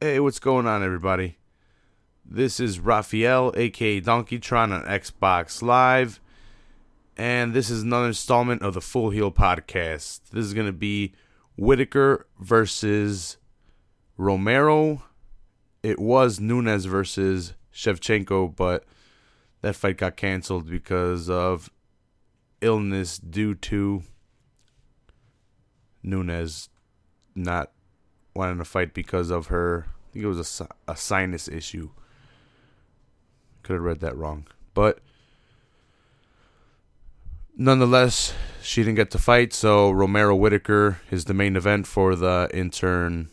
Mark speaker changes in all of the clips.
Speaker 1: Hey, what's going on, everybody? This is Raphael, aka Donkeytron, on Xbox Live, and this is another installment of the Full Heel Podcast. This is going to be Whitaker versus Romero. It was Nunes versus Shevchenko, but that fight got canceled because of illness due to Nunes not wanting to fight because of her. I think it was a, si- a sinus issue. Could have read that wrong, but nonetheless, she didn't get to fight. So Romero Whitaker is the main event for the intern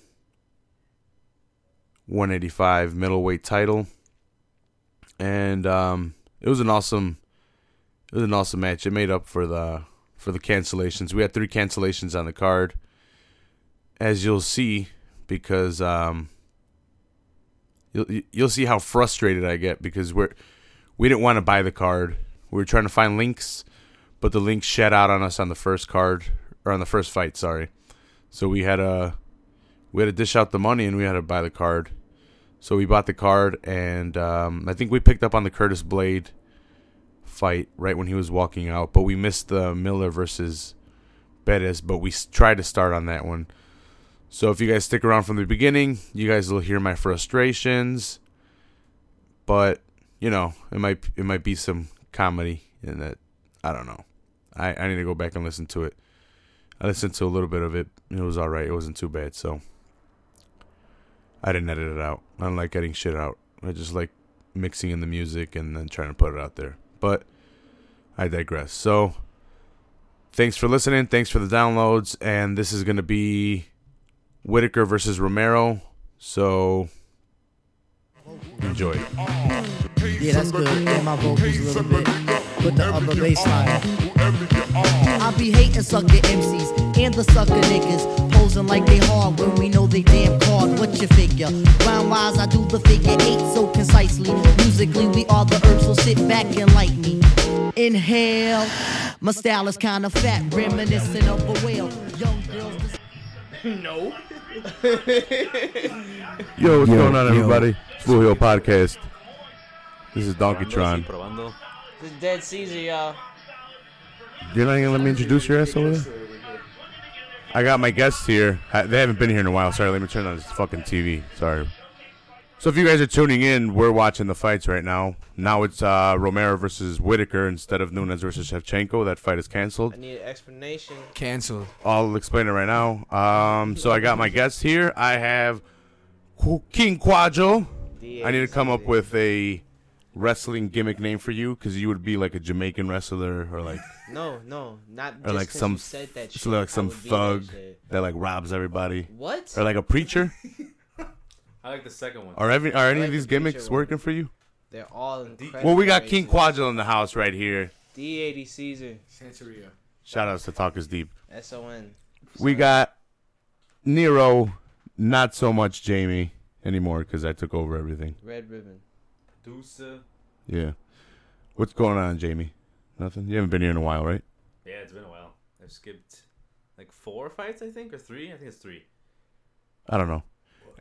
Speaker 1: 185 middleweight title, and um, it was an awesome, it was an awesome match. It made up for the for the cancellations. We had three cancellations on the card as you'll see, because um, you'll you'll see how frustrated I get because we're we didn't want to buy the card. We were trying to find links, but the links shed out on us on the first card or on the first fight. Sorry, so we had a we had to dish out the money and we had to buy the card. So we bought the card, and um, I think we picked up on the Curtis Blade fight right when he was walking out, but we missed the Miller versus Bettis. But we s- tried to start on that one. So if you guys stick around from the beginning, you guys will hear my frustrations. But you know, it might it might be some comedy in that. I don't know. I I need to go back and listen to it. I listened to a little bit of it. It was all right. It wasn't too bad. So I didn't edit it out. I don't like getting shit out. I just like mixing in the music and then trying to put it out there. But I digress. So thanks for listening. Thanks for the downloads. And this is gonna be Whitaker versus Romero. So enjoy.
Speaker 2: Yeah, that's good. And my vocals a little bit. Put the upper bass line.
Speaker 3: I be hating sucker MCs and the sucker niggas posing like they hard when we know they damn hard. What you figure? Rhyme wise, I do the figure eight so concisely. Musically, we are the herb, so sit back and light me. Inhale. My style is kind of fat, reminiscent of a whale. Young girls.
Speaker 4: No.
Speaker 1: Yo, what's
Speaker 5: Yo,
Speaker 1: going on,
Speaker 5: yo.
Speaker 1: everybody? It's Blue Hill Podcast. This is Donkeytron.
Speaker 6: Probando.
Speaker 4: This is dead Caesar, y'all.
Speaker 1: You're not gonna let me introduce your ass over there? I got my guests here. I, they haven't been here in a while. Sorry, let me turn on this fucking TV. Sorry. So if you guys are tuning in, we're watching the fights right now. Now it's uh, Romero versus Whitaker instead of Nunes versus Shevchenko. That fight is canceled.
Speaker 4: I need an explanation.
Speaker 5: Cancel.
Speaker 1: I'll explain it right now. Um, so I got my guests here. I have Qu- King Quadro. I need to come up with a wrestling gimmick name for you because you would be like a Jamaican wrestler or like
Speaker 4: No, no, not just
Speaker 1: or like
Speaker 4: 'cause
Speaker 1: some
Speaker 4: you said that shit.
Speaker 1: so like
Speaker 4: I
Speaker 1: some
Speaker 4: would be that
Speaker 1: thug
Speaker 4: shit.
Speaker 1: that like robs everybody
Speaker 4: What?
Speaker 1: or like a preacher.
Speaker 6: I like the second one.
Speaker 1: Are every are any
Speaker 4: like
Speaker 1: of
Speaker 4: the
Speaker 1: these
Speaker 4: preacher
Speaker 1: gimmicks
Speaker 4: one.
Speaker 1: working for you?
Speaker 4: They're all incredible.
Speaker 1: Well, we got King Quadro in the house right here.
Speaker 4: D80 Caesar.
Speaker 6: Santeria.
Speaker 1: Shout outs to Talk is Deep.
Speaker 4: S O N.
Speaker 1: We got Nero, not so much Jamie anymore because I took over everything.
Speaker 4: Red ribbon.
Speaker 6: Dusa.
Speaker 1: Yeah. What's going on, Jamie? Nothing. You haven't been here in a while, right?
Speaker 6: Yeah, it's been a while. I've skipped like four fights, I think, or three. I think it's three.
Speaker 1: I don't know.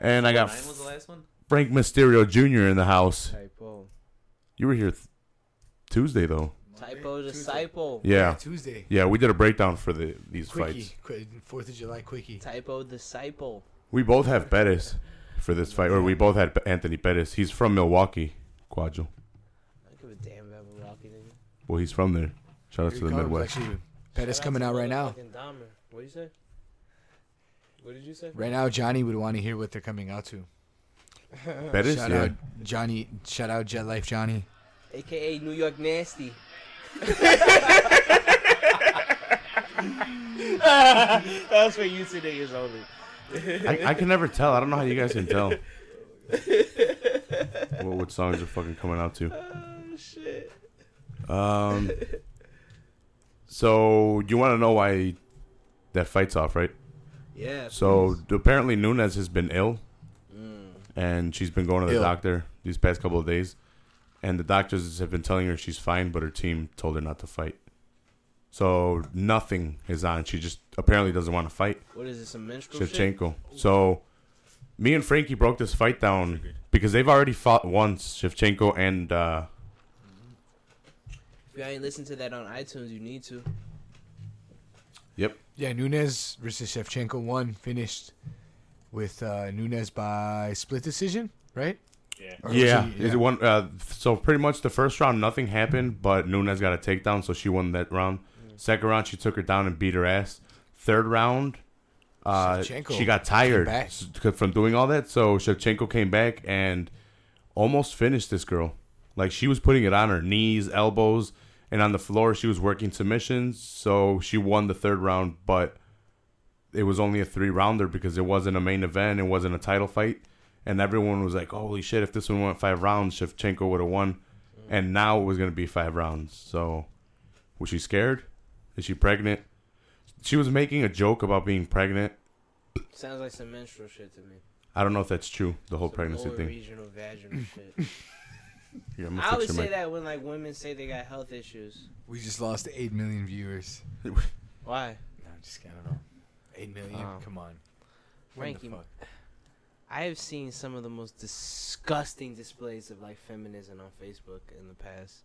Speaker 1: And I got
Speaker 6: Nine was the last one.
Speaker 1: Frank Mysterio Jr. in the house.
Speaker 4: Typo.
Speaker 1: You were here th- Tuesday, though.
Speaker 4: Typo disciple.
Speaker 1: Yeah.
Speaker 5: Tuesday.
Speaker 1: Yeah, we did a breakdown for the these
Speaker 5: Quickie.
Speaker 1: fights.
Speaker 5: Qu- Fourth of July quickie.
Speaker 4: Typo disciple.
Speaker 1: We both have Bettis for this fight, or we both had P- Anthony Bettis. He's from Milwaukee, Quadro.
Speaker 4: I don't give a damn about Milwaukee, nigga.
Speaker 1: Well, he's from there. Shout out to the
Speaker 5: Here it comes,
Speaker 1: Midwest.
Speaker 5: Actually, Pettis
Speaker 4: Shout
Speaker 5: coming
Speaker 4: to
Speaker 5: out right now.
Speaker 4: motherfucking Dahmer. What do you say? What did you say?
Speaker 5: Right now, Johnny would want to hear what they're coming out to.
Speaker 1: Bettis,
Speaker 5: Shout
Speaker 1: yeah.
Speaker 5: out Johnny. Shout out Jet Life Johnny.
Speaker 4: AKA New York Nasty. That's for you two niggas only.
Speaker 1: I, I can never tell. I don't know how you guys can tell. what, what songs are fucking coming out to?
Speaker 4: Oh shit.
Speaker 1: Um. so you want to know why that fight's off, right?
Speaker 4: Yeah.
Speaker 1: So apparently Nunez has been ill, and she's been going to the
Speaker 5: Ill.
Speaker 1: doctor these past couple of days, and the doctors have been telling her she's fine, but her team told her not to fight. So nothing is on. She just apparently doesn't want to fight
Speaker 7: Oh,
Speaker 4: What is this? Some menstrual shit?
Speaker 1: Shevchenko. So me and Frankie broke this fight down because they've already fought once, Shevchenko and uh,
Speaker 7: If you ain't listen to that on iTunes, you need to.
Speaker 1: yep,
Speaker 5: Yeah, Nunez versus Shevchenko one finished with uh, Nunez by split decision, right?
Speaker 4: Yeah.
Speaker 5: Or was
Speaker 1: yeah.
Speaker 5: he-
Speaker 1: Is it one? Uh, so pretty much the first round, nothing happened, but Nunez got a takedown, so she won that round. Second round, she took her down and beat her ass. Third round, uh,
Speaker 5: Shevchenko
Speaker 1: she got tired
Speaker 5: came back.
Speaker 1: s- from doing all that, so Shevchenko came back and almost finished this girl. Like she was putting it on her knees, elbows, and on the floor. She was working submissions, so she won the third round, but it was only a three rounder because it wasn't a main event, it wasn't a title fight, and everyone was like, "Holy shit! If this one went five rounds, Shevchenko would have won." And now it was gonna be five rounds. So, was she scared? Is she pregnant? She was making a joke about being pregnant.
Speaker 7: Sounds like some menstrual shit to me.
Speaker 1: I don't know if that's true. The whole
Speaker 7: Some
Speaker 1: pregnancy
Speaker 7: lower
Speaker 1: thing.
Speaker 7: Regional vaginal shit.
Speaker 1: Here, I'm
Speaker 7: I
Speaker 1: gonna
Speaker 7: always
Speaker 1: fix your
Speaker 7: say
Speaker 1: mic.
Speaker 7: that when like women say they got health issues.
Speaker 5: We just lost eight million viewers.
Speaker 7: Why?
Speaker 5: No, I'm just I don't know. Eight million.
Speaker 7: Wow.
Speaker 5: Come on. What
Speaker 7: Oh.
Speaker 5: the
Speaker 7: Frankie,
Speaker 5: fuck?
Speaker 7: I have seen some of the most disgusting displays of like feminism on Facebook in the past.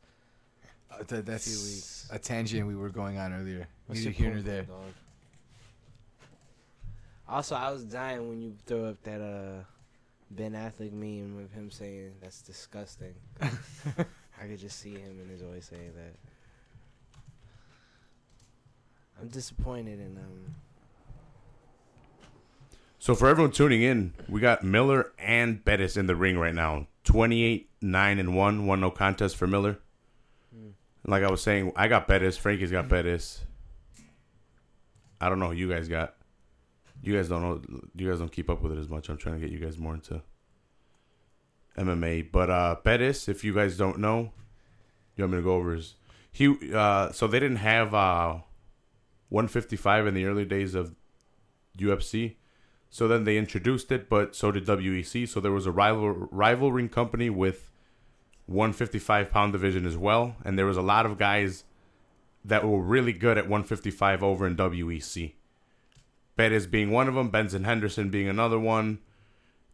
Speaker 5: Uh, th- that's
Speaker 7: few weeks.
Speaker 5: a tangent we were going on earlier.
Speaker 7: What's
Speaker 5: Neither
Speaker 7: your
Speaker 5: here nor
Speaker 7: point,
Speaker 5: there.
Speaker 7: dog? Also, I was dying when you threw up that uh Ben Affleck meme of him saying that's disgusting. 'Cause I could just see him and his always saying that. I'm disappointed in um
Speaker 1: So for everyone tuning in, we got Miller and Bettis in the ring right now. 28, 9, and 1. 1 no contest for Miller. And Like I was saying, I got Bettis. Frankie's got Bettis. I don't know who you guys got. You guys don't know. You guys don't keep up with it as much. I'm trying to get you guys more into MMA. But uh Bettis, if you guys don't know, you want me to go over his. He uh, so they didn't have uh, 155 in the early days of UFC. So then they introduced it, but so did WEC. So there was a rival rivaling company with 155 pound division as well, and there was a lot of guys that were really good at 155 over in WEC. Bettis being one of them, Benson Henderson being another one.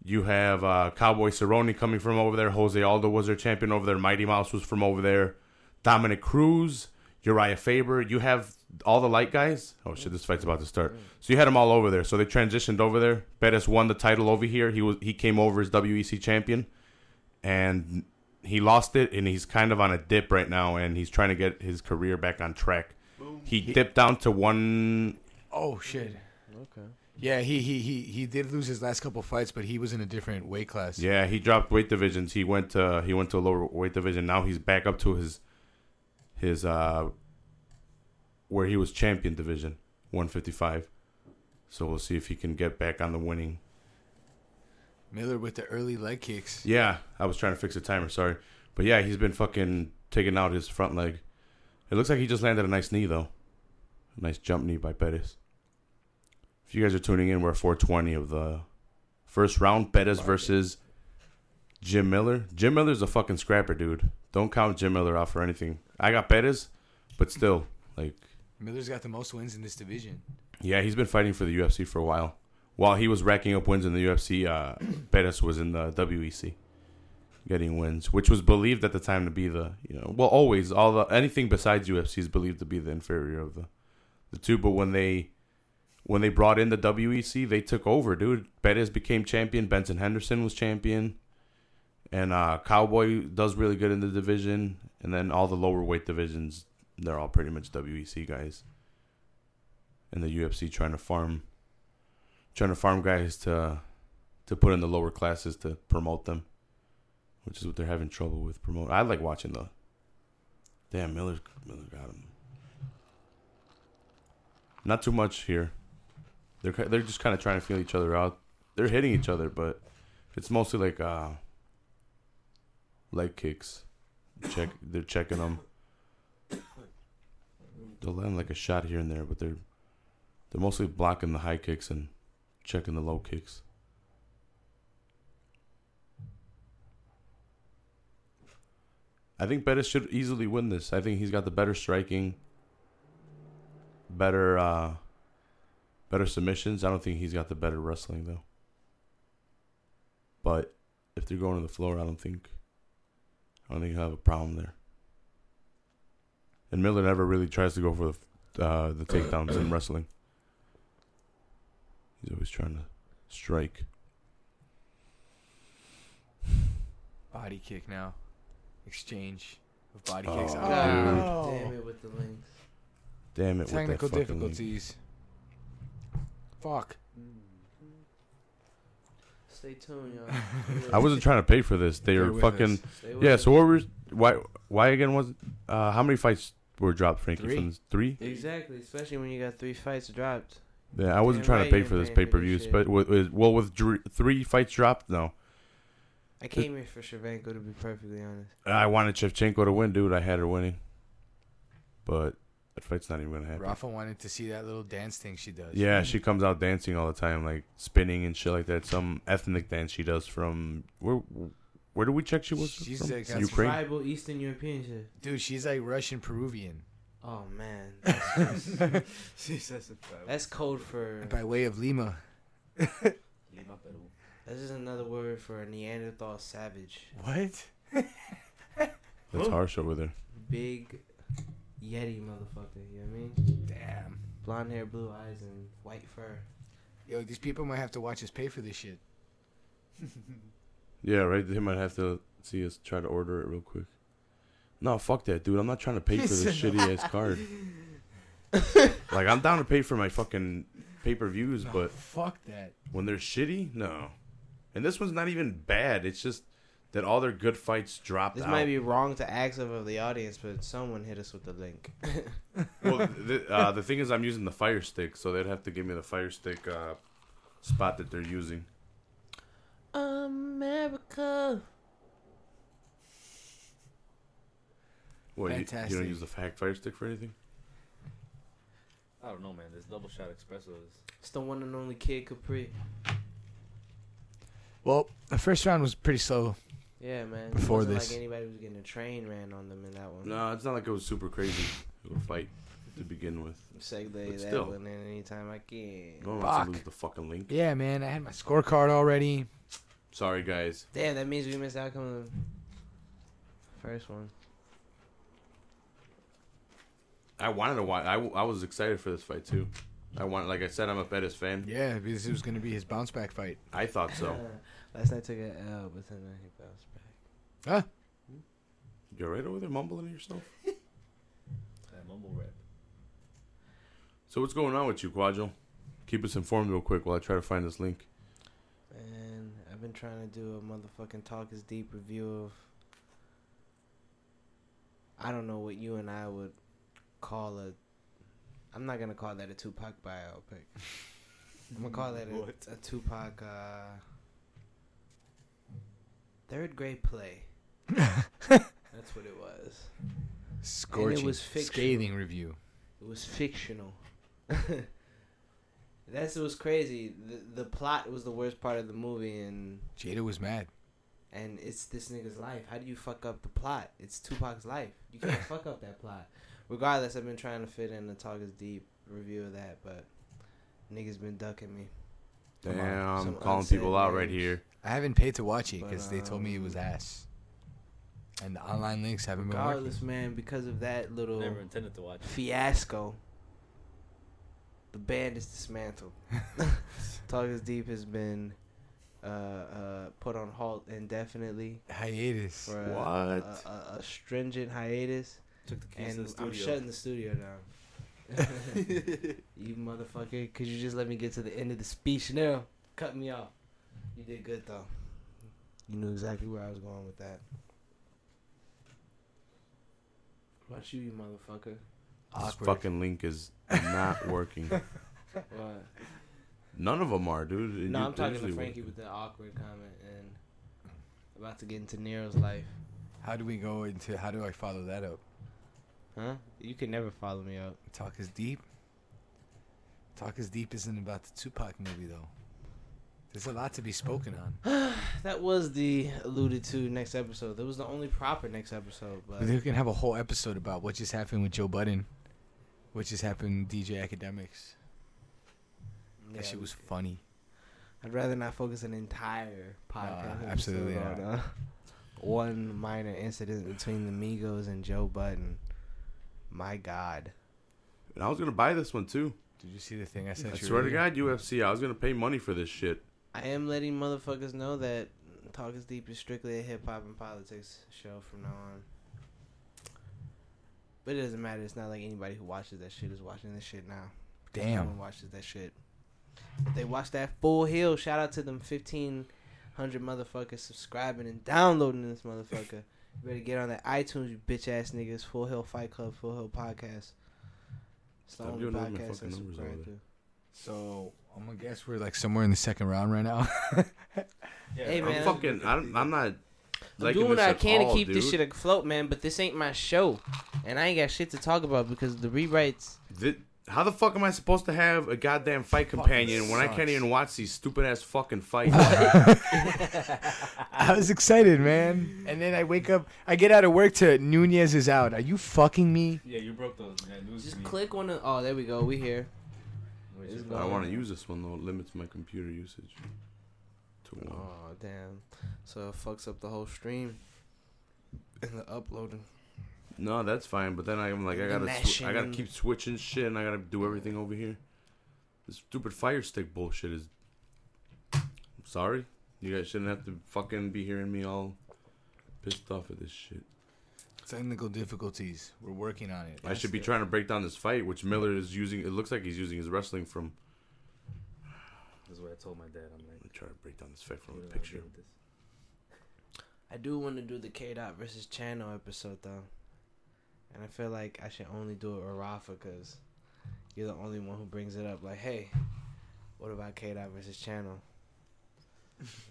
Speaker 1: You have uh, Cowboy Cerrone coming from over there. Jose Aldo was their champion over there. Mighty Mouse was from over there. Dominic Cruz, Uriah Faber. You have all the light guys. Oh shit, this fight's about to start. So you had them all over there. So they transitioned over there. Bettis won the title over here. He was he came over as WEC champion, and he lost it. And he's kind of on a dip right now, and he's trying to get his career back on track. He dipped down to one
Speaker 5: Oh shit.
Speaker 7: Okay.
Speaker 5: Yeah, he, he he he did lose his last couple fights, but he was in a different weight class.
Speaker 1: Yeah, he dropped weight divisions. He went to he went to a lower weight division. Now he's back up to his his uh where he was champion division, 155. So we'll see if he can get back on the winning.
Speaker 5: Miller with the early leg kicks.
Speaker 1: Yeah, I was trying to fix the timer, sorry. But yeah, he's been fucking taking out his front leg. It looks like he just landed a nice knee though. A nice jump knee by Bettis. If you guys are tuning in, we're at 420 of the first round. Bettis versus Jim Miller. Jim Miller's a fucking scrapper, dude. Don't count Jim Miller out for anything. I got Bettis, but still, like,
Speaker 5: Miller's got the most wins in this division.
Speaker 1: yeah, he's been fighting for the UFC for a while. While he was racking up wins in the UFC, uh, Bettis was in the WEC, getting wins, which was believed at the time to be the you know well always all the anything besides UFC is believed to be the inferior of the the two. But when they when they brought in the WEC, they took over, dude. Bettis became champion. Benson Henderson was champion, and uh, Cowboy does really good in the division. And then all the lower weight divisions, they're all pretty much WEC guys and the UFC trying to farm trying to farm guys to to put in the lower classes to promote them, which is what they're having trouble with promote. I like watching the damn Miller Miller got him. Not too much here. They're ki- they're just kind of trying to feel each other out. They're hitting each other, but it's mostly like uh leg kicks. Check they're checking them. They'll land like a shot here and there, but they're they're mostly blocking the high kicks and checking the low kicks. I think Bettis should easily win this. I think he's got the better striking, better uh, better submissions. I don't think he's got the better wrestling though. But if they're going to the floor, I don't think I don't think he'll have a problem there. And Miller never really tries to go for the uh, the takedowns in wrestling. He's always trying to strike.
Speaker 8: Body kick now. Exchange of body
Speaker 1: Oh,
Speaker 8: kicks.
Speaker 1: dude.
Speaker 8: Ah,
Speaker 7: Damn it with the links.
Speaker 1: Damn it!
Speaker 5: Technical
Speaker 1: with that fucking link.
Speaker 5: difficulties. Fuck.
Speaker 7: Mm. Stay tuned, y'all.
Speaker 1: I wasn't trying to pay for this. They
Speaker 8: Bear
Speaker 1: were
Speaker 8: with
Speaker 1: fucking.
Speaker 8: us.
Speaker 7: Stay with
Speaker 1: Yeah.
Speaker 7: us.
Speaker 1: So what were why why again was uh how many fights were dropped, Frankie?
Speaker 8: Three.
Speaker 1: From this- three.
Speaker 7: Exactly, especially when you got three fights dropped.
Speaker 1: Yeah, I wasn't
Speaker 7: Damn
Speaker 1: trying
Speaker 7: right
Speaker 1: to pay
Speaker 7: you're
Speaker 1: for this
Speaker 7: paying for
Speaker 1: pay per view,
Speaker 7: this shit.
Speaker 1: but with, with well with dr- three fights dropped, no.
Speaker 7: I came here for Shevchenko to be perfectly honest.
Speaker 1: I wanted Shevchenko to win, dude. I had her winning, but that fight's not even gonna happen.
Speaker 5: Rafa wanted to see that little dance thing she does.
Speaker 1: Yeah, she comes out dancing all the time, like spinning and shit like that. Some ethnic dance she does from where? Where did we check she was
Speaker 5: She's
Speaker 1: from?
Speaker 5: like- that's
Speaker 1: Ukraine.
Speaker 7: Tribal Eastern European shit.
Speaker 5: Dude, she's like Russian Peruvian
Speaker 7: Oh man, that's, that's code for.
Speaker 5: by way of Lima.
Speaker 7: That's just another word for a Neanderthal savage,
Speaker 5: What?
Speaker 1: That's harsh over there.
Speaker 7: big yeti motherfucker. You know what I mean?
Speaker 5: Damn.
Speaker 7: Blonde hair, blue eyes, and white fur.
Speaker 5: Yo, these people might have to watch us pay for this shit.
Speaker 1: Yeah, right. They might have to see us try to order it real quick. No, fuck that, dude. I'm not trying to pay for this shitty ass card. like I'm down to pay for my fucking pay per views, but
Speaker 5: Oh, fuck that.
Speaker 1: when they're shitty, no. And this one's not even bad. It's just that all their good fights dropped
Speaker 7: This
Speaker 1: out.
Speaker 7: might be wrong to ask of the audience, but someone hit us with the link.
Speaker 1: well, the, uh, the thing is, I'm using the Fire Stick, so they'd have to give me the Fire Stick uh, spot that they're using.
Speaker 7: America.
Speaker 1: What, you, you
Speaker 5: Fantastic.
Speaker 1: don't use the hack Fire Stick for anything?
Speaker 6: I don't know, man. This double shot espresso is.
Speaker 7: It's the one and only Kid Capri.
Speaker 5: Well, the first round was pretty slow.
Speaker 7: Yeah, man.
Speaker 5: Before
Speaker 7: Before
Speaker 5: this.
Speaker 7: like anybody was getting a train ran on them in that one.
Speaker 1: No, it's not like it was super crazy of a fight to begin with.
Speaker 7: Segue that
Speaker 1: still.
Speaker 7: one in anytime I can.
Speaker 1: No one wants to
Speaker 5: Fuck.
Speaker 1: lose the fucking link.
Speaker 5: Yeah, man. I had my scorecard already.
Speaker 1: Sorry, guys.
Speaker 7: Damn, that means we missed the outcome of the first one.
Speaker 1: I wanted to watch. I, I was excited for this fight too. I want, like I said, I'm a Bettis fan.
Speaker 5: Yeah, because it was going to be his bounce back fight.
Speaker 1: I thought so.
Speaker 7: Last night took an L, but then I think that was back.
Speaker 5: Huh?
Speaker 1: You're right over there mumbling to yourself.
Speaker 6: That mumble rap.
Speaker 1: So what's going on with you, Quadro? Keep us informed real quick while I try to find this link.
Speaker 7: Man, I've been trying to do a motherfucking talk is deep review of. I don't know what you and I would call a. I'm not gonna call that a Tupac biopic. I'm gonna call that a, a Tupac uh, third grade play. That's what it was.
Speaker 5: Scorching.
Speaker 7: was fictional.
Speaker 5: scathing review.
Speaker 7: It was fictional. That's it was crazy. The, the plot was the worst part of the movie, and
Speaker 5: Jada was mad.
Speaker 7: and it's this nigga's life. How do you fuck up the plot? It's Tupac's life. You can't fuck up that plot. Regardless, I've been trying to fit in the talk is deep review of that, but niggas been ducking me.
Speaker 5: Come on.
Speaker 1: Damn, I'm
Speaker 7: Some
Speaker 1: calling
Speaker 7: unsaid
Speaker 1: people out right
Speaker 7: names.
Speaker 1: here.
Speaker 5: I haven't paid to watch it because
Speaker 7: But,
Speaker 5: they told me it was
Speaker 7: um,
Speaker 5: ass. And the online links haven't been working.
Speaker 7: Regardless, man, because of that little
Speaker 6: Never intended to watch.
Speaker 7: fiasco, the band is dismantled. talk is deep has been uh, uh, put on halt indefinitely
Speaker 5: Hiatus.
Speaker 7: for a,
Speaker 1: What?
Speaker 7: a- a- a stringent hiatus.
Speaker 6: Took the keys to
Speaker 7: And
Speaker 6: the
Speaker 7: I'm
Speaker 6: studio.
Speaker 7: shutting the studio down. you motherfucker, could you just let me get to the end of the speech now? Cut me off. You did good though. You knew exactly where I was going with that. What about you, you motherfucker?
Speaker 1: This
Speaker 5: Awkward.
Speaker 1: fucking link is not working.
Speaker 7: What?
Speaker 1: None of them are, dude. It
Speaker 7: no,
Speaker 1: u-
Speaker 7: I'm
Speaker 1: they
Speaker 7: talking to
Speaker 1: usually
Speaker 7: Frankie
Speaker 1: work.
Speaker 7: with the awkward comment and about to get into Nero's life.
Speaker 5: How do we go into how do I follow that up?
Speaker 7: Huh? You can never follow me up.
Speaker 5: Talk is deep. Talk is deep isn't about the Tupac movie though. There's a lot to be spoken on.
Speaker 7: That was the alluded to next episode. That was the only proper next episode, but
Speaker 5: We can have a whole episode about what just happened with Joe Budden, what just happened with DJ Academics. That
Speaker 7: Yeah,
Speaker 5: shit
Speaker 7: we
Speaker 5: was
Speaker 7: could.
Speaker 5: funny.
Speaker 7: I'd rather not focus an entire podcast.
Speaker 5: absolutely
Speaker 7: episode
Speaker 5: not.
Speaker 7: on, uh, one minor incident between the Migos and Joe Budden. My God.
Speaker 1: And I was gonna buy this one too.
Speaker 8: Did you see the thing I sent
Speaker 1: I
Speaker 8: you?
Speaker 1: swear to
Speaker 8: earlier?
Speaker 1: God, UFC. I was gonna pay money for this shit.
Speaker 7: I am letting motherfuckers know that Talk is Deep is strictly a hip hop and politics show from now on. But it doesn't matter. It's not like anybody who watches that shit is watching this shit now. No one
Speaker 8: Damn.
Speaker 7: watches that shit. If they watch that full hill, shout out to them 1,500 motherfuckers subscribing and downloading this motherfucker. You better get on that iTunes, you bitch ass niggas. Full Hill Fight Club, Full Hill Podcast. It's the
Speaker 1: Stop
Speaker 7: only
Speaker 1: doing all my
Speaker 7: podcast I
Speaker 1: fucking numbers over
Speaker 7: subscribe
Speaker 1: there.
Speaker 7: to.
Speaker 8: So I'm gonna guess we're like somewhere in the second round right now.
Speaker 7: Hey,
Speaker 1: I'm
Speaker 7: man.
Speaker 1: fucking. I don't, I'm not.
Speaker 7: I'm
Speaker 1: liking
Speaker 7: doing what
Speaker 1: this
Speaker 7: I
Speaker 1: at
Speaker 7: can to
Speaker 1: all,
Speaker 7: keep this
Speaker 1: dude.
Speaker 7: shit afloat, man, but this ain't my show. And I ain't got shit to talk about because the rewrites.
Speaker 1: Thi- how the fuck am I supposed to have a goddamn fight companion when I can't
Speaker 8: sucks.
Speaker 1: even watch these stupid ass fucking fights?
Speaker 5: I was excited, man. And then I wake up, I get out of work to Nunez is out. Are you fucking me?
Speaker 6: Yeah, you broke those. That news
Speaker 7: Just
Speaker 6: to me.
Speaker 7: click on the. Oh, there we go. We here.
Speaker 6: Which
Speaker 7: It's
Speaker 6: is-
Speaker 1: I
Speaker 7: gone.
Speaker 1: want to use this one though. It limits my computer usage. To one.
Speaker 7: Oh damn! So it fucks up the whole stream and the uploading.
Speaker 1: No, that's fine. But then I'm like, I gotta, sw- I gotta
Speaker 7: Mashing.
Speaker 1: keep switching shit, and I gotta do everything over here. This stupid fire stick bullshit is. I'm sorry, you guys shouldn't have to fucking be hearing me all pissed off at this shit.
Speaker 5: Technical difficulties.
Speaker 8: we're working on it.
Speaker 1: I should be trying to break down this fight, which Miller is using. It looks like he's using his wrestling from.
Speaker 6: This is what I told my dad. I'm like,
Speaker 1: I'm trying to break down this fight from
Speaker 6: what
Speaker 1: a
Speaker 6: do I
Speaker 1: picture.
Speaker 6: do with this?
Speaker 7: I do want to do the K Dot versus Channel episode though, and I feel like I should only do it with Rafa because you're the only one who brings it up. Like, hey, what about K Dot versus Channel?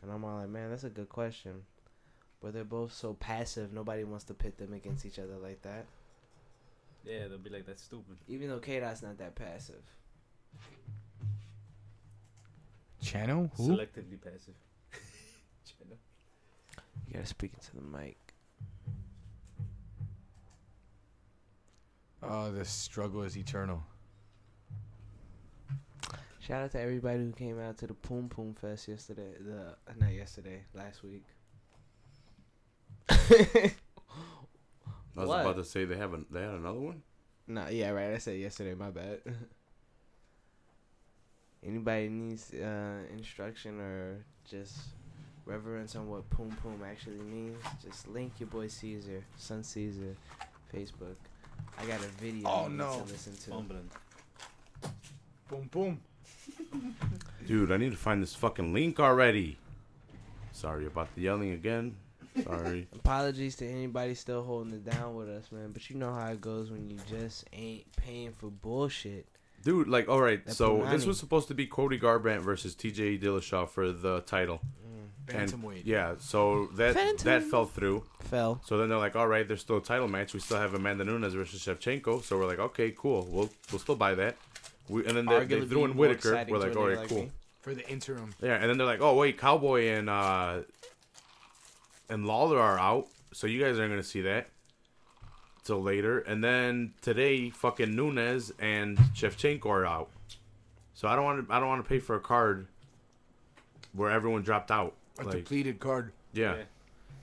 Speaker 7: and I'm all like, man, that's a good question, but they're both so passive. Nobody wants to pit them against each other like that.
Speaker 6: Yeah, they'll be like, that's stupid.
Speaker 7: Even though K Dot's not that passive.
Speaker 5: Channel? Who?
Speaker 6: Selectively passive. China.
Speaker 7: You gotta speak into the mic.
Speaker 5: Oh, the struggle is eternal.
Speaker 7: Shout out to everybody who came out to the Poom Poom Fest yesterday. The not yesterday, last week.
Speaker 1: I was
Speaker 7: What?
Speaker 1: about to say they have an, they had another one.
Speaker 7: Nah, yeah, right. I said yesterday. My bad. Anybody needs uh, instruction or just reverence on what Poom Poom actually means? Just link your boy Caesar, Son Caesar, Facebook. I got a video.
Speaker 5: Oh,
Speaker 7: you need
Speaker 5: no. Um,
Speaker 7: To listen to.
Speaker 6: Fumbling.
Speaker 5: Boom, boom.
Speaker 1: Dude, I need to find this fucking link already. Sorry about the yelling again. Sorry.
Speaker 7: Apologies to anybody still holding it down with us, man. But you know how it goes when you just ain't paying for bullshit.
Speaker 1: Dude, like, all right,
Speaker 7: That's
Speaker 1: so this
Speaker 7: Punani.
Speaker 1: was supposed to be Cody Garbrandt versus T.J. Dillashaw for the title. And-
Speaker 5: Bantamweight.
Speaker 1: Yeah, so that
Speaker 7: Phantom.
Speaker 1: that fell through.
Speaker 7: Fell.
Speaker 1: So then they're like, all right, there's still a title match. We still have Amanda Nunes versus Shevchenko. So we're like, okay, cool. We'll we'll still buy that. We, and then they, they
Speaker 7: Arguably
Speaker 1: threw in
Speaker 7: more
Speaker 1: Whitaker.
Speaker 7: exciting
Speaker 1: We're
Speaker 7: to
Speaker 1: like,
Speaker 7: a
Speaker 1: all
Speaker 7: nigga
Speaker 1: right,
Speaker 7: like
Speaker 1: cool.
Speaker 7: me.
Speaker 5: For the interim.
Speaker 1: Yeah, and then they're like, oh wait, Cowboy and uh and Lawler are out, so you guys aren't gonna see that till later. And then today, fucking Nunez and Shevchenko are out, so I don't want to I don't want to pay for a card where everyone dropped out.
Speaker 5: A
Speaker 1: Like,
Speaker 5: depleted card.
Speaker 1: yeah.
Speaker 6: Yeah.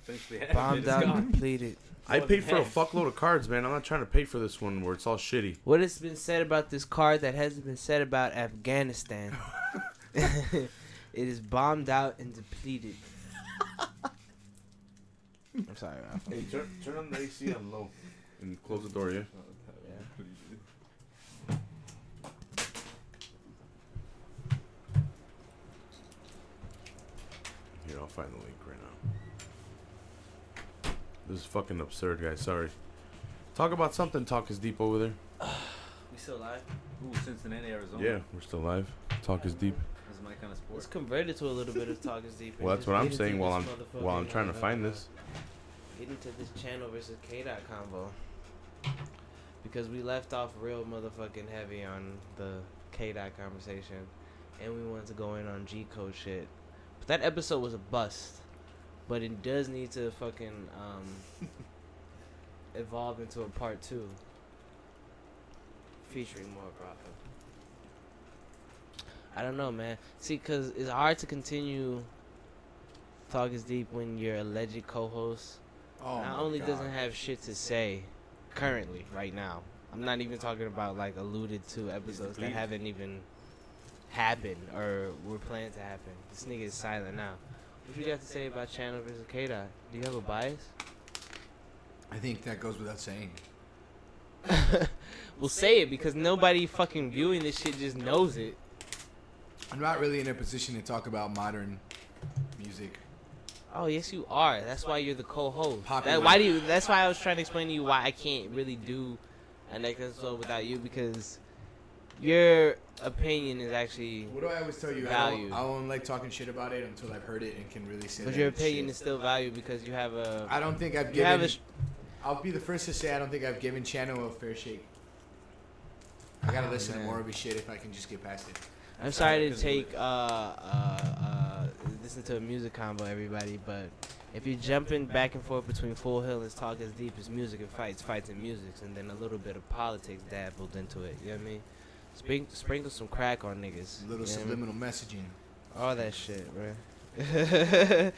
Speaker 6: Essentially, half of it
Speaker 7: Bombed
Speaker 6: is
Speaker 7: out
Speaker 6: gone.
Speaker 7: and depleted.
Speaker 1: I
Speaker 6: More
Speaker 1: paid
Speaker 6: than
Speaker 1: for a
Speaker 6: half.
Speaker 1: fuckload of cards, man. I'm not trying to pay for this one where it's all shitty.
Speaker 7: What has been said about this card that hasn't been said about Afghanistan? it is bombed out and depleted. I'm sorry, man.
Speaker 1: Hey, turn, turn on the AC on low and close the door, yeah. Here, I'll find the link right now. This is fucking absurd, guys. Sorry. Talk about something. Talk is deep over there.
Speaker 6: We still live? Ooh, Cincinnati, Arizona.
Speaker 1: Yeah, we're still live. Talk is deep.
Speaker 6: This is my kind of
Speaker 7: Let's
Speaker 6: sport.
Speaker 7: convert it to a little bit of talk is deep. and
Speaker 1: Well, that's
Speaker 7: just
Speaker 1: what
Speaker 7: get
Speaker 1: I'm
Speaker 7: into
Speaker 1: saying while I'm
Speaker 7: this motherfucking,
Speaker 1: while I'm trying to
Speaker 7: uh,
Speaker 1: find this.
Speaker 7: Get into this channel versus K dot combo because we left off real motherfucking heavy on the K dot conversation, and we wanted to go in on G code shit. But that episode was a bust. But it does need to fucking um, evolve into a part two, featuring more Rafa. I don't know, man. See, because it's hard to continue Talk is Deep when your alleged co host
Speaker 9: Oh,
Speaker 7: not only doesn't have shit to say currently, right now. I'm not even talking about like alluded to episodes that
Speaker 6: depleted.
Speaker 7: haven't even happened or were planned to happen. This nigga is silent now. What you got to say about Channel versus K Dot? Do you have a bias?
Speaker 5: I think that goes without saying.
Speaker 7: Well, say it because nobody fucking viewing this shit just knows it.
Speaker 5: I'm not really in a position to talk about modern music.
Speaker 7: Oh yes, you are. That's why you're the co-host.
Speaker 5: Popular.
Speaker 7: That, why do you? That's why I was trying to explain to you why I can't really do an next episode without you because your opinion is actually,
Speaker 5: What do I always tell you? I
Speaker 7: Value.
Speaker 5: don't, I don't like talking shit about it until I've heard it and can really say.
Speaker 7: but
Speaker 5: that
Speaker 7: your
Speaker 5: it's
Speaker 7: opinion
Speaker 5: shit.
Speaker 7: is still valued because you have a.
Speaker 5: I don't think I've
Speaker 7: You have
Speaker 5: given.
Speaker 7: a. sh-
Speaker 5: I'll be the first to say I don't think I've given Chano a fair shake. I gotta listen to
Speaker 7: Oh, man.
Speaker 5: more of his shit if I can just get past it.
Speaker 7: I'm sorry to take uh uh uh listen to a music combo, everybody, but if you're jumping back and forth between Full Hill and Talk as Deep, it's music and fights, fights and music, and then a little bit of politics dabbled into it. You know what I mean? Spring, sprinkle some crack on niggas. you
Speaker 5: Little
Speaker 7: know what I mean?
Speaker 5: subliminal messaging,
Speaker 7: All that shit, bro.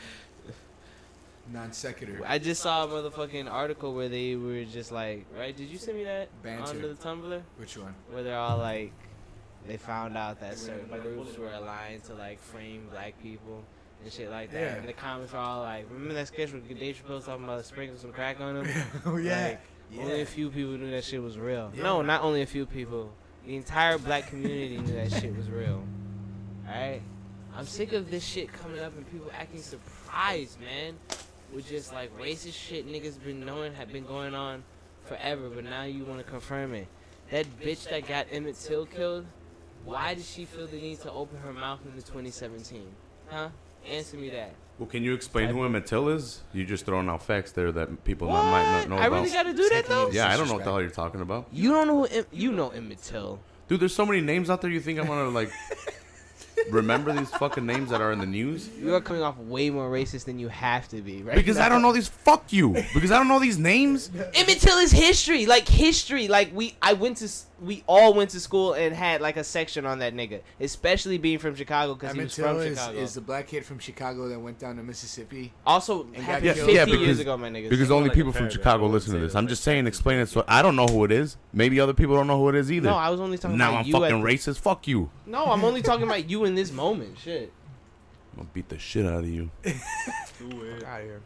Speaker 5: non sequitur.
Speaker 7: I just saw a motherfucking article where they were just like, right? Did you send me that
Speaker 5: Banter.
Speaker 7: onto the Tumblr?
Speaker 5: Which one?
Speaker 7: Where they're all like, they found out that certain groups were aligned to like frame black people and shit like that.
Speaker 5: Yeah.
Speaker 7: And the comments are all like, remember that sketch with Dave Chappelle talking about sprinkling some crack on him?
Speaker 5: Oh
Speaker 7: yeah. Only
Speaker 5: yeah.
Speaker 7: a few people knew that shit was real.
Speaker 5: Yeah.
Speaker 7: No, not only a few people. The entire black community knew that shit was real. Alright? I'm sick of this shit coming up and people acting surprised, man. With just like racist shit niggas been knowing have been going on forever, but now you wanna confirm it. That bitch that got Emmett Till killed, why did she feel the need to open her mouth in the 2017? Huh? Answer me that.
Speaker 1: Well, can you explain who Emmett Till is? You're just throwing out facts there that people not, might not know
Speaker 7: I
Speaker 1: about.
Speaker 7: really gotta do that though?
Speaker 1: yeah, I don't know what the hell you're talking about,
Speaker 7: You don't know who em- you know Emmett Till.
Speaker 1: dude. There's so many names out there. You think I'm gonna like remember these fucking names that are in the news?
Speaker 7: You are coming off way more racist than you have to be, right?
Speaker 1: Because I don't know these. Fuck you. Because I don't know these names.
Speaker 7: Emmett Till is history, like history. Like we, I went to, s- we all went to school and had like a section on that nigga, especially being from Chicago because he
Speaker 5: Emmett
Speaker 7: was from
Speaker 5: Till is,
Speaker 7: Chicago.
Speaker 5: is the black kid from Chicago that went down to Mississippi.
Speaker 7: also,
Speaker 5: got
Speaker 7: happened
Speaker 5: killed.
Speaker 7: 50
Speaker 1: Yeah, because-
Speaker 7: years ago, my niggas.
Speaker 1: Because only
Speaker 6: like a
Speaker 1: people from
Speaker 6: paragraph.
Speaker 1: Chicago
Speaker 6: I wouldn't
Speaker 1: listen to
Speaker 6: say
Speaker 1: this.
Speaker 6: that
Speaker 1: I'm
Speaker 6: like
Speaker 1: just saying, explain it. So I don't know who it is. Maybe other people don't know who it is either.
Speaker 7: no, I was only talking
Speaker 1: now
Speaker 7: about
Speaker 1: I'm
Speaker 7: you.
Speaker 1: fucking
Speaker 7: at-
Speaker 1: racist. Fuck you.
Speaker 7: No, I'm only talking about you in this moment. Shit.
Speaker 1: I'm gonna beat the shit out of you.
Speaker 7: Out here.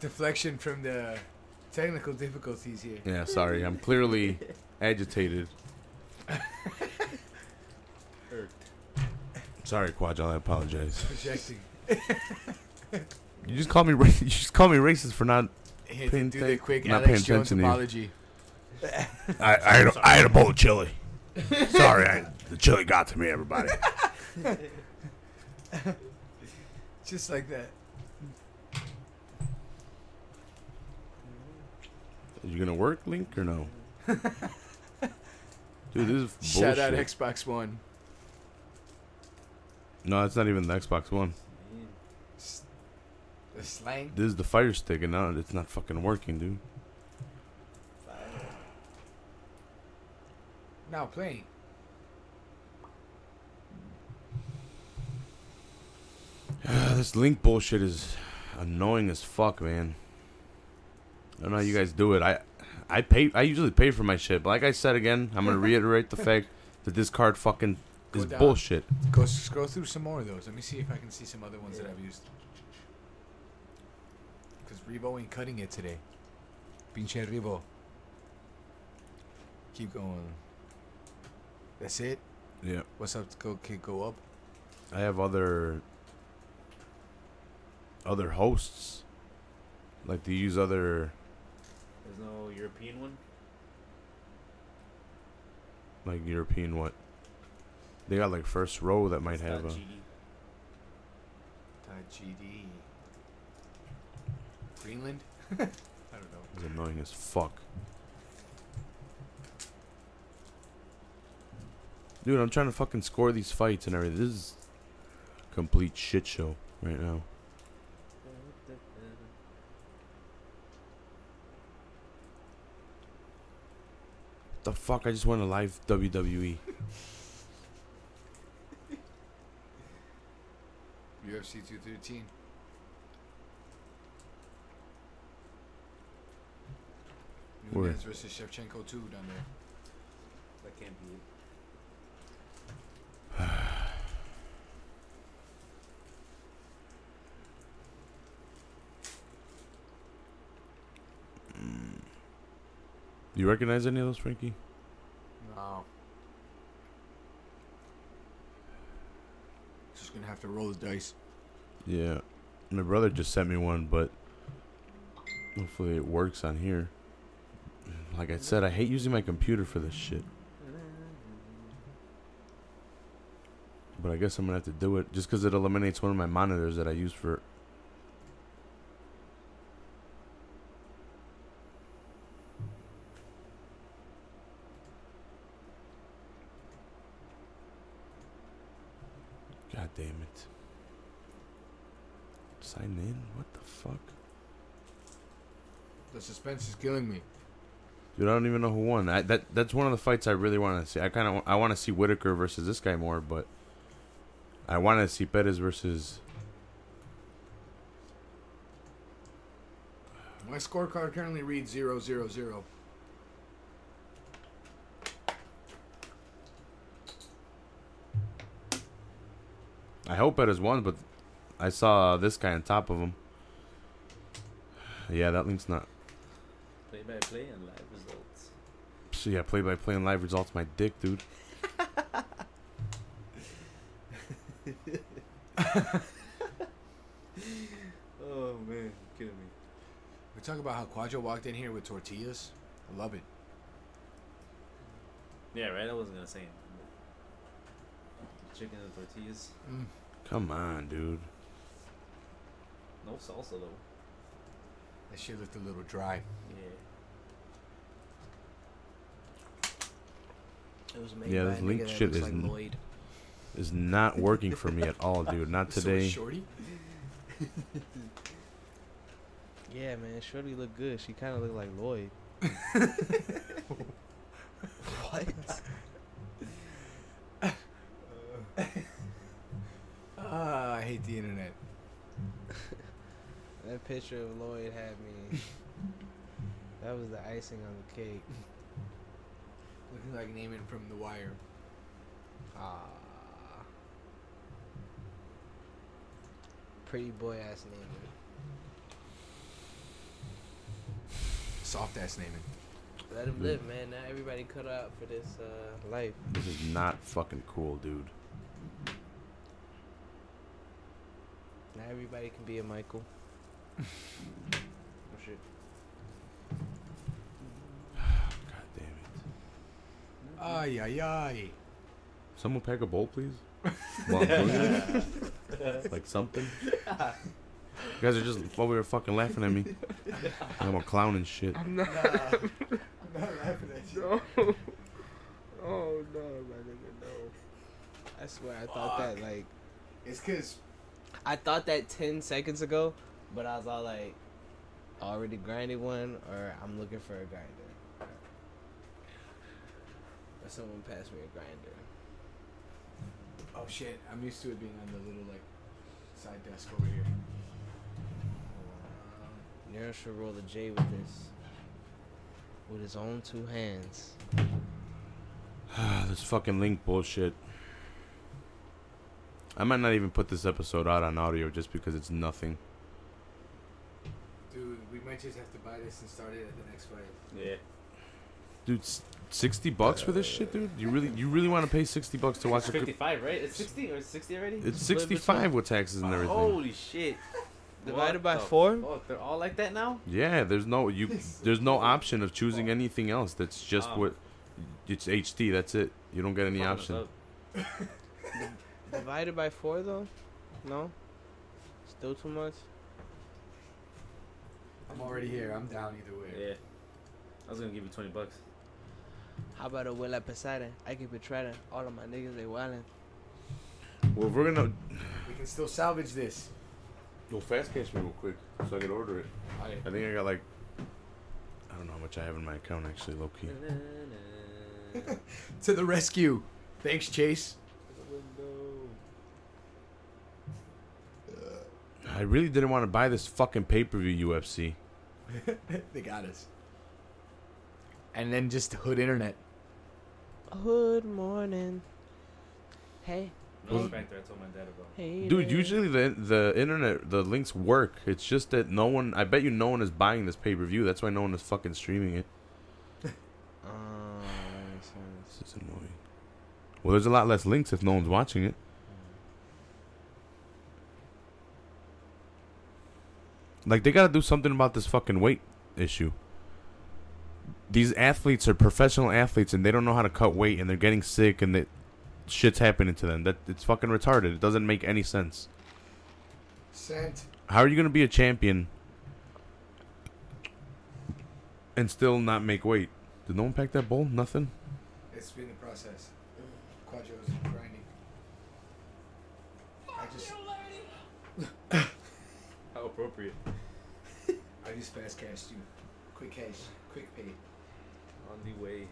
Speaker 5: Deflection from the technical difficulties here.
Speaker 1: Yeah, sorry. I'm clearly agitated. Sorry, Quajal. I apologize.
Speaker 5: Projecting.
Speaker 1: You just call me. ra- You just call me racist for not.
Speaker 5: Hit
Speaker 1: Paying
Speaker 5: do
Speaker 1: atten-
Speaker 5: the quick
Speaker 1: not
Speaker 5: Alex
Speaker 1: paying
Speaker 5: Jones
Speaker 1: attention to you.
Speaker 5: apology.
Speaker 1: I I had, a, I had a bowl of chili. Sorry, I, the chili got to me. Everybody.
Speaker 5: Just like that.
Speaker 1: You gonna work, Link, or no? Dude, this is bullshit.
Speaker 5: Shout out Xbox One.
Speaker 1: no, it's not even the Xbox One.
Speaker 5: The slang.
Speaker 1: This is the Fire Stick, and now it's not fucking working, dude.
Speaker 5: Now playing.
Speaker 1: this link bullshit is annoying as fuck, man. I don't know how you guys do it. I I pay I usually pay for my shit, but like I said again, I'm gonna reiterate the fact that this card fucking
Speaker 5: Go
Speaker 1: is
Speaker 5: down.
Speaker 1: bullshit.
Speaker 5: Go scroll through some more of those. Let me see if I can see some other ones that I've used. Because Revo ain't cutting it today. Pinche Revo. Keep going. That's it.
Speaker 1: Yeah.
Speaker 5: What's up? Go kid, go up.
Speaker 1: I have other other hosts. Like to use other
Speaker 6: There's no European one.
Speaker 1: like European what they got like first row that might
Speaker 6: It's
Speaker 1: have
Speaker 6: not
Speaker 1: a
Speaker 6: GD.
Speaker 5: GD. Greenland. I don't know.
Speaker 1: It's annoying as fuck. Dude, I'm trying to fucking score these fights and everything. This is complete shit show right now. E. The fuck? I just went to live WWE.
Speaker 5: UFC 213.
Speaker 1: Where?
Speaker 5: Nunez versus Shevchenko too down there.
Speaker 6: That can't be it.
Speaker 1: You recognize any of those, Frankie?
Speaker 5: No. Just gonna have to roll the dice.
Speaker 1: Yeah. My brother just sent me one, but hopefully it works on here. Like I said, I hate using my computer for this shit. But I guess I'm gonna have to do it just because it eliminates one of my monitors that I use for. God damn it. Sign in? What the fuck?
Speaker 5: The suspense is killing me.
Speaker 1: Dude, I don't even know who won. I, that that's one of the fights I really want to see. I kind of I want to see Whitaker versus this guy more, but I want to see Perez versus.
Speaker 5: My scorecard currently reads 0 0 0.
Speaker 1: I hope Perez won, but I saw this guy on top of him. Yeah, that link's not.
Speaker 6: Play by play and live results.
Speaker 1: Psh, Yeah, play by play and live results, my dick, dude.
Speaker 6: Oh man, kidding me.
Speaker 5: We talk about how Quadro walked in here with tortillas. I love it.
Speaker 6: Yeah, right. I wasn't gonna say it. Chicken and tortillas.
Speaker 1: Come on, dude.
Speaker 6: No salsa though.
Speaker 5: That shit looked a little dry.
Speaker 6: Yeah.
Speaker 7: It was made
Speaker 1: Yeah,
Speaker 7: by
Speaker 1: this
Speaker 7: a nigga
Speaker 1: link
Speaker 7: that
Speaker 1: shit
Speaker 7: looks
Speaker 1: is
Speaker 7: like
Speaker 1: n-
Speaker 7: Lloyd.
Speaker 1: Is not working for me at all, dude. Not
Speaker 5: So
Speaker 1: today.
Speaker 5: shorty.
Speaker 7: Yeah, man, Shorty looked good. She kind of looked like Lloyd. what?
Speaker 5: Ah, I hate the internet.
Speaker 7: That picture of Lloyd had me. that was the icing on the cake.
Speaker 5: Looking like Naaman from The Wire.
Speaker 7: Ah. Pretty boy ass name.
Speaker 5: Soft ass Naaman.
Speaker 7: Let him live, man. Not everybody cut out for this uh, life.
Speaker 1: This is not fucking cool, dude.
Speaker 7: Not everybody can be a Michael.
Speaker 6: Oh shit.
Speaker 1: God damn it.
Speaker 5: Ay, ay, ay.
Speaker 1: Someone pack a bowl, please. While I'm doing it. like something. you guys are just while we were fucking laughing at me. I'm a clown and shit.
Speaker 7: Oh no, my nigga, no. I swear, I thought that like
Speaker 5: It's because
Speaker 7: I thought that ten seconds ago, but I was all like, already grinded one, or I'm looking for a grinder. Or someone passed me a grinder.
Speaker 5: Oh shit, I'm used to it being on the little like side desk over here.
Speaker 7: Nero should roll a J with this, with his own two hands.
Speaker 1: this fucking link bullshit. I might not even put this episode out on audio just because it's nothing.
Speaker 5: Dude, we might just have to buy this and start it at the next fight.
Speaker 6: Yeah.
Speaker 1: Dude, s- 60 bucks for this shit, dude? You really you really want to pay 60 bucks to watch
Speaker 6: It's
Speaker 1: a cr-
Speaker 6: 55, right? It's 60 or it's 60 already?
Speaker 1: It's
Speaker 6: Split
Speaker 1: 65 with taxes and
Speaker 6: between-
Speaker 1: everything.
Speaker 6: Holy shit.
Speaker 7: Divided
Speaker 6: What
Speaker 7: by
Speaker 6: the
Speaker 7: four?
Speaker 6: Fuck, they're all like that now?
Speaker 1: Yeah, there's no you there's no option of choosing anything else. That's just
Speaker 6: Wow.
Speaker 1: what it's HD, that's it. You don't get any
Speaker 6: Fucking
Speaker 1: option.
Speaker 6: up.
Speaker 7: Divided by four though, no. Still too much.
Speaker 5: I'm already here, I'm down either way.
Speaker 6: Yeah. I was gonna give you 20 bucks.
Speaker 7: How about a Willa Pesada? I can betray them. All of my niggas they wildin'.
Speaker 1: Well, we're going to
Speaker 5: We can still salvage this.
Speaker 1: Well, fast cash me real quick so I can order it.
Speaker 5: Alright.
Speaker 1: I think I got like I don't know how much I have in my account actually, low key.
Speaker 5: To the rescue. Thanks, Chase.
Speaker 1: I really didn't want to buy this fucking pay per view UFC.
Speaker 5: they got us. And then just hood internet.
Speaker 7: Good morning. Hey,
Speaker 6: No factor. I told my dad about.
Speaker 7: hey.
Speaker 1: Dude, usually the the internet the links work. It's just that no one. I bet you no one is buying this pay per view. That's why no one is fucking streaming it.
Speaker 7: Oh, that makes sense.
Speaker 1: This is annoying. Well, there's a lot less links if no one's watching it. Like they gotta do something about this fucking weight issue. These athletes are professional athletes and they don't know how to cut weight and they're getting sick and that shit's happening to them. That it's fucking retarded. It doesn't make any sense.
Speaker 8: Sent.
Speaker 1: How are you gonna be a champion and still not make weight? Did no one pack that bowl? Nothing.
Speaker 8: It's been the process. Quadro's grinding. I just,
Speaker 6: How appropriate.
Speaker 8: I just fast cashed you. Quick cash, quick pay.
Speaker 6: On the way.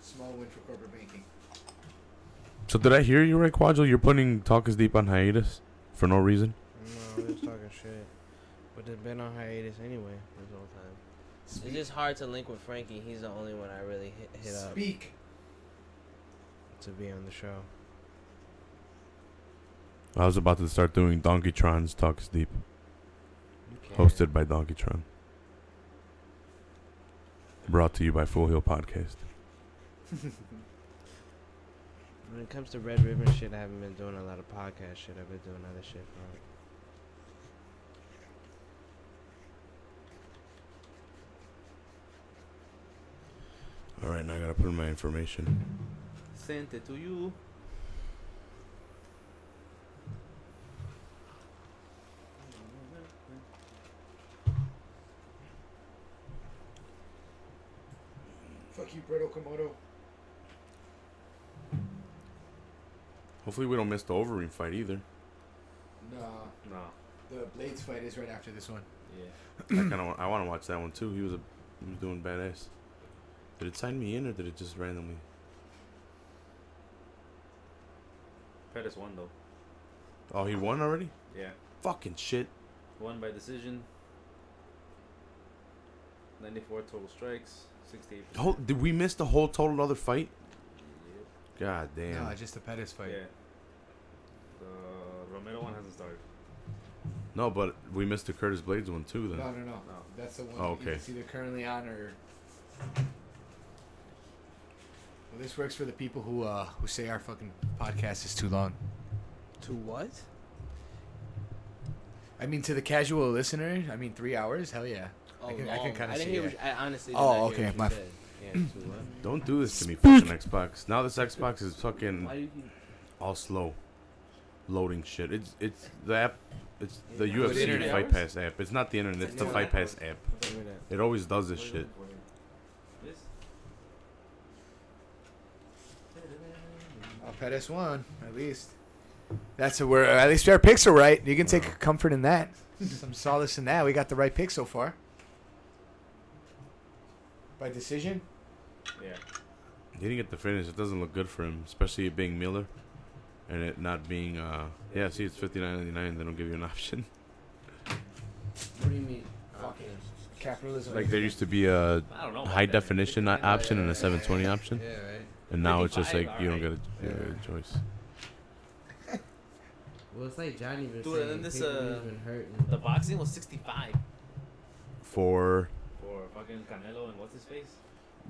Speaker 8: Small win for corporate banking.
Speaker 1: So did I hear you right, Quadro? You're putting Talk is Deep on hiatus for no reason.
Speaker 7: No, we was talking shit. But they've been on hiatus anyway this whole time. It's just hard to link with Frankie. He's the only one I really hit, hit up
Speaker 8: Speak.
Speaker 7: to be on the show.
Speaker 1: I was about to start doing Donkeytron's Talk is Deep,
Speaker 7: Okay.
Speaker 1: hosted by Donkeytron. Brought to you by Full Hill Podcast.
Speaker 7: When it comes to Red Ribbon shit, I haven't been doing a lot of podcast shit. I've been doing other shit for
Speaker 1: All right, now I gotta put in my information.
Speaker 6: Sent it to you.
Speaker 8: Fuck you, Berto Komodo.
Speaker 1: Hopefully, we don't miss the Overeem fight either.
Speaker 8: Nah,
Speaker 6: No.
Speaker 8: the Blades fight is right after this one.
Speaker 6: Yeah.
Speaker 1: I kind of I want to watch that one too. He was a he was doing badass. Did it sign me in or did it just randomly?
Speaker 6: Pettis won though.
Speaker 1: Oh, he won already.
Speaker 6: Yeah.
Speaker 1: Fucking shit.
Speaker 6: Won by decision. 94 total strikes. 68.
Speaker 1: The whole, did we miss the whole total other fight? God damn.
Speaker 5: No, just the Pettis
Speaker 6: Yeah.
Speaker 5: fight.
Speaker 6: The Romero one hasn't started.
Speaker 1: No, but we missed the Curtis Blades one too. Then
Speaker 8: No, no, no.
Speaker 6: No.
Speaker 8: That's the one.
Speaker 1: Oh, okay.
Speaker 8: okay. It's either currently on or. Well, this works for the people who uh, who say our fucking podcast is too long.
Speaker 7: it. To what?
Speaker 8: I mean, to the casual listener, I mean, three hours. Hell yeah.
Speaker 7: Oh,
Speaker 8: I can- I can
Speaker 7: long.
Speaker 8: kinda
Speaker 7: I
Speaker 8: see
Speaker 7: didn't hear.
Speaker 8: that.
Speaker 7: What you, I honestly. Did
Speaker 8: Oh,
Speaker 7: not
Speaker 8: okay,
Speaker 7: Hear what
Speaker 8: my
Speaker 7: you
Speaker 8: f-
Speaker 7: said. Yeah. To what?
Speaker 1: don't do this to me, fucking Xbox. Now this Xbox is
Speaker 7: Why
Speaker 1: fucking
Speaker 7: do you?
Speaker 1: all slow, loading shit. It's it's the app. It's the
Speaker 7: Yeah.
Speaker 1: UFC
Speaker 6: Internet
Speaker 1: Fight
Speaker 6: hours?
Speaker 1: Pass app. It's not the internet. It's the Fight Pass app.
Speaker 7: Give me that.
Speaker 1: It always does this shit.
Speaker 6: This?
Speaker 8: Oh, Pettis won, at least. That's a, where at least our picks are right. You can take comfort in that. Some solace in that. We got the right pick so far. By decision?
Speaker 6: Yeah.
Speaker 1: He didn't get the finish. It doesn't look good for him, especially it being Miller, and it not being. uh Yeah, see, it's fifty nine ninety nine. They don't give you an option.
Speaker 7: What do you mean?
Speaker 8: Fucking capitalism.
Speaker 1: Like there used to be a
Speaker 6: I don't know. about
Speaker 1: high
Speaker 6: that.
Speaker 1: definition not option and a seven twenty option,
Speaker 5: Yeah, right.
Speaker 1: and now it's just like
Speaker 6: 55,
Speaker 1: you don't get a,
Speaker 6: alright.
Speaker 1: you don't get a choice.
Speaker 7: Well, it's like Johnny been
Speaker 6: Dude, and
Speaker 7: saying.
Speaker 6: then this,
Speaker 7: pay-per-view's
Speaker 6: uh,
Speaker 7: been hurting.
Speaker 6: The boxing was 65
Speaker 1: For
Speaker 6: for fucking Canelo and what's his face?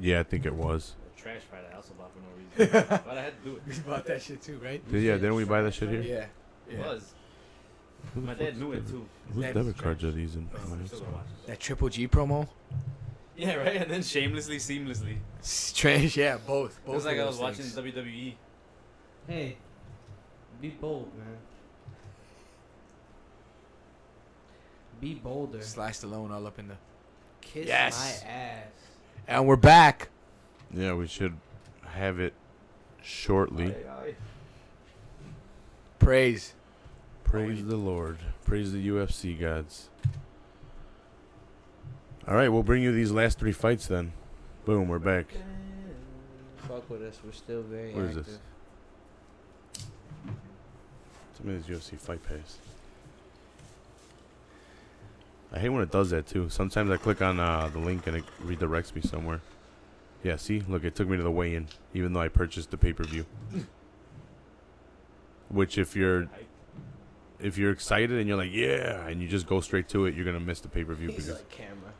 Speaker 1: yeah, I think it was.
Speaker 6: A trash fight I also bought for no reason. but I had to do it.
Speaker 5: We bought that shit too, right?
Speaker 1: Did, yeah, didn't we buy that shit here?
Speaker 5: Yeah.
Speaker 6: It was. My dad knew it too.
Speaker 1: Whose
Speaker 5: That's
Speaker 1: debit cards are these in?
Speaker 6: I'm Oh, still gonna watch it.
Speaker 5: That triple G promo?
Speaker 6: Yeah, right? And then shamelessly, seamlessly.
Speaker 5: Strange, yeah, both.
Speaker 6: It
Speaker 5: Both
Speaker 6: was
Speaker 5: of
Speaker 6: like I was
Speaker 5: those
Speaker 6: watching E.
Speaker 5: things.
Speaker 6: WWE.
Speaker 7: Hey, be bold, man. Be bolder.
Speaker 5: Sliced alone all up in the
Speaker 7: Kiss
Speaker 5: Yes.
Speaker 7: my ass.
Speaker 5: And we're back.
Speaker 1: Yeah, we should have it shortly.
Speaker 5: Praise.
Speaker 1: Praise the Lord. Praise the UFC gods. All right, we'll bring you these last three fights then. Boom, we're back.
Speaker 7: Fuck with us. We're still very
Speaker 1: What is
Speaker 7: active.
Speaker 1: this? Tell me this UFC fight pass. I hate when it does that too. Sometimes I click on uh, the link and it redirects me somewhere. Yeah, see, look, it took me to the weigh-in, even though I purchased the pay-per-view. Which, if you're if you're excited and you're like, yeah, and you just go straight to it, you're gonna miss the pay-per-view
Speaker 7: He's
Speaker 1: because
Speaker 7: like camera.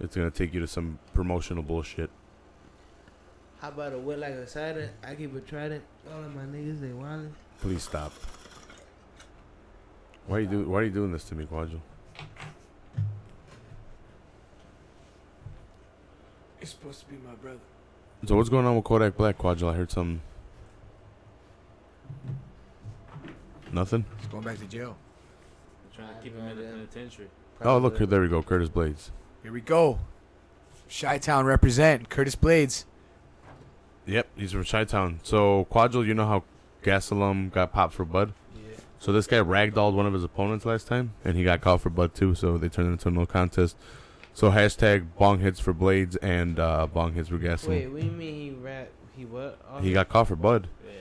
Speaker 1: it's gonna take you to some promotional bullshit.
Speaker 7: How about a wit like a cider? I keep a trident. All of my niggas they wildin'.
Speaker 1: Please stop. Why are you do Why are you doing this to me, Quadro?
Speaker 5: It's supposed to be my brother.
Speaker 1: So what's going on with Kodak Black, Quadro? I heard some. Nothing.
Speaker 5: He's going back to jail.
Speaker 6: They're trying
Speaker 7: I
Speaker 6: to keep
Speaker 7: have
Speaker 6: him in
Speaker 7: no
Speaker 6: the
Speaker 7: idea.
Speaker 6: penitentiary.
Speaker 1: Oh, look, there we go, Curtis Blades.
Speaker 5: Here we go. Chi Town represent Curtis Blades.
Speaker 1: Yep, he's from Chi Town. So Quadro, you know how Gasolum got popped for Bud?
Speaker 7: Yeah.
Speaker 1: So this guy ragdolled one of his opponents last time, and he got called for Bud too. So they turned it into a no contest. So hashtag bong hits for Blades and uh, bong hits for
Speaker 7: Wait,
Speaker 1: Gasolum.
Speaker 7: what do you mean he rap? He what? Oh,
Speaker 1: He got caught for Bud.
Speaker 6: Yeah.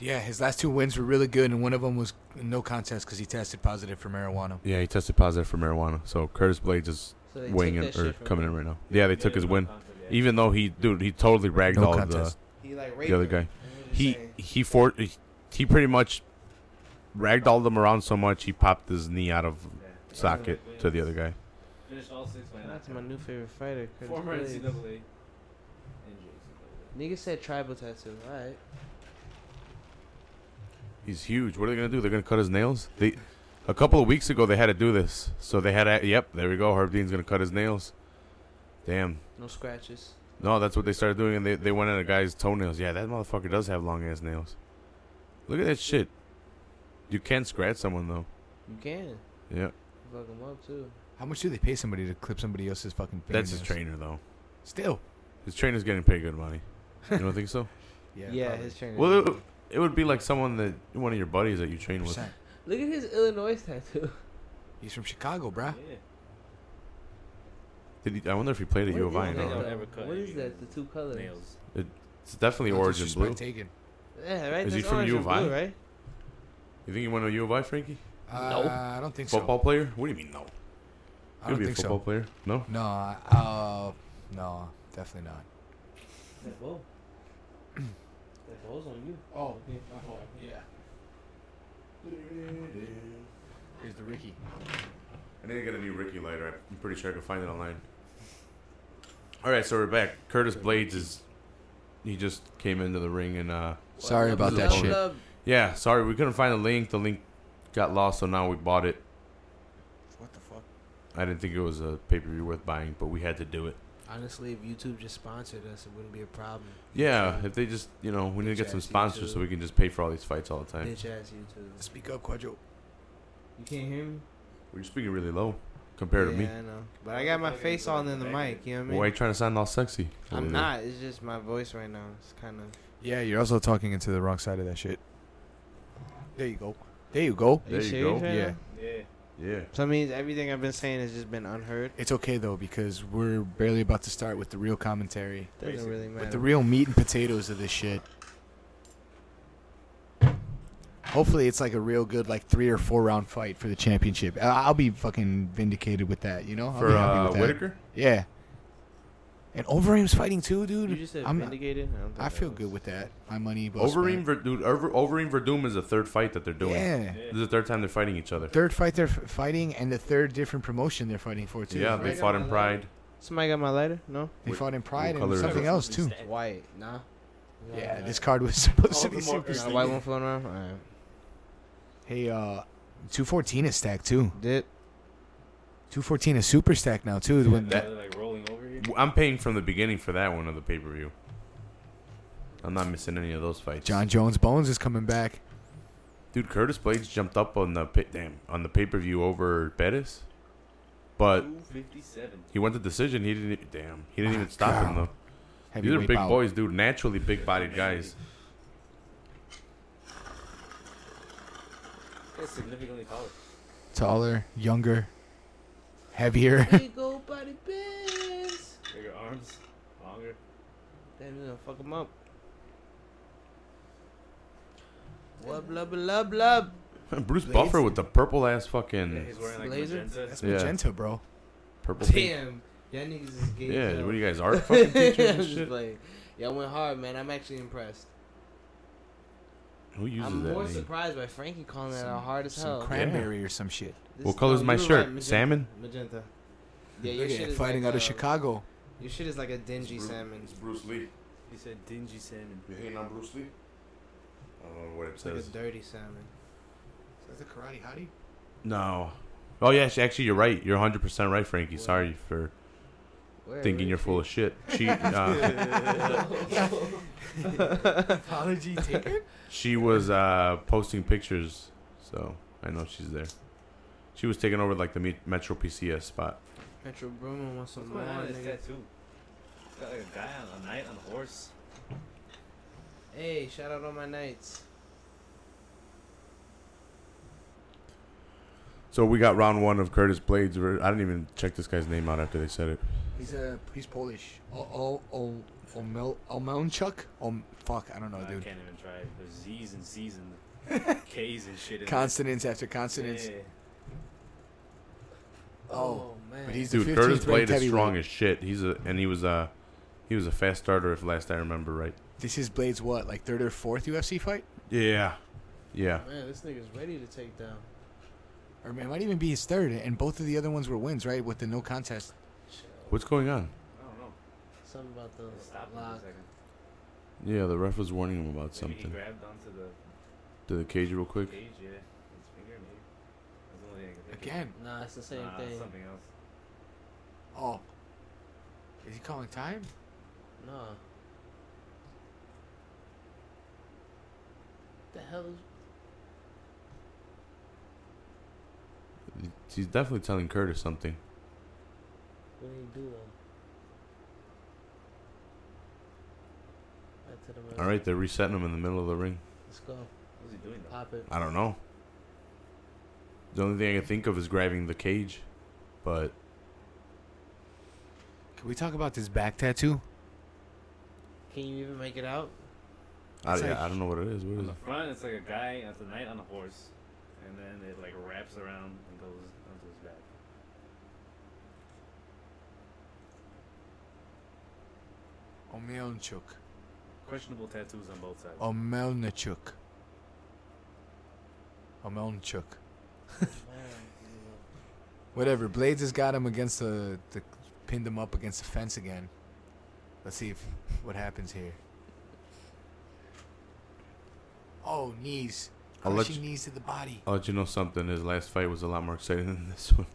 Speaker 5: Yeah, his last two wins were really good, and one of them was no contest because he tested positive for marijuana.
Speaker 1: Yeah, he tested positive for marijuana. So Curtis Blades is
Speaker 7: so they
Speaker 1: weighing
Speaker 7: took
Speaker 1: in
Speaker 7: that
Speaker 1: or
Speaker 7: shit from
Speaker 1: coming
Speaker 7: him.
Speaker 1: in right now. Yeah, they took his win,
Speaker 6: Yeah.
Speaker 1: even though he dude he totally
Speaker 5: No
Speaker 1: ragdolled the
Speaker 5: contest.
Speaker 7: He like raped
Speaker 1: the other
Speaker 7: him.
Speaker 1: guy.
Speaker 7: I'm just
Speaker 1: He
Speaker 7: saying.
Speaker 1: he for he pretty much ragdolled him around so much he popped his knee out of socket to the other guy.
Speaker 6: Finished all six by
Speaker 7: That's my
Speaker 6: knockout.
Speaker 7: new favorite fighter. Curtis
Speaker 6: Former
Speaker 7: Blades.
Speaker 6: NCAA. And
Speaker 7: Nigga said tribal tattoo. All right.
Speaker 1: He's huge. What are they gonna do? They're gonna cut his nails? They, a couple of weeks ago, they had to do this. So they had. A, yep, there we go. Herb Dean's gonna cut his nails. Damn.
Speaker 7: No scratches.
Speaker 1: No, that's what they started doing, and they, they went at a guy's toenails. Yeah, that motherfucker does have long ass nails. Look at that shit. You can scratch someone though.
Speaker 7: You can.
Speaker 1: Yeah,
Speaker 7: Fuck him up too.
Speaker 5: How much do they pay somebody to clip somebody else's fucking
Speaker 1: that's his trainer
Speaker 5: fingernails?
Speaker 1: though.
Speaker 5: Still.
Speaker 1: His trainer's getting paid good money. You don't think so?
Speaker 7: Yeah,
Speaker 5: probably.
Speaker 7: his trainer.
Speaker 1: Well, uh, it, it would be like someone that one of your buddies that you train with.
Speaker 5: Percent.
Speaker 7: Look at his Illinois tattoo.
Speaker 5: He's from Chicago, bruh.
Speaker 6: Yeah.
Speaker 1: Did he, I wonder if he played at U of I.
Speaker 6: I
Speaker 1: you
Speaker 6: think
Speaker 1: know?
Speaker 6: I'll ever cut
Speaker 7: What is
Speaker 6: any
Speaker 7: that? The two colors.
Speaker 6: Nails.
Speaker 1: It's definitely
Speaker 5: No
Speaker 1: Origin
Speaker 5: disrespect
Speaker 1: Blue.
Speaker 5: Taken.
Speaker 7: Yeah, right.
Speaker 1: Is he
Speaker 7: That's
Speaker 1: from
Speaker 7: orange
Speaker 1: U
Speaker 7: and
Speaker 1: of I?
Speaker 7: blue, Right.
Speaker 1: You think he went to U of I, Frankie?
Speaker 5: Uh,
Speaker 7: No.
Speaker 5: I don't think
Speaker 1: Football player? What do you mean no?
Speaker 5: so. I don't
Speaker 1: be
Speaker 5: think
Speaker 1: a football
Speaker 5: so.
Speaker 1: player. No.
Speaker 5: No, uh, no, definitely not.
Speaker 7: That bow. that bow's on you.
Speaker 5: Oh,
Speaker 7: Yeah.
Speaker 5: yeah. Here's the Ricky.
Speaker 1: I need to get a new Ricky lighter. I'm pretty sure I can find it online. All right, so we're back. Curtis Blades is. He just came into the ring and uh.
Speaker 5: Sorry
Speaker 7: What
Speaker 5: about
Speaker 7: up,
Speaker 1: that
Speaker 7: love,
Speaker 1: shit.
Speaker 7: love?
Speaker 1: Yeah, sorry, we couldn't find the link. The link got lost, so now we bought it.
Speaker 7: What the fuck?
Speaker 1: I didn't think it was a pay per view worth buying, but we had to do it.
Speaker 7: Honestly, if YouTube just sponsored us, it wouldn't be a problem.
Speaker 1: Yeah, if they just, you know, we need to get some sponsors so we can just pay for all these fights all the time.
Speaker 7: Bitch ass YouTube.
Speaker 5: Speak up, Quadro.
Speaker 7: You can't hear me.
Speaker 1: We're speaking really low compared
Speaker 7: yeah,
Speaker 1: to me.
Speaker 7: I know. But I got my face on in the mic. You know what I mean?
Speaker 1: Why are you trying to sound all sexy?
Speaker 7: I'm not. It's just my voice right now. It's kind of.
Speaker 5: Yeah, you're also talking into the wrong side of that shit. There you go. There you go.
Speaker 7: Are
Speaker 1: There you
Speaker 7: serious
Speaker 1: go.
Speaker 7: right
Speaker 5: Yeah.
Speaker 7: now?
Speaker 6: Yeah.
Speaker 1: Yeah.
Speaker 7: So that means everything I've been saying has just been unheard.
Speaker 5: It's okay though because we're barely about to start with the real commentary,
Speaker 7: Doesn't
Speaker 6: Basically.
Speaker 7: really matter.
Speaker 5: with the real meat and potatoes of this shit. Hopefully, it's like a real good like three or four round fight for the championship. I- I'll be fucking vindicated with that, you know. I'll
Speaker 1: For
Speaker 5: be Oh, happy
Speaker 1: uh,
Speaker 5: with that.
Speaker 1: Whitaker?
Speaker 5: Yeah. And Overeem's fighting too, dude.
Speaker 7: you just said
Speaker 5: I'm-
Speaker 7: vindicated. I, don't think
Speaker 5: I
Speaker 7: that
Speaker 5: feel
Speaker 7: was-
Speaker 5: good with that. My money. well
Speaker 1: Overeem,
Speaker 5: spent.
Speaker 1: Ver- dude, Over- Overeem Verdum is the third fight that they're doing.
Speaker 5: Yeah.
Speaker 1: This is the third time they're fighting each other.
Speaker 5: Third fight they're f- fighting, and the third different promotion they're fighting for too.
Speaker 1: yeah, they
Speaker 7: Right
Speaker 1: fought
Speaker 7: on
Speaker 1: in
Speaker 7: the
Speaker 1: Pride.
Speaker 7: Somebody got my lighter? No.
Speaker 5: They
Speaker 1: What-
Speaker 5: fought in Pride
Speaker 1: color
Speaker 5: and
Speaker 1: is
Speaker 5: something
Speaker 1: it?
Speaker 5: else too.
Speaker 7: It's white. Nah.
Speaker 5: Yeah, this card was supposed
Speaker 6: All
Speaker 5: to be
Speaker 6: the more
Speaker 5: super.
Speaker 6: earned.
Speaker 7: Got a
Speaker 5: stacked.
Speaker 7: white one floating around. All right.
Speaker 5: Hey, uh, two fourteen is stacked too.
Speaker 7: Did
Speaker 5: Two fourteen is super stacked now too. When
Speaker 6: Now
Speaker 5: that,
Speaker 6: they're like rolling over here.
Speaker 1: W- I'm paying from the beginning for that one of the pay per view. I'm not missing any of those fights.
Speaker 5: John Jones Bones is coming back.
Speaker 1: Dude, Curtis Blades jumped up on the pay- damn on the pay per view over Bettis, but
Speaker 6: 257.
Speaker 1: he went to decision. He didn't. e- Damn, he didn't
Speaker 5: Ah,
Speaker 1: even stop him
Speaker 5: God.
Speaker 1: though. These are
Speaker 5: Heavyweight
Speaker 1: big
Speaker 5: bout.
Speaker 1: boys, dude. Naturally big bodied guys.
Speaker 6: That's significantly taller.
Speaker 5: taller, younger, heavier.
Speaker 7: big old body bands.
Speaker 6: Bigger arms. Longer.
Speaker 7: Damn, you gonna fuck him up. Lub lub lub lub.
Speaker 1: Bruce Buffer with the purple ass fucking. Mm.
Speaker 6: He's wearing like
Speaker 7: Laser?
Speaker 6: magenta.
Speaker 5: That's
Speaker 1: Yeah.
Speaker 5: magenta, bro.
Speaker 1: Purple pink.
Speaker 7: Damn. Y'all niggas is gay. as
Speaker 1: Yeah,
Speaker 7: hell.
Speaker 1: what are you guys art fucking teachers
Speaker 7: I'm
Speaker 1: and
Speaker 7: just
Speaker 1: shit?
Speaker 7: playing. Y'all went hard, man. I'm actually impressed.
Speaker 1: Who uses
Speaker 7: I'm
Speaker 1: that
Speaker 7: more
Speaker 1: name?
Speaker 7: surprised by Frankie calling that out hard as
Speaker 5: Some
Speaker 7: hell.
Speaker 5: cranberry or some shit.
Speaker 7: This-
Speaker 1: What color's
Speaker 7: no,
Speaker 1: my
Speaker 7: you were
Speaker 1: shirt?
Speaker 7: magenta-
Speaker 1: Salmon?
Speaker 7: Magenta. Yeah, your
Speaker 5: Look at
Speaker 7: shit
Speaker 5: it,
Speaker 7: is
Speaker 5: fighting
Speaker 7: like,
Speaker 5: out of
Speaker 7: uh,
Speaker 5: Chicago.
Speaker 7: Your shit is like a dingy
Speaker 1: It's Bru-
Speaker 7: salmon.
Speaker 1: Bruce Lee.
Speaker 6: You said dingy salmon.
Speaker 1: You hating on Bruce Lee? I don't know what it
Speaker 7: It's like a dirty salmon.
Speaker 5: Is that the karate hottie?
Speaker 1: No. Oh yeah, sh- actually you're right. You're 100 percent right, Frankie. Sorry for
Speaker 7: Where,
Speaker 1: thinking you're full of shit. She, uh,
Speaker 5: Apology taken?
Speaker 1: she was uh, posting pictures, so I know she's there. She was taking over like the me- Metro PCS spot.
Speaker 7: Metro Boomin wants some
Speaker 6: What's
Speaker 7: more,
Speaker 6: going on with
Speaker 7: nigga.
Speaker 6: this tattoo? It's Got like a guy on a knight on a horse.
Speaker 7: Hey, shout out all my knights.
Speaker 1: So we got round one of Curtis Blades. We're- I didn't even check this guy's name out after they said it.
Speaker 5: He's uh, he's Polish. Ol Ol Ol Mel Olmelchuk? Om fuck, I don't know,
Speaker 6: I can't
Speaker 5: Oh, dude.
Speaker 6: even try it. There's Z's and C's and K's and shit. In
Speaker 5: Consonants after
Speaker 6: there.
Speaker 5: consonants.
Speaker 6: Yeah.
Speaker 5: Oh,
Speaker 7: man.
Speaker 5: But he's the
Speaker 1: Dude,
Speaker 5: 15th
Speaker 1: Curtis
Speaker 5: ranked
Speaker 1: Blade is
Speaker 5: heavyweight.
Speaker 1: strong as shit. He's a and he was a he was a fast starter if last I remember right.
Speaker 5: This is Blade's what, like third or fourth UFC fight?
Speaker 1: Yeah, yeah.
Speaker 7: Man, this nigga's ready to take down.
Speaker 5: Or it might even be his third, and both of the other ones were wins, right? With the no contest.
Speaker 1: What's going on?
Speaker 6: I don't know.
Speaker 7: Something about the
Speaker 6: Stop him for a
Speaker 7: lock.
Speaker 6: second.
Speaker 1: Yeah, the ref was warning him about
Speaker 6: Maybe he
Speaker 1: something.
Speaker 6: grabbed onto the
Speaker 1: To the cage real quick.
Speaker 6: cage. Yeah. His finger maybe. That's the only thing I can think of.
Speaker 5: Again.
Speaker 7: Nah, it's the same
Speaker 6: Nah,
Speaker 7: thing.
Speaker 6: Something else.
Speaker 5: Oh. Is he calling time?
Speaker 7: No. What the hell is
Speaker 1: He's definitely telling Curtis something.
Speaker 7: what did he do though? Back to the middle.
Speaker 1: All right, they're resetting him in the middle of the ring.
Speaker 7: Let's go.
Speaker 6: What was he doing though?
Speaker 7: Pop it.
Speaker 1: I don't know. The only thing I can think of is grabbing the cage, but
Speaker 5: Can we talk about this back tattoo?
Speaker 7: Can you even make it out?
Speaker 1: I,
Speaker 5: It's
Speaker 1: yeah,
Speaker 5: like-
Speaker 1: I don't know what it is. What
Speaker 6: On
Speaker 1: is
Speaker 6: the
Speaker 1: it?
Speaker 6: front, it's like a guy at the knight on a horse, and then it like wraps around and goes onto his back.
Speaker 5: Omelchuk.
Speaker 6: Questionable tattoos on both
Speaker 1: Oh.
Speaker 6: sides.
Speaker 5: Omelchuk. Omelchuk. Whatever. Blades has got him against the, the pinned him up against the fence again. Let's see if what happens here. Oh, knees.
Speaker 1: I'll let
Speaker 5: Crushing knees to the body.
Speaker 1: I'll let Oh, you know something. His last fight was a lot more exciting than this one.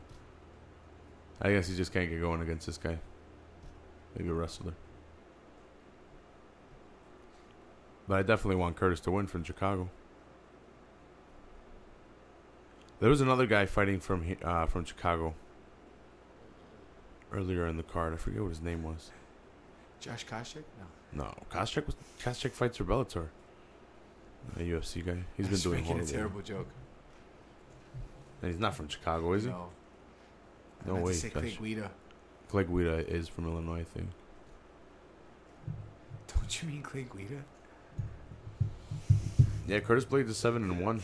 Speaker 1: I guess he just can't get going against this guy. Maybe a wrestler. But I definitely want Curtis to win from Chicago. There was another guy fighting from he- uh, from Chicago earlier in the card. I forget what his name was.
Speaker 5: Josh Koscheck? No.
Speaker 1: No, Koscheck was Koscheck fights for Bellator. A UFC guy. He's
Speaker 5: I
Speaker 1: been
Speaker 5: was
Speaker 1: doing
Speaker 5: making
Speaker 1: horrible.
Speaker 5: a terrible joke.
Speaker 1: And he's not from Chicago, Oh, is he?
Speaker 5: No. I
Speaker 1: No
Speaker 5: meant
Speaker 1: way,
Speaker 5: To say Clay
Speaker 1: Koscheck.
Speaker 5: Guida.
Speaker 1: Clay Guida is from Illinois, I think.
Speaker 5: Don't you mean Clay Guida?
Speaker 1: Yeah, Curtis Blades is seven and one,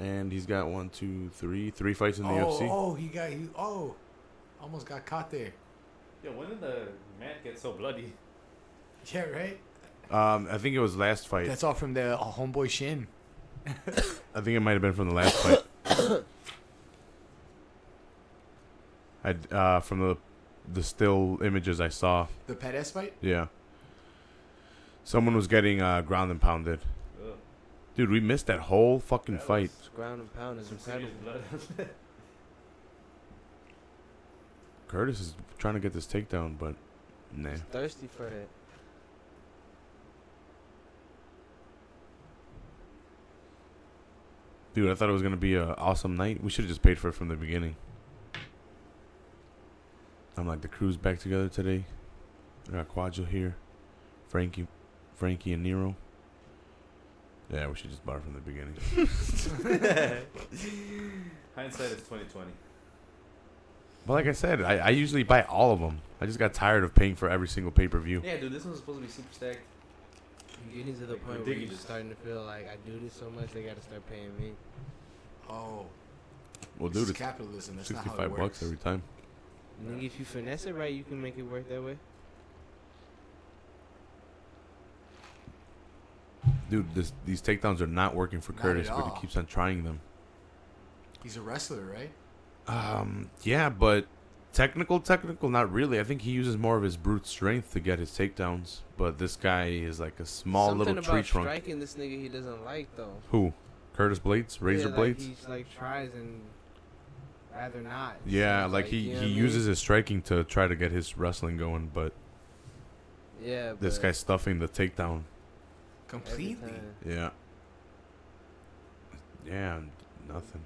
Speaker 1: and he's got one, two, three, three fights in the
Speaker 5: oh,
Speaker 1: UFC.
Speaker 5: oh, he got he, oh, almost got caught there.
Speaker 6: Yo, when did the mat get so bloody?
Speaker 5: Yeah, right.
Speaker 1: Um, I think it was last fight.
Speaker 5: That's all from the uh, homeboy Shin.
Speaker 1: I think it might have been from the last fight. I uh, from the the still images I saw.
Speaker 5: The Perez fight.
Speaker 1: Yeah, someone was getting uh, ground and pounded.
Speaker 6: Ugh.
Speaker 1: Dude, we missed that whole fucking
Speaker 6: That was
Speaker 1: fight.
Speaker 7: This ground and pound is
Speaker 6: some serious
Speaker 7: incredible.
Speaker 6: blood.
Speaker 1: Curtis is trying to get this takedown, but nah.
Speaker 7: He's thirsty for it.
Speaker 1: Dude, I thought it was gonna be an awesome night. We should have just paid for it from the beginning. I'm like the crew's back together today. I got Quadro here, Frankie, Frankie and Nero. Yeah, we should just buy it from the beginning.
Speaker 6: Hindsight is twenty twenty.
Speaker 1: but like I said, I, I usually buy all of them. I just got tired of paying for every single pay per view.
Speaker 6: Yeah, dude, this one's supposed to be super stacked.
Speaker 7: You're getting to the
Speaker 6: Like,
Speaker 7: point where you're
Speaker 6: ridiculous.
Speaker 7: just starting to feel like I do this so much, they gotta start paying me.
Speaker 5: Oh,
Speaker 1: Well,
Speaker 5: this
Speaker 1: dude,
Speaker 5: is
Speaker 1: it's
Speaker 5: Oh, capitalism. That's not how it
Speaker 1: sixty-five
Speaker 5: works.
Speaker 1: bucks every time.
Speaker 7: Nigga, if you finesse it right, you can make it work that way.
Speaker 1: Dude, this, these takedowns are not working for
Speaker 5: Not
Speaker 1: Curtis,
Speaker 5: at
Speaker 1: but
Speaker 5: all.
Speaker 1: he keeps on trying them.
Speaker 5: He's a wrestler, right?
Speaker 1: Um, yeah, but technical, technical, not really. I think he uses more of his brute strength to get his takedowns. But this guy is like a small
Speaker 7: Something
Speaker 1: little
Speaker 7: about
Speaker 1: tree trunk.
Speaker 7: striking this nigga he doesn't like though.
Speaker 1: Who? Curtis Blades? Razor
Speaker 7: yeah,
Speaker 1: Blades?
Speaker 7: Like, he like tries and rather not. it
Speaker 1: yeah,
Speaker 7: seems
Speaker 1: like, he,
Speaker 7: you know
Speaker 1: he
Speaker 7: what I mean?
Speaker 1: uses his striking to try to get his wrestling going, but
Speaker 7: Yeah, but
Speaker 1: this guy's stuffing the takedown.
Speaker 7: every
Speaker 5: Completely.
Speaker 7: time.
Speaker 1: Yeah. Yeah, nothing.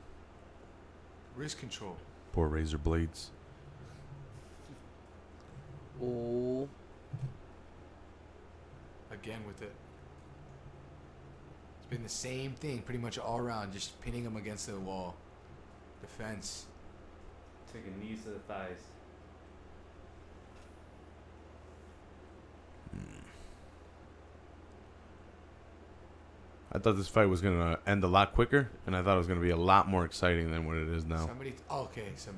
Speaker 5: Wrist control.
Speaker 1: Poor Razor Blades.
Speaker 7: Ooh,
Speaker 5: Again with it. It's been the same thing pretty much all around, just pinning him against the wall. Defense.
Speaker 6: Taking knees to the thighs.
Speaker 1: I thought this fight was gonna end a lot quicker, and I thought it was gonna be a lot more exciting than what it is now.
Speaker 5: Somebody. oh, okay, some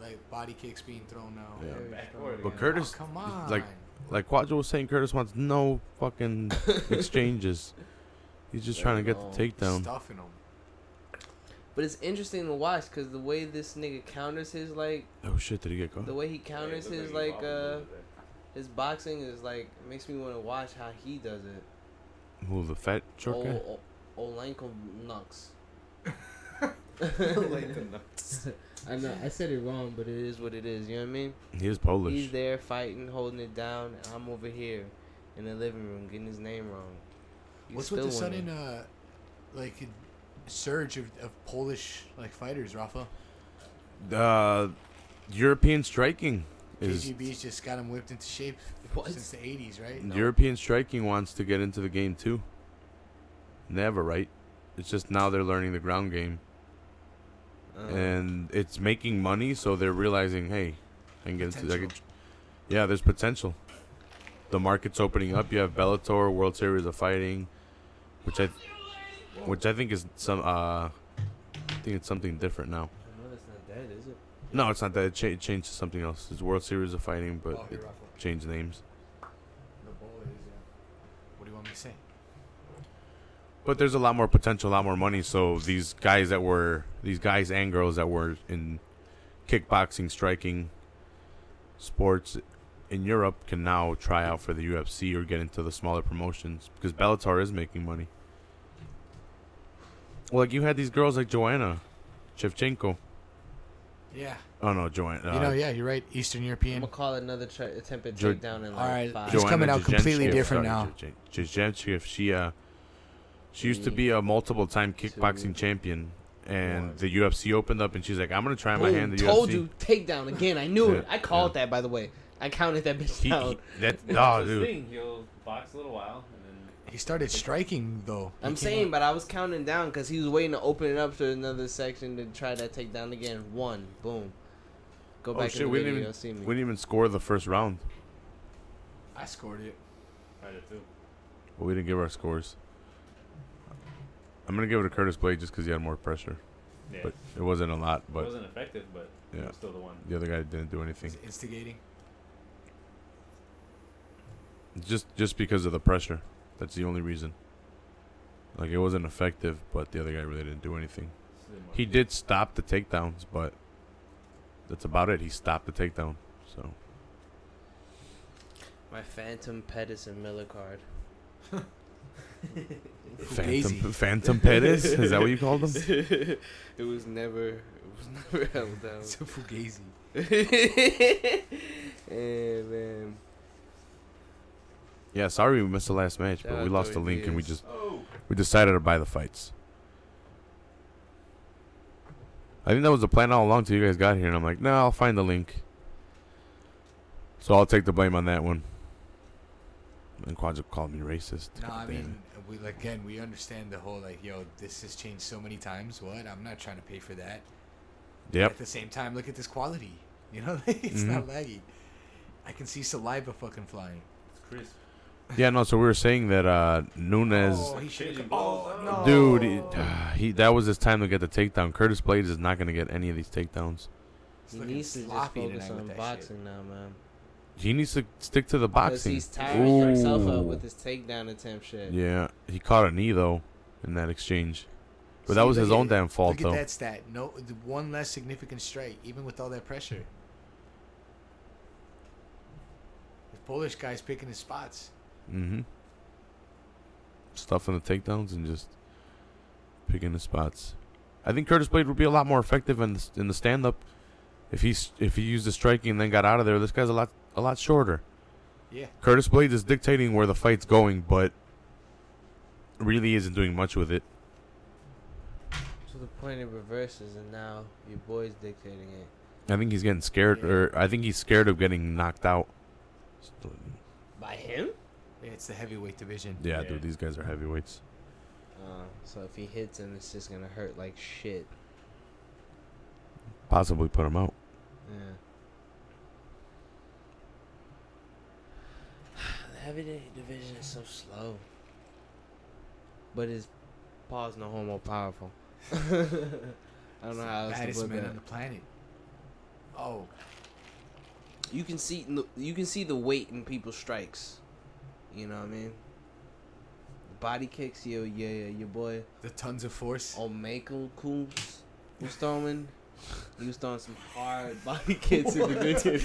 Speaker 5: like body kicks being thrown now.
Speaker 1: Yeah.
Speaker 7: very
Speaker 6: Backward.
Speaker 7: strong.
Speaker 1: But Curtis,
Speaker 5: Oh, come on.
Speaker 1: like- like Quadro was saying, Curtis wants no fucking exchanges. He's just trying to get the takedown.
Speaker 5: Stuffing him.
Speaker 7: But it's interesting to watch because the way this nigga counters his like,
Speaker 1: Oh shit! Did he get caught?
Speaker 7: the way he
Speaker 6: Yeah, it
Speaker 7: counters
Speaker 6: looked
Speaker 7: his
Speaker 6: he
Speaker 7: like,
Speaker 6: wobbled a
Speaker 7: uh,
Speaker 6: little bit.
Speaker 7: his boxing is like makes me want to watch how he does it.
Speaker 1: Who the fat short guy?
Speaker 7: O- O- Olenko Nux. uh, I know I said it wrong, but it is what it is. You know what I mean?
Speaker 1: He is
Speaker 7: He's
Speaker 1: Polish.
Speaker 7: there fighting, holding it down, and I'm over here in the living room getting his name wrong. You
Speaker 5: What's with
Speaker 7: still
Speaker 5: the sudden,
Speaker 7: winning.
Speaker 5: uh, like, surge of, of Polish like fighters, Rafa?
Speaker 1: Uh, European striking is
Speaker 5: KGB's just got him whipped into shape
Speaker 7: What?
Speaker 5: since the '80s, right?
Speaker 1: European striking wants to get into the game too. Never right. It's just now they're learning the ground game,
Speaker 7: Uh,
Speaker 1: and it's making money, so they're realizing, hey, I can get into. I can, yeah, there's potential. The market's opening up. You have Bellator, World Series of Fighting, which I, which I think is some. Uh, I think it's something different now.
Speaker 7: I know that's not dead, is it?
Speaker 1: No, it's not that. It, cha- it changed to something else. It's World Series of Fighting, but
Speaker 5: Oh,
Speaker 1: it
Speaker 5: here, Rafa.
Speaker 1: changed names.
Speaker 5: The boys. Yeah. What do you want me to say?
Speaker 1: But there's a lot more potential, a lot more money. So these guys that were these guys and girls that were in kickboxing, striking, sports in Europe can now try out for the UFC or get into the smaller promotions because Bellator is making money. Well, like you had these girls like Joanna Shevchenko.
Speaker 5: Yeah.
Speaker 1: Oh no, Joanna.
Speaker 5: you know,
Speaker 1: uh,
Speaker 5: yeah, you're right. Eastern
Speaker 7: I'm
Speaker 5: European.
Speaker 7: gonna call it another try attempt at
Speaker 1: Jo-
Speaker 7: takedown in like
Speaker 5: All right,
Speaker 7: five.
Speaker 5: He's Jo- coming out
Speaker 1: Jezhenchev-
Speaker 5: completely different
Speaker 1: sorry,
Speaker 5: now.
Speaker 1: Jezhen- Jezhenchev, she uh, she used to be a multiple-time kickboxing champion, and the UFC opened up, and she's like, "I'm gonna try my
Speaker 7: Boom,
Speaker 1: hand." in The
Speaker 7: told
Speaker 1: UFC.
Speaker 7: you takedown again. I knew
Speaker 1: Yeah,
Speaker 7: it. I called that by the way. I counted that bitch
Speaker 1: He,
Speaker 7: down.
Speaker 1: he, that
Speaker 6: That's
Speaker 1: oh,
Speaker 6: his
Speaker 1: dude,
Speaker 6: thing. He'll box a little while and then
Speaker 5: He started striking though. He
Speaker 7: I'm
Speaker 5: came
Speaker 7: saying,
Speaker 5: out-
Speaker 7: but I was counting down because he was waiting to open it up to another section to try that takedown again. One, boom. Go
Speaker 1: oh
Speaker 7: back
Speaker 1: shit,
Speaker 7: in the
Speaker 1: we
Speaker 7: video,
Speaker 1: didn't
Speaker 7: you'll
Speaker 1: even
Speaker 7: see me.
Speaker 1: we didn't even score the first round.
Speaker 5: I scored it.
Speaker 6: try to do.
Speaker 1: Well, we didn't give our scores. I'm gonna give it to Curtis Blade just because he had more pressure,
Speaker 6: Yeah.
Speaker 1: but it wasn't a lot.
Speaker 6: it
Speaker 1: But
Speaker 6: wasn't effective, but
Speaker 1: Yeah.
Speaker 6: yeah. still the one.
Speaker 1: the other guy didn't do anything.
Speaker 5: He's instigating.
Speaker 1: Just just because of the pressure. That's the only reason. Like it wasn't effective, but the other guy really didn't do anything. He did stop the takedowns, but that's about it. He stopped the takedown. So
Speaker 7: My Phantom Pettis and Miller card.
Speaker 5: Daisy.
Speaker 1: Phantom, Phantom Pettis is that what you called him?
Speaker 7: it was never, it was never held down.
Speaker 5: It's a fugazi.
Speaker 7: and man,
Speaker 1: Yeah, sorry we missed the last match, but
Speaker 7: Shout
Speaker 1: we
Speaker 7: out
Speaker 1: lost the
Speaker 7: Joey
Speaker 1: link and we
Speaker 7: Diaz.
Speaker 1: just
Speaker 5: Oh.
Speaker 1: we decided to buy the fights. I think that was the plan all along till you guys got here, and I'm like, no, I'll find the link. So I'll take the blame on that one. And Quadra called me racist.
Speaker 5: No,
Speaker 1: God
Speaker 5: I
Speaker 1: damn
Speaker 5: mean, we again, we understand the whole like, yo, this has changed so many times. What? I'm not trying to pay for that.
Speaker 1: it. yep. Mm-hmm.
Speaker 5: At the same time, look at this quality. You know, it's not laggy. I can see saliva fucking flying.
Speaker 6: Chris.
Speaker 1: Yeah, no. So we were saying that uh, Nunez,
Speaker 5: Oh, he should.
Speaker 6: Changing
Speaker 5: have
Speaker 6: balls.
Speaker 5: Oh no,
Speaker 6: Oh,
Speaker 5: Oh.
Speaker 1: dude, he, he that was his time to get the takedown. Curtis Blades is not going to get any of these takedowns.
Speaker 7: He
Speaker 5: looking
Speaker 7: needs to just
Speaker 5: sloppy
Speaker 7: focus
Speaker 5: tonight with
Speaker 7: on
Speaker 5: that
Speaker 7: boxing now, man.
Speaker 1: He needs to stick to the
Speaker 7: Because
Speaker 1: boxing.
Speaker 7: he's tiring himself up
Speaker 1: Ooh.
Speaker 7: with his takedown attempt shit.
Speaker 1: Yeah, he caught a knee though in that exchange, but that
Speaker 5: See,
Speaker 1: was his
Speaker 5: look
Speaker 1: own
Speaker 5: at-
Speaker 1: damn fault
Speaker 5: Look at
Speaker 1: though.
Speaker 5: that stat. No, the one less significant strike, even with all that pressure. The Polish guy's picking his spots.
Speaker 1: Mm-hmm. Stuffing the takedowns and just picking the spots. I think Curtis Blade would be a lot more effective in the, in the stand up if he's if he used the striking and then got out of there. This guy's a lot a lot shorter.
Speaker 5: Yeah.
Speaker 1: Curtis Blade is dictating where the fight's going, but really isn't doing much with it.
Speaker 7: To the point it reverses, and now your boy's dictating it.
Speaker 1: I think he's getting scared,
Speaker 5: Yeah.
Speaker 1: or I think he's scared of getting knocked out.
Speaker 7: By him?
Speaker 5: Yeah, it's the heavyweight division.
Speaker 1: Yeah,
Speaker 6: Yeah.
Speaker 1: dude, these guys are heavyweights.
Speaker 7: Uh, so if he hits him, it's just gonna hurt like shit.
Speaker 1: Possibly put him out.
Speaker 7: Yeah. the heavyweight division is so slow. But his paws no homo powerful. I don't know how else to
Speaker 5: Baddest
Speaker 7: put
Speaker 5: man
Speaker 7: that.
Speaker 5: on the planet. Oh,
Speaker 7: You can see n- you can see the weight in people's strikes. You know what I mean? Body kicks, yo, yeah, yeah, your boy
Speaker 5: the tons of force.
Speaker 7: Omeko Coons was throwing. He was throwing some hard body kicks in the good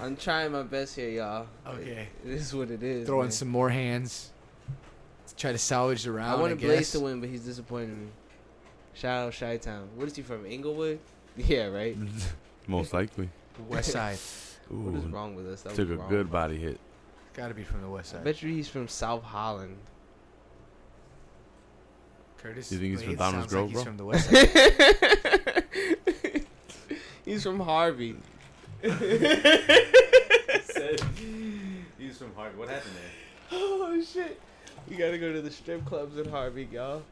Speaker 7: I'm trying my best here, y'all.
Speaker 5: Okay.
Speaker 7: It is what it is.
Speaker 5: Throwing
Speaker 7: man.
Speaker 5: some more hands. Let's try to salvage the
Speaker 7: I
Speaker 5: round. I
Speaker 7: wanted
Speaker 5: want
Speaker 7: Blaze to win, but he's disappointed me. Shout out Chi Town. What is he from? Inglewood? Yeah, right?
Speaker 1: Most likely.
Speaker 5: West Side.
Speaker 7: What is
Speaker 1: Ooh,
Speaker 7: wrong with us? That
Speaker 1: took a
Speaker 7: was wrong.
Speaker 1: good body hit.
Speaker 5: Got to be from the West
Speaker 7: I
Speaker 5: Side.
Speaker 7: bet you he's from South Holland.
Speaker 5: Curtis.
Speaker 1: You think he's from Downers
Speaker 5: Blade sounds
Speaker 1: Grove, bro?
Speaker 5: like He's from the West Side.
Speaker 7: He's from Harvey. Oh,
Speaker 6: Said he's from Harvard. What happened there?
Speaker 7: Oh shit. We gotta go to the strip clubs in Harvey, y'all.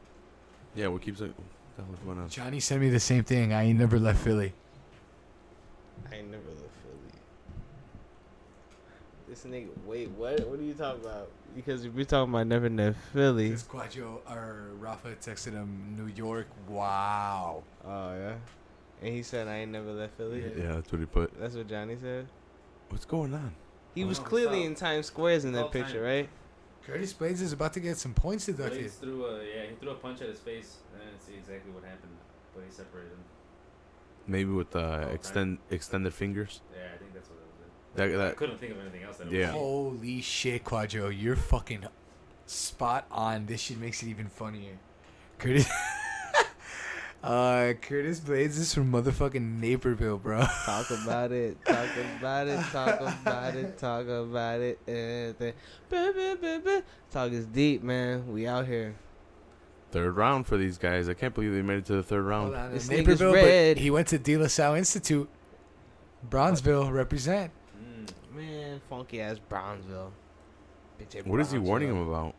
Speaker 1: Yeah, what keeps it? What the hell is going on?
Speaker 5: Johnny sent me the same thing. I ain't never left Philly.
Speaker 7: I ain't never left Philly. This nigga, wait, what? What are you talking about? Because if you're talking about never left Philly,
Speaker 5: This Quadro or Er, Rafa texted him New York. Wow.
Speaker 7: oh yeah, and he said I ain't never left Philly.
Speaker 1: Yeah, that's what he put.
Speaker 7: That's what Johnny said.
Speaker 1: What's going on?
Speaker 7: He
Speaker 6: Oh,
Speaker 7: was
Speaker 6: no,
Speaker 7: clearly
Speaker 6: stop.
Speaker 7: in Times Squares in that
Speaker 6: Stop time.
Speaker 7: picture, right?
Speaker 5: Curtis Blades is about to get some points deducted.
Speaker 6: Blades threw a yeah, he threw a punch at his face, and I didn't see exactly what happened, but he separated him.
Speaker 1: Maybe with the
Speaker 6: okay.
Speaker 1: extend extended fingers.
Speaker 6: Yeah, I think that's what it was.
Speaker 1: That,
Speaker 6: I
Speaker 1: that
Speaker 6: couldn't think of anything else. That it
Speaker 1: Uh, Yeah.
Speaker 6: Was.
Speaker 5: Holy shit, Quadro, you're fucking spot on. This shit makes it even funnier. Curtis. uh, Curtis Blades is from motherfucking Naperville, bro.
Speaker 7: Talk about it. Talk about it. Talk about it. Talk about it. eh, eh. Bah, bah, bah, bah. Talk is deep, man. We out here.
Speaker 1: third round for these guys. I can't believe they made it to the third round.
Speaker 5: Hold on,
Speaker 7: This
Speaker 5: it's
Speaker 7: nigga's
Speaker 5: Naperville,
Speaker 7: red.
Speaker 5: but he went to De La Salle Institute. Bronzeville, represent.
Speaker 6: Mm.
Speaker 7: Man, funky ass Brownsville. Bitch,
Speaker 1: What is he warning him about?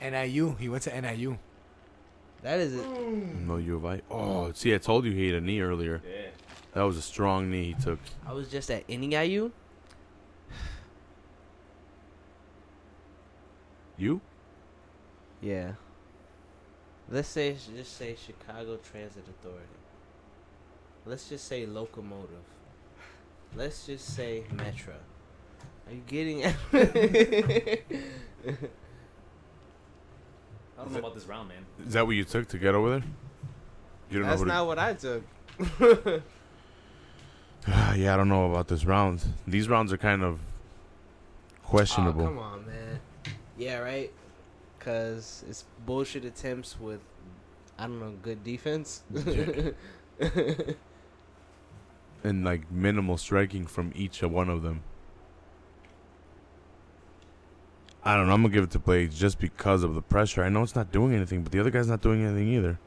Speaker 5: NIU, he went to NIU.
Speaker 7: That is it.
Speaker 1: No U of I. Oh, see, I told you he had a knee earlier.
Speaker 6: Yeah.
Speaker 1: That was a strong knee he took.
Speaker 7: I was just at NEIU.
Speaker 1: You?
Speaker 7: Yeah. Let's say just say Chicago Transit Authority. Let's just say locomotive. Let's just say metro. Are you getting?
Speaker 6: I don't know about this round, man.
Speaker 1: Is that what you took to get over there? You don't
Speaker 7: That's
Speaker 1: know.
Speaker 7: not what I took.
Speaker 1: Who to, yeah, I don't know about this round. These rounds are kind of questionable.
Speaker 7: Oh, come on, man. Yeah, right. Cause it's bullshit attempts with, I don't know, good defense.
Speaker 1: Yeah. and like minimal striking from each one of them. I don't know. I'm gonna give it to Blades just because of the pressure. I know it's not doing anything, but the other guy's not doing anything either.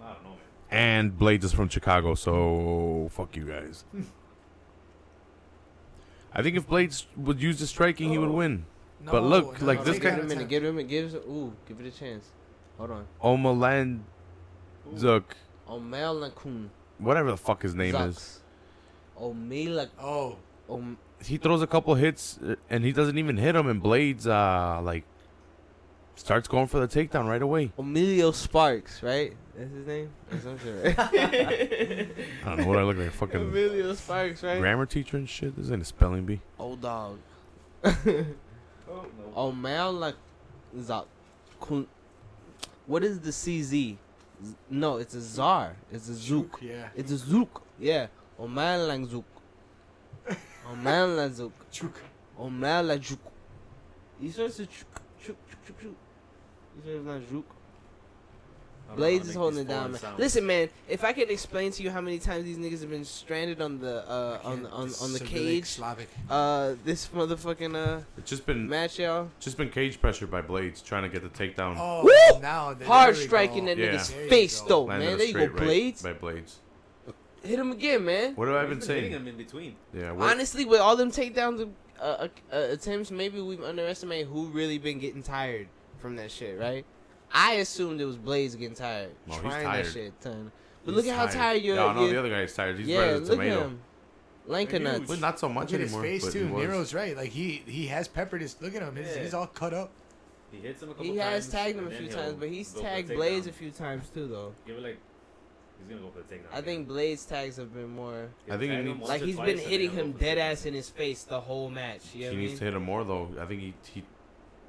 Speaker 6: I don't know, man.
Speaker 1: And Blades is from Chicago, so fuck you guys. I think if Blades would use the striking, he would win. But look, like, this guy-
Speaker 5: they got
Speaker 7: Oh, Give him a
Speaker 5: him
Speaker 7: minute.
Speaker 5: to-
Speaker 7: Give him a give. him- Ooh, give it a chance. Hold on.
Speaker 1: Omaland Zuck,
Speaker 7: Omelakun.
Speaker 1: whatever the fuck his name is,
Speaker 7: Zucks. Omelak.
Speaker 5: Oh,
Speaker 7: Om.
Speaker 1: he throws a couple hits uh, and he doesn't even hit him. And Blades, uh, like Starts going for the takedown right away.
Speaker 7: Emilio Sparks, right? That's his name. Or some shit, right?
Speaker 1: I don't know what I look like. a Fucking
Speaker 7: Emilio Sparks, right?
Speaker 1: grammar teacher and shit. This ain't a spelling bee.
Speaker 7: Old dog.
Speaker 6: Oh no.
Speaker 7: Omal like What is the CZ? Z- No, it's a czar. It's a zook.
Speaker 5: Yeah.
Speaker 7: It's a zook. Yeah. Omal like zook. Omal like zook.
Speaker 5: Chuk.
Speaker 7: Omal like zook. You sure it's a chuk chuk chuk chuk chuk? You sure it's not zook?
Speaker 6: I don't know how
Speaker 7: Blaze
Speaker 6: to make
Speaker 7: is holding
Speaker 6: these
Speaker 7: it down.
Speaker 6: foreign
Speaker 7: Man.
Speaker 6: sounds.
Speaker 7: Listen, man, if I can explain to you how many times these niggas have been stranded on the uh, on the- on
Speaker 5: This
Speaker 7: on the
Speaker 5: Cyrillic
Speaker 7: cage,
Speaker 5: Slavic.
Speaker 7: uh, this motherfucking uh
Speaker 1: It's just been
Speaker 7: match, y'all.
Speaker 1: just been cage pressured by Blades trying to get the takedown.
Speaker 5: Oh,
Speaker 7: Woo!
Speaker 5: now there
Speaker 7: Hard
Speaker 5: we
Speaker 7: striking
Speaker 5: go.
Speaker 7: that
Speaker 1: Yeah.
Speaker 7: nigga's
Speaker 5: There you
Speaker 7: face
Speaker 5: go.
Speaker 7: though,
Speaker 1: Landed
Speaker 7: Oh, man.
Speaker 1: a
Speaker 7: There you go,
Speaker 1: straight right
Speaker 7: blades.
Speaker 1: by Blades.
Speaker 7: Hit him again, man.
Speaker 1: What have I
Speaker 6: We've
Speaker 1: been
Speaker 6: hitting
Speaker 1: saying?
Speaker 6: him in between.
Speaker 1: Yeah, what,
Speaker 7: Honestly, with all them takedowns uh, uh, uh, attempts, maybe we've underestimated who really been getting tired from that shit, right? I assumed it was Blaze getting tired,
Speaker 1: No, Oh, he's
Speaker 7: trying that
Speaker 1: tired.
Speaker 7: shit ton. But
Speaker 1: He's
Speaker 7: look at how tired you're.
Speaker 1: No, no,
Speaker 7: you're-
Speaker 1: the other guy is tired. He's
Speaker 7: yeah,
Speaker 1: red as a
Speaker 7: look at
Speaker 1: tomato.
Speaker 7: him. Lanka
Speaker 6: They're
Speaker 7: nuts.
Speaker 1: Well, not so much
Speaker 5: Look at his
Speaker 1: anymore.
Speaker 5: face
Speaker 1: but he
Speaker 5: too.
Speaker 1: was.
Speaker 5: Nero's right. Like he he has peppered his. Look at him. He's,
Speaker 6: Yeah.
Speaker 5: he's all cut up.
Speaker 6: He hits him a couple
Speaker 7: He
Speaker 6: times.
Speaker 7: has tagged him a
Speaker 6: and
Speaker 7: few
Speaker 6: then he'll
Speaker 7: times, but he's
Speaker 6: go for the
Speaker 7: tagged Blaze
Speaker 6: takedown.
Speaker 7: a few times too, though.
Speaker 6: Give it like he's gonna go for the takedown.
Speaker 7: I think Blaze tags have been more
Speaker 1: I think he needs-
Speaker 7: like
Speaker 6: he's
Speaker 7: he's been hitting him dead ass in his face the whole match. You know
Speaker 1: He
Speaker 7: what I
Speaker 1: needs
Speaker 7: mean?
Speaker 1: to hit him more though. I think he he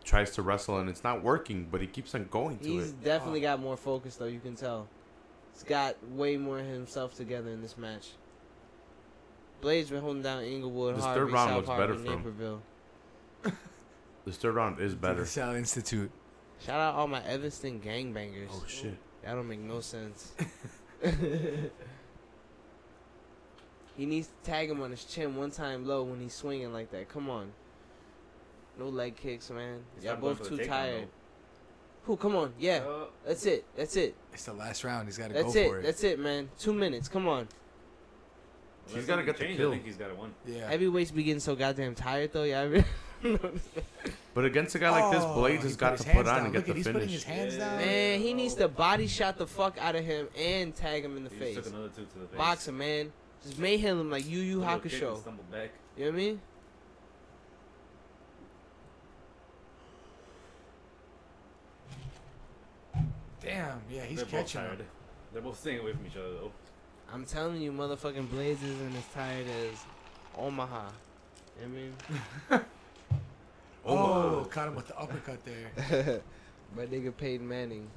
Speaker 1: tries to wrestle and it's not working, but he keeps on going to
Speaker 7: He's
Speaker 1: it.
Speaker 7: definitely got more focus though. You can tell. He's got way more himself together in this match. Blaze been holding down Inglewood,
Speaker 1: This
Speaker 7: Harvey,
Speaker 1: third round
Speaker 7: South
Speaker 1: looks
Speaker 7: Harvey,
Speaker 1: better for him.
Speaker 7: Naperville.
Speaker 1: This third round is better.
Speaker 5: South Institute.
Speaker 7: Shout out all my Evanston gangbangers.
Speaker 1: Oh shit!
Speaker 7: That don't make no sense. he needs to tag him on his chin one time low when he's swinging like that. Come on. No leg kicks, man. Y'all both too tired. Who? Come on. Yeah. That's it. That's it.
Speaker 5: It's the last round. He's got to go
Speaker 7: That's
Speaker 5: for
Speaker 7: it.
Speaker 5: it.
Speaker 7: That's it, man. Two minutes. Come on.
Speaker 1: He's gotta get the
Speaker 6: change,
Speaker 1: kill.
Speaker 6: I think he's got a one.
Speaker 5: yeah.
Speaker 7: Heavyweights be getting so goddamn tired though. Yeah, I really
Speaker 1: But against a guy like this,
Speaker 5: Oh,
Speaker 1: Blades
Speaker 5: he
Speaker 1: has got
Speaker 5: his
Speaker 1: to
Speaker 5: hands
Speaker 1: put on
Speaker 5: down.
Speaker 1: and get
Speaker 5: Look
Speaker 1: the
Speaker 5: at, he's putting his
Speaker 1: finish.
Speaker 5: hands
Speaker 6: Yeah.
Speaker 5: down.
Speaker 7: man, he needs to body shot the fuck out of him and tag him in the
Speaker 6: He just
Speaker 7: face.
Speaker 6: took another two to the face.
Speaker 7: Box him, man. Just mayhem him like Yu Yu
Speaker 6: Little kick and
Speaker 7: Hakusho.
Speaker 6: Stumbled back.
Speaker 7: You know what I mean?
Speaker 5: Damn. Yeah, he's
Speaker 6: They're both
Speaker 5: catching
Speaker 6: tired.
Speaker 5: him.
Speaker 6: They're both staying away from each other though.
Speaker 7: I'm telling you, motherfucking Blaze isn't as tired as Omaha. You know what
Speaker 5: Oh, caught him with the uppercut there.
Speaker 7: I mean? My nigga Peyton Manning.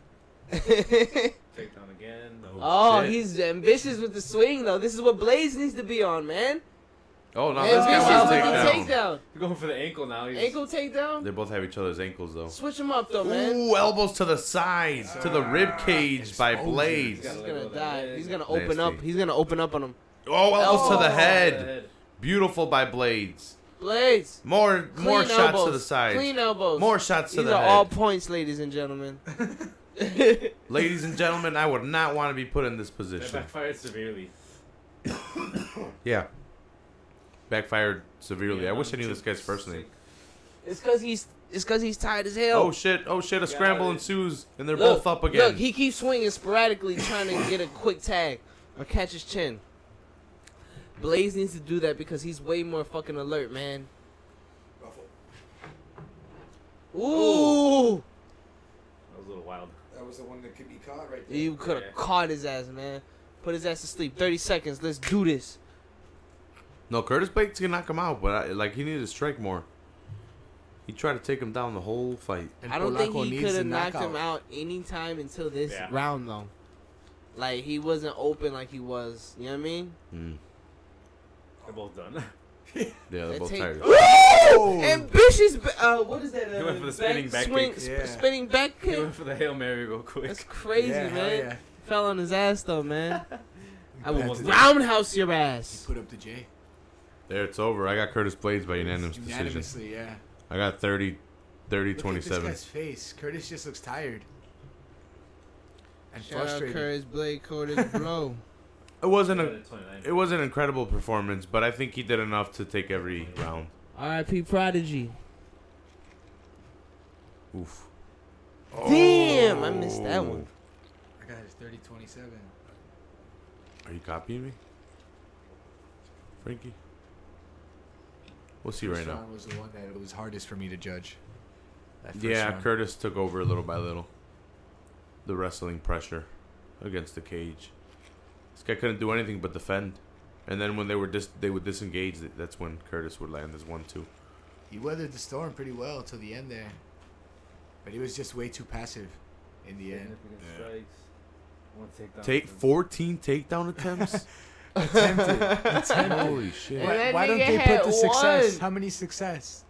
Speaker 6: Takedown again.
Speaker 7: oh,
Speaker 1: shit.
Speaker 7: he's ambitious with the swing though. This is what Blaze needs to be on, man.
Speaker 1: Oh no, this
Speaker 7: ambitious
Speaker 1: guy
Speaker 7: with
Speaker 1: wants
Speaker 7: the
Speaker 1: to take down.
Speaker 7: takedown.
Speaker 6: He's going for the ankle now. He's
Speaker 7: Ankle takedown.
Speaker 1: They both have each other's ankles though.
Speaker 7: Switch him up though, man. Ah,
Speaker 1: Ooh, elbows to the sides, to the rib cage by
Speaker 5: exposure.
Speaker 1: Blades.
Speaker 6: He's
Speaker 7: He's
Speaker 6: gotta
Speaker 7: gonna
Speaker 6: let go of that
Speaker 7: die.
Speaker 6: leg.
Speaker 7: He's gonna open up.
Speaker 1: Nasty.
Speaker 7: He's gonna open up on him.
Speaker 1: Oh, elbows to the
Speaker 7: Oh.
Speaker 1: head. Beautiful by Blades.
Speaker 7: Blades.
Speaker 1: More
Speaker 7: Clean
Speaker 1: more shots
Speaker 7: elbows.
Speaker 1: to the sides.
Speaker 7: Clean elbows.
Speaker 1: More shots to
Speaker 7: These
Speaker 1: the
Speaker 7: are
Speaker 1: head.
Speaker 7: all points, ladies and gentlemen.
Speaker 1: Ladies and gentlemen, I would not want to be put in this
Speaker 6: That
Speaker 1: position.
Speaker 6: backfired severely.
Speaker 1: Yeah. Backfired severely.
Speaker 6: Yeah,
Speaker 1: I wish I
Speaker 6: I'm
Speaker 1: knew
Speaker 6: too
Speaker 1: this guy's first name.
Speaker 6: sick.
Speaker 7: it's cause he's it's cause he's tired as hell.
Speaker 1: Oh shit, oh shit, a scramble
Speaker 6: it.
Speaker 1: ensues and they're
Speaker 7: Look,
Speaker 1: both up again.
Speaker 7: Look, he keeps swinging sporadically, trying to get a quick tag or catch his chin. Blaze needs to do that because he's way more fucking alert, man. Ooh,
Speaker 6: That was a little wild.
Speaker 5: That was the one that could be caught right
Speaker 7: you could have
Speaker 6: Yeah.
Speaker 7: caught his ass, man. Put his ass to sleep. Thirty seconds. Let's do this.
Speaker 1: No, Curtis Blades can knock him out, but I, like he needed to strike more. He tried to take him down the whole fight.
Speaker 7: I don't think he could have knocked him out any time until this
Speaker 6: Yeah.
Speaker 7: round, though. Like he wasn't open like he was. You know what I mean?
Speaker 6: They're both done.
Speaker 1: Mm. Yeah, they're
Speaker 7: That
Speaker 1: both
Speaker 7: take- Oh.
Speaker 1: tired.
Speaker 7: Ambitious. ba- Uh, what is that?
Speaker 6: He
Speaker 7: uh,
Speaker 6: went for the spinning back
Speaker 7: swing,
Speaker 6: kick.
Speaker 7: sp-
Speaker 5: Yeah.
Speaker 7: Spinning back
Speaker 6: he
Speaker 7: kick.
Speaker 6: went for the hail mary real quick.
Speaker 7: That's crazy,
Speaker 5: yeah, hell
Speaker 7: man.
Speaker 5: Yeah.
Speaker 7: Fell on his ass though, man. I
Speaker 5: He
Speaker 7: will
Speaker 5: put up the-
Speaker 7: roundhouse your
Speaker 5: he
Speaker 7: ass.
Speaker 5: Put up the J.
Speaker 1: There, it's over. I got Curtis Blades by unanimous decision.
Speaker 5: Unanimously, yeah.
Speaker 1: I got 30, 30
Speaker 5: Look at this
Speaker 1: 27.
Speaker 5: guy's face. Curtis just looks tired and
Speaker 7: Shout out
Speaker 5: frustrated.
Speaker 7: Curtis Blake, Curtis Blow.
Speaker 1: It wasn't a
Speaker 6: It
Speaker 1: it was an incredible performance, but I think he did enough to take every round.
Speaker 7: R.I.P. Prodigy.
Speaker 1: Oof.
Speaker 7: Oh. Damn, I missed that one.
Speaker 5: I got his 30 27.
Speaker 1: Are you copying me? Frankie? We'll see right now.
Speaker 5: was the one that it was hardest for me to judge. That first
Speaker 1: Yeah,
Speaker 5: round.
Speaker 1: Curtis took over little by little. The wrestling pressure against the cage. This guy couldn't do anything but defend. And then when they were dis- they would disengage. th- That's when Curtis would land his one two.
Speaker 5: He weathered the storm pretty well till the end there, but he was just way too passive in the end.
Speaker 6: Significant strikes. One takedown.
Speaker 1: Take
Speaker 6: attempt.
Speaker 1: fourteen takedown attempts. Holy shit!
Speaker 7: And
Speaker 5: Why,
Speaker 7: that
Speaker 5: why don't
Speaker 7: nigga
Speaker 5: they
Speaker 7: had
Speaker 5: put the success?
Speaker 7: one.
Speaker 5: How many success?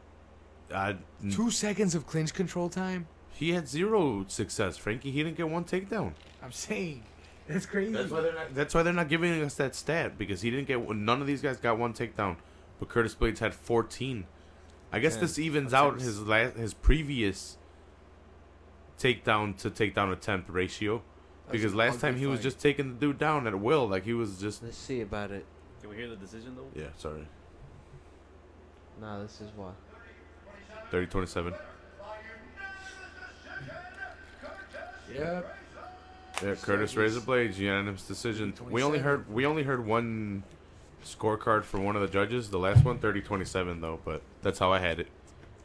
Speaker 1: I,
Speaker 5: Two seconds of clinch control time.
Speaker 1: he had zero success, Frankie. He didn't get one takedown.
Speaker 5: I'm saying, that's crazy.
Speaker 1: That's why they're not. That's why they're not giving us that stat because he didn't get one- none of these guys got one takedown, but Curtis Blades had fourteen. I guess this evens out his last his previous takedown to takedown attempt ratio because
Speaker 5: an
Speaker 1: last time
Speaker 5: ugly
Speaker 1: he was
Speaker 5: fight.
Speaker 1: just taking the dude down at will, like he was just.
Speaker 7: Let's see about it.
Speaker 6: Can we hear the decision though?
Speaker 1: Yeah, sorry,
Speaker 7: Nah, this is why.
Speaker 1: 30-27.
Speaker 5: Yep.
Speaker 1: Yeah, Curtis Razor Blades unanimous decision. We only
Speaker 5: 27.
Speaker 1: heard we only heard one scorecard from one of the judges. The last one 30-27 though, but that's how I had it.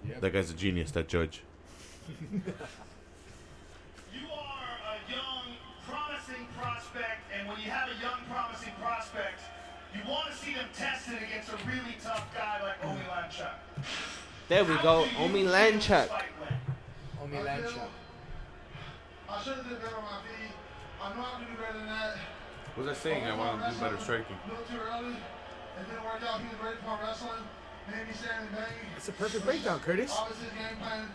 Speaker 5: Yep.
Speaker 1: That guy's a genius. That judge.
Speaker 10: You are a young, promising prospect, and when you have a young, promising prospect, you want to see them tested against a really tough guy like Omi Lanchuk.
Speaker 7: There we go. Omi Lanchuk.
Speaker 5: Omi Lanchuk.
Speaker 10: I should have done better on my feet. I know I can do better than that.
Speaker 1: What was I saying? I want him to do better striking.
Speaker 10: A little too early. It didn't work out. He was ready for wrestling. Made me stand and bang.
Speaker 5: It's a perfect breakdown, Oh, Curtis.
Speaker 10: Obviously, his game plan,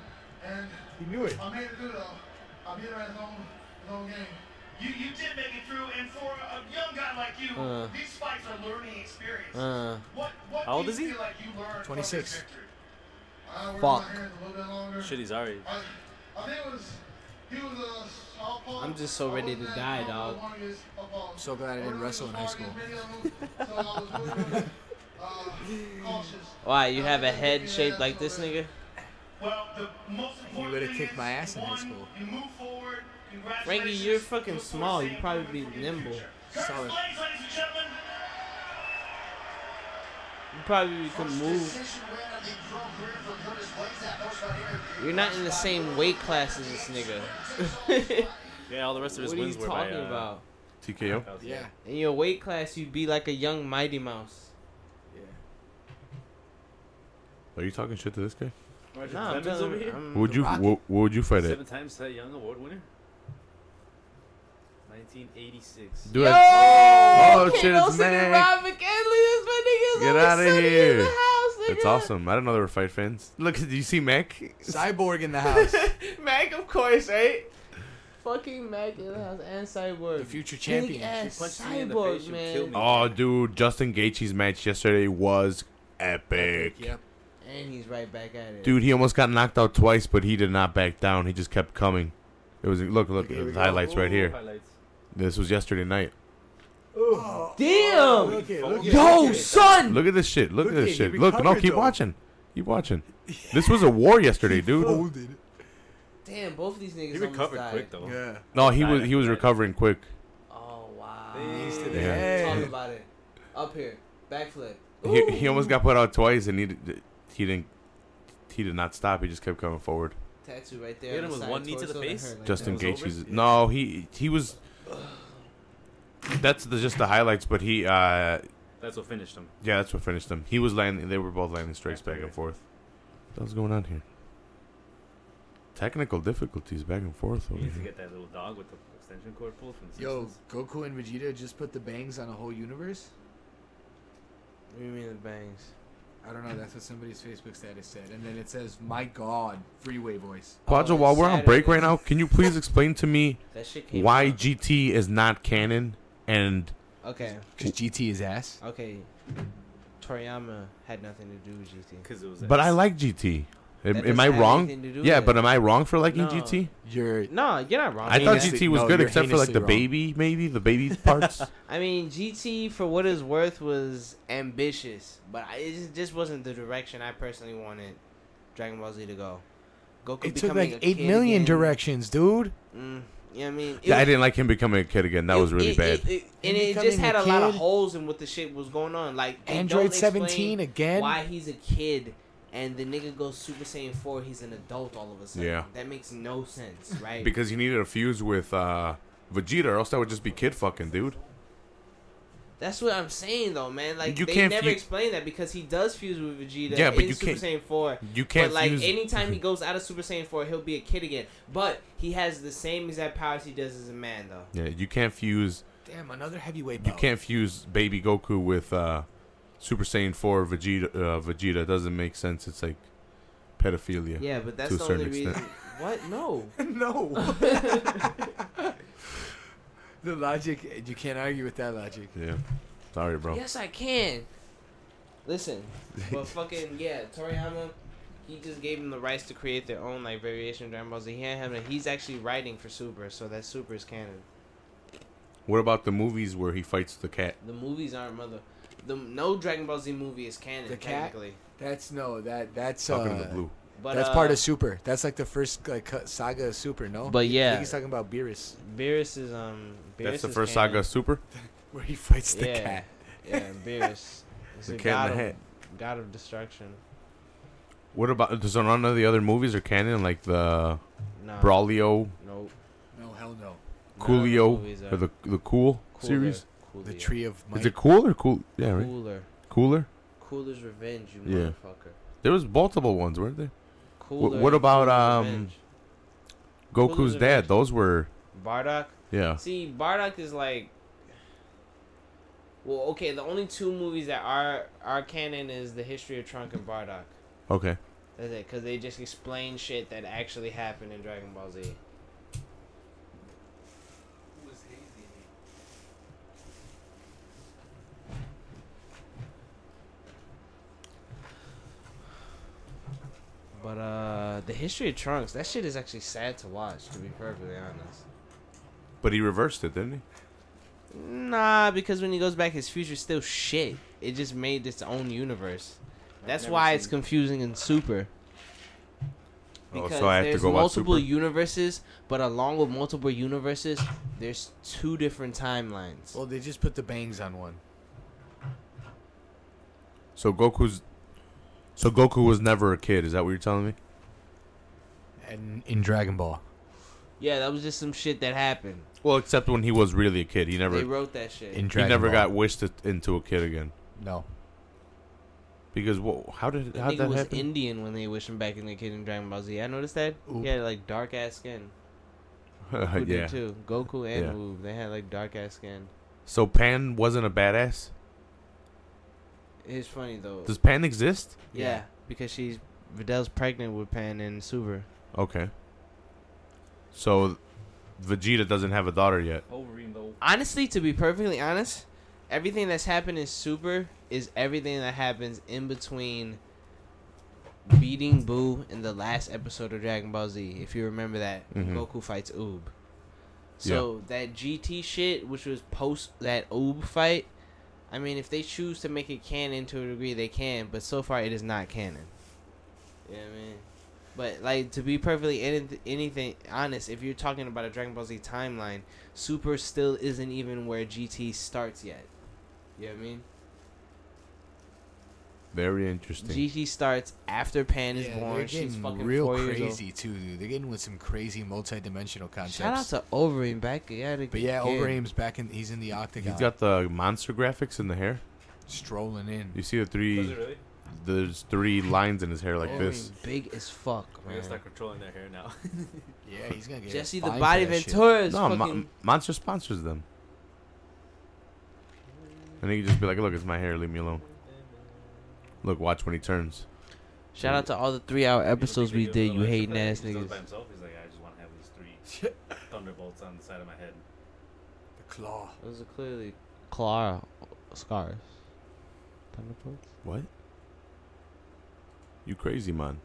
Speaker 10: and
Speaker 5: He knew it.
Speaker 10: I made it through though. I beat her at his own, his own game. You you did make it through, and for a young guy like you,
Speaker 7: Uh.
Speaker 10: these fights are learning experiences.
Speaker 7: Uh.
Speaker 10: what what
Speaker 6: How old
Speaker 10: do you
Speaker 6: is he?
Speaker 10: feel like you learned
Speaker 5: 26.
Speaker 10: from this victory? I worked
Speaker 7: Fuck.
Speaker 10: my hands a little bit longer.
Speaker 6: Shit, he's already.
Speaker 10: I, I think it was he was a softball.
Speaker 7: I'm just so
Speaker 10: I
Speaker 7: ready
Speaker 10: wasn't
Speaker 7: to
Speaker 10: as
Speaker 7: die,
Speaker 10: strong as
Speaker 7: dog.
Speaker 10: one of his softballs.
Speaker 5: So glad I didn't
Speaker 10: wasn't
Speaker 5: wrestle in high
Speaker 10: as strong as many of them, so I was really, really, uh, cautious.
Speaker 7: Why you have a head shaped like this nigga?
Speaker 10: Well, the most important
Speaker 5: would've
Speaker 10: thing
Speaker 5: kicked
Speaker 10: is,
Speaker 5: my ass in high
Speaker 10: one,
Speaker 5: school.
Speaker 10: You move forward. Congratulations.
Speaker 7: Frankie, you're fucking
Speaker 10: Look forward to
Speaker 7: small.
Speaker 10: seeing
Speaker 7: You'd probably
Speaker 10: moving
Speaker 7: be
Speaker 10: forward in the
Speaker 7: nimble.
Speaker 10: future. Curtis
Speaker 5: Solid.
Speaker 10: Blades, ladies and gentlemen.
Speaker 7: You probably can move.
Speaker 10: Decision win of the pro career for Curtis Blades. That first fight here.
Speaker 7: You're not in the same weight class as this nigga.
Speaker 6: Yeah, all the rest of his
Speaker 7: what are you
Speaker 6: wins
Speaker 7: talking
Speaker 6: were by. uh,
Speaker 7: about?
Speaker 1: TKO.
Speaker 6: knockouts,
Speaker 5: Yeah.
Speaker 7: In your weight class, you'd be like a young Mighty Mouse.
Speaker 1: Are you talking shit to this guy?
Speaker 6: Roger
Speaker 7: Nah, I'm
Speaker 6: Clemens over
Speaker 7: telling
Speaker 6: here.
Speaker 7: I'm-
Speaker 1: Would you?
Speaker 5: Rocky.
Speaker 1: What would you fight
Speaker 6: Seven
Speaker 1: at?
Speaker 6: times Cy Young Award winner. 1986.
Speaker 1: Do
Speaker 7: Oh,
Speaker 1: shit, it's Mac.
Speaker 7: Robin Kenley, this my nigga is
Speaker 1: Get
Speaker 7: always
Speaker 1: outta
Speaker 7: sunny in the
Speaker 1: here.
Speaker 7: house, nigga.
Speaker 1: That's awesome. I didn't know they were fight fans. Look, do you see Mac?
Speaker 5: Cyborg in the house.
Speaker 7: Mac, of course, right? Fucking Mac in the house and Cyborg.
Speaker 5: the future
Speaker 7: Big
Speaker 5: champion.
Speaker 7: ass
Speaker 6: punched me in the face,
Speaker 7: Cyborg,
Speaker 6: she killed
Speaker 7: man.
Speaker 6: me.
Speaker 1: Oh, dude, Justin Gaethje's match yesterday was epic.
Speaker 5: Yep.
Speaker 7: And he's right back at it.
Speaker 1: Dude, he almost got knocked out twice, but he did not back down. He just kept coming. It was look, look,
Speaker 5: here we
Speaker 1: the
Speaker 5: go.
Speaker 1: highlights right
Speaker 6: Ooh,
Speaker 1: here.
Speaker 6: Highlights.
Speaker 1: This was yesterday night.
Speaker 7: Damn!
Speaker 5: Look at, look at,
Speaker 7: Yo, son!
Speaker 1: Look at this shit. Look,
Speaker 5: Look
Speaker 1: at
Speaker 5: at
Speaker 1: this
Speaker 5: it,
Speaker 1: shit.
Speaker 5: he
Speaker 1: Look, no,
Speaker 5: recovered,
Speaker 1: keep
Speaker 5: though.
Speaker 1: watching. Keep watching. This was a war yesterday, dude.
Speaker 5: folded.
Speaker 7: Damn, both of these niggas
Speaker 6: He
Speaker 7: almost
Speaker 6: recovered
Speaker 7: died.
Speaker 6: quick
Speaker 1: Oh.
Speaker 6: though.
Speaker 5: Yeah.
Speaker 1: No, he
Speaker 6: Died
Speaker 1: was he was
Speaker 6: after that.
Speaker 1: recovering quick.
Speaker 7: Oh, wow.
Speaker 6: Thanks to
Speaker 5: the
Speaker 1: Yeah.
Speaker 5: head.
Speaker 7: Talk about it. Up here. Backflip.
Speaker 1: He, he almost got put out twice, and he did, he didn't he did not stop. He just kept coming forward.
Speaker 7: Tattoo right there.
Speaker 6: Hit
Speaker 7: on
Speaker 6: him
Speaker 7: the
Speaker 6: with
Speaker 7: side,
Speaker 6: one knee to the
Speaker 7: torso, and it
Speaker 6: face?
Speaker 7: hurt like
Speaker 1: Justin
Speaker 6: that was over?
Speaker 1: Gaethje's no, he he was. That's the, just the highlights, but he uh
Speaker 6: That's what finished him.
Speaker 1: yeah, that's what finished him. He was landing. They were both landing strikes back and forth. What's going on here? Technical difficulties back and forth
Speaker 6: He
Speaker 1: over
Speaker 6: needs to
Speaker 1: here.
Speaker 6: get that little dog with the extension cord pulled from the
Speaker 5: Yo,
Speaker 6: Simpsons.
Speaker 5: Goku and Vegeta just put the bangs on a whole universe?
Speaker 7: What do you mean the bangs?
Speaker 5: I don't know. That's what somebody's Facebook status said. And then it says, "My God, freeway voice."
Speaker 1: Quadro,
Speaker 7: Oh,
Speaker 1: while we're on break
Speaker 7: Saturday.
Speaker 1: right now, can you please explain to me
Speaker 7: That shit came
Speaker 1: why
Speaker 7: out.
Speaker 1: GT is not canon and
Speaker 7: Okay,
Speaker 5: Cause GT is ass.
Speaker 7: okay. Toriyama had nothing to do with GT.
Speaker 6: 'Cause it was.
Speaker 1: But I
Speaker 6: ass.
Speaker 1: like GT. Am, am
Speaker 7: That
Speaker 1: I
Speaker 7: doesn't have
Speaker 1: wrong?
Speaker 7: anything to do
Speaker 1: Yeah,
Speaker 7: with
Speaker 1: but
Speaker 7: it.
Speaker 1: am I wrong for liking
Speaker 7: No.
Speaker 1: GT?
Speaker 5: You're
Speaker 7: No, you're not wrong.
Speaker 1: I thought
Speaker 5: Heinously-
Speaker 1: GT was
Speaker 5: no,
Speaker 1: good
Speaker 5: you're
Speaker 1: except for like
Speaker 5: heinously
Speaker 1: the
Speaker 5: wrong.
Speaker 1: baby, maybe the baby parts.
Speaker 7: I mean, GT for what it's worth was ambitious, but I, it just- just wasn't the direction I personally wanted Dragon Ball Z to go. Goku
Speaker 5: It took
Speaker 7: becoming
Speaker 5: like
Speaker 7: a
Speaker 5: eight
Speaker 7: kid
Speaker 5: million
Speaker 7: again.
Speaker 5: directions, dude.
Speaker 7: Mm, you know what I mean? It
Speaker 1: yeah, I
Speaker 7: was-
Speaker 1: didn't like him becoming a kid again. That
Speaker 7: it-
Speaker 1: was really
Speaker 7: it-
Speaker 1: bad.
Speaker 7: it- it- and
Speaker 5: Him
Speaker 7: it just
Speaker 5: becoming
Speaker 7: had
Speaker 5: a
Speaker 7: a lot of
Speaker 5: kid.
Speaker 7: holes in what the shit was going on. Like they don't
Speaker 5: Android
Speaker 7: explain
Speaker 5: 17 again?
Speaker 7: Why he's a kid and the nigga goes Super Saiyan four, he's an adult all of a sudden.
Speaker 1: Yeah.
Speaker 7: that makes no sense, right?
Speaker 1: Because he needed a fuse with uh, Vegeta, or else that would just be kid fucking, dude.
Speaker 7: That's what I'm saying though, man. Like
Speaker 1: You
Speaker 7: they
Speaker 1: can't
Speaker 7: never
Speaker 1: fu-
Speaker 7: explain that because he does fuse with Vegeta
Speaker 1: Yeah, but
Speaker 7: in
Speaker 1: you
Speaker 7: Super
Speaker 1: can't-
Speaker 7: Saiyan Four.
Speaker 1: you can't
Speaker 7: But like
Speaker 1: fuse-
Speaker 7: anytime he goes out of Super Saiyan Four, he'll be a kid again. But he has the same exact powers he does as a man though.
Speaker 1: Yeah, you can't fuse.
Speaker 5: Damn, another heavyweight.
Speaker 1: You
Speaker 5: bout.
Speaker 1: can't fuse Baby Goku with uh, Super Saiyan Four Vegeta. Uh, Vegeta it doesn't make sense. It's like pedophilia.
Speaker 7: Yeah, but that's the only reason. What? No.
Speaker 5: no. the logic, you can't argue with that logic.
Speaker 1: Yeah. Sorry, bro.
Speaker 7: Yes, I can. Listen, but fucking yeah, Toriyama, he just gave them the rights to create their own like variation of Dragon Ball Z. He ain't having. He's actually writing for Super, so that Super is canon.
Speaker 1: What about the movies where he fights the cat?
Speaker 7: The movies aren't mother. The no Dragon Ball Z movie is canon
Speaker 5: The cat?
Speaker 7: technically.
Speaker 5: That's no, that that's uh,
Speaker 1: Talking to the blue.
Speaker 7: But
Speaker 5: that's
Speaker 7: uh,
Speaker 5: part of Super. That's like the first like cut- saga of Super. No,
Speaker 7: But
Speaker 5: I
Speaker 7: yeah.
Speaker 5: think he's talking about Beerus,
Speaker 7: Beerus is um. Beerus
Speaker 1: That's the
Speaker 7: is
Speaker 1: first
Speaker 7: canon.
Speaker 1: saga, Super.
Speaker 5: where he fights the
Speaker 7: yeah.
Speaker 5: cat.
Speaker 7: Yeah, Beerus. He's
Speaker 1: The
Speaker 7: a
Speaker 1: cat
Speaker 7: god
Speaker 1: in the
Speaker 7: of, god of destruction.
Speaker 1: What about? So none of the other movies are canon, like the
Speaker 7: No.
Speaker 1: Braulio,
Speaker 7: Nope.
Speaker 5: No, hell no.
Speaker 7: None of the movies
Speaker 1: Coolio,
Speaker 7: are
Speaker 1: or the the Cool
Speaker 7: cooler.
Speaker 1: series.
Speaker 7: Coolio.
Speaker 5: The Tree of Might.
Speaker 1: Is it Cool or Cool? Yeah, right.
Speaker 7: Cooler.
Speaker 1: Cooler.
Speaker 7: Cooler's Revenge,
Speaker 1: Yeah.
Speaker 7: you motherfucker.
Speaker 1: There was multiple ones, weren't there?
Speaker 7: Cooler.
Speaker 1: what about, um,
Speaker 7: Cooler's Revenge.
Speaker 1: Goku's
Speaker 7: Cooler's
Speaker 1: dad.
Speaker 7: Revenge.
Speaker 1: Those were
Speaker 7: Bardock?
Speaker 1: yeah.
Speaker 7: See, Bardock is like. Well, okay. The only two movies that are are canon is the history of Trunk and Bardock.
Speaker 1: Okay.
Speaker 7: That's it, because they just explain shit that actually happened in Dragon Ball Z. But uh, the history of Trunks, that shit is actually sad to watch. To be perfectly honest.
Speaker 1: But he reversed it, didn't he?
Speaker 7: Nah, because when he goes back, his future's still shit. It just made its own universe. That's
Speaker 6: never
Speaker 7: why
Speaker 6: seen
Speaker 7: it's confusing in Super.
Speaker 1: Oh, so
Speaker 7: Because
Speaker 1: I have to
Speaker 7: there's
Speaker 1: go watch
Speaker 7: multiple
Speaker 1: Super?
Speaker 7: universes, but along with multiple universes, there's two different timelines.
Speaker 5: Well, they just put the bangs on one.
Speaker 1: So Goku's. So Goku was never a kid. Is that what you're telling me?
Speaker 5: And in Dragon Ball,
Speaker 7: Yeah, that was just some shit that happened.
Speaker 1: Well, except when he was really a kid, he never
Speaker 7: They wrote that shit.
Speaker 5: in
Speaker 1: he
Speaker 5: Dragon
Speaker 1: never
Speaker 5: Ball.
Speaker 1: got wished it- into a kid again.
Speaker 5: no.
Speaker 1: Because wha how did
Speaker 7: I
Speaker 1: how
Speaker 7: think
Speaker 1: did
Speaker 7: it
Speaker 1: that
Speaker 7: was
Speaker 1: happen?
Speaker 7: Indian when they wished him back in the kid in Dragon Ball Z. I noticed that.
Speaker 5: Oop.
Speaker 7: He had like dark ass skin. Goku
Speaker 1: Uh,
Speaker 7: did
Speaker 1: yeah.
Speaker 7: too. Goku and
Speaker 1: Yeah.
Speaker 7: Oob, they had like dark ass skin.
Speaker 1: So Pan wasn't a badass.
Speaker 7: It's funny though.
Speaker 1: Does Pan exist?
Speaker 7: Yeah, because she's Vidal's pregnant with Pan and Super.
Speaker 1: Okay. So Vegeta doesn't have a daughter yet.
Speaker 6: Wolverine though.
Speaker 7: Honestly, to be perfectly honest, everything that's happened in Super is everything that happens in between beating Boo in the last episode of Dragon Ball Z. If you remember that,
Speaker 1: Mhm.
Speaker 7: Goku fights Oob. So that GT shit, which was post that Oob fight, I mean, if they choose to make it canon to a degree, they can. But so far, it is not canon. Yeah, I mean, but like to be perfectly anyth- anything honest, if you're talking about a Dragon Ball Z timeline, Super still isn't even where GT starts yet. You know what I mean?
Speaker 1: Very interesting.
Speaker 7: GT starts after Pan is
Speaker 5: Yeah, they're
Speaker 7: born. She's
Speaker 5: getting
Speaker 7: fucking
Speaker 5: real
Speaker 7: four years
Speaker 5: crazy too, dude. They're getting with some crazy multi-dimensional
Speaker 7: old.
Speaker 5: concepts.
Speaker 7: Shout out to Overeem back at it
Speaker 5: but yeah,
Speaker 7: again.
Speaker 5: Overeem's back in. He's in the octagon.
Speaker 1: He's got the monster graphics in the hair.
Speaker 5: strolling in.
Speaker 1: You see the
Speaker 6: Was it
Speaker 1: three.
Speaker 6: really?
Speaker 1: There's three lines in his hair like this.
Speaker 7: Overeem big as fuck,
Speaker 6: I
Speaker 7: man.
Speaker 6: guess not controlling their hair now.
Speaker 5: Yeah, he's gonna get
Speaker 7: Jesse the
Speaker 5: fined for
Speaker 7: Body
Speaker 5: that shit.
Speaker 7: Ventura is
Speaker 1: No,
Speaker 7: fucking.
Speaker 1: Mon- Monster sponsors them. And he could just be like, "Look, it's my hair. Leave me alone." Look, watch when he turns. mm.
Speaker 7: Shout out to all the three-hour episodes we
Speaker 6: You don't think
Speaker 7: did.
Speaker 6: they
Speaker 7: You
Speaker 6: give him a
Speaker 7: hating
Speaker 6: little
Speaker 7: ass
Speaker 6: extra for that? He
Speaker 7: niggas.
Speaker 6: just goes By himself, he's like, I just want to have these three thunderbolts on the side of my head.
Speaker 5: The claw.
Speaker 7: Those are clearly claw scars. Thunderbolts.
Speaker 1: What? You crazy man,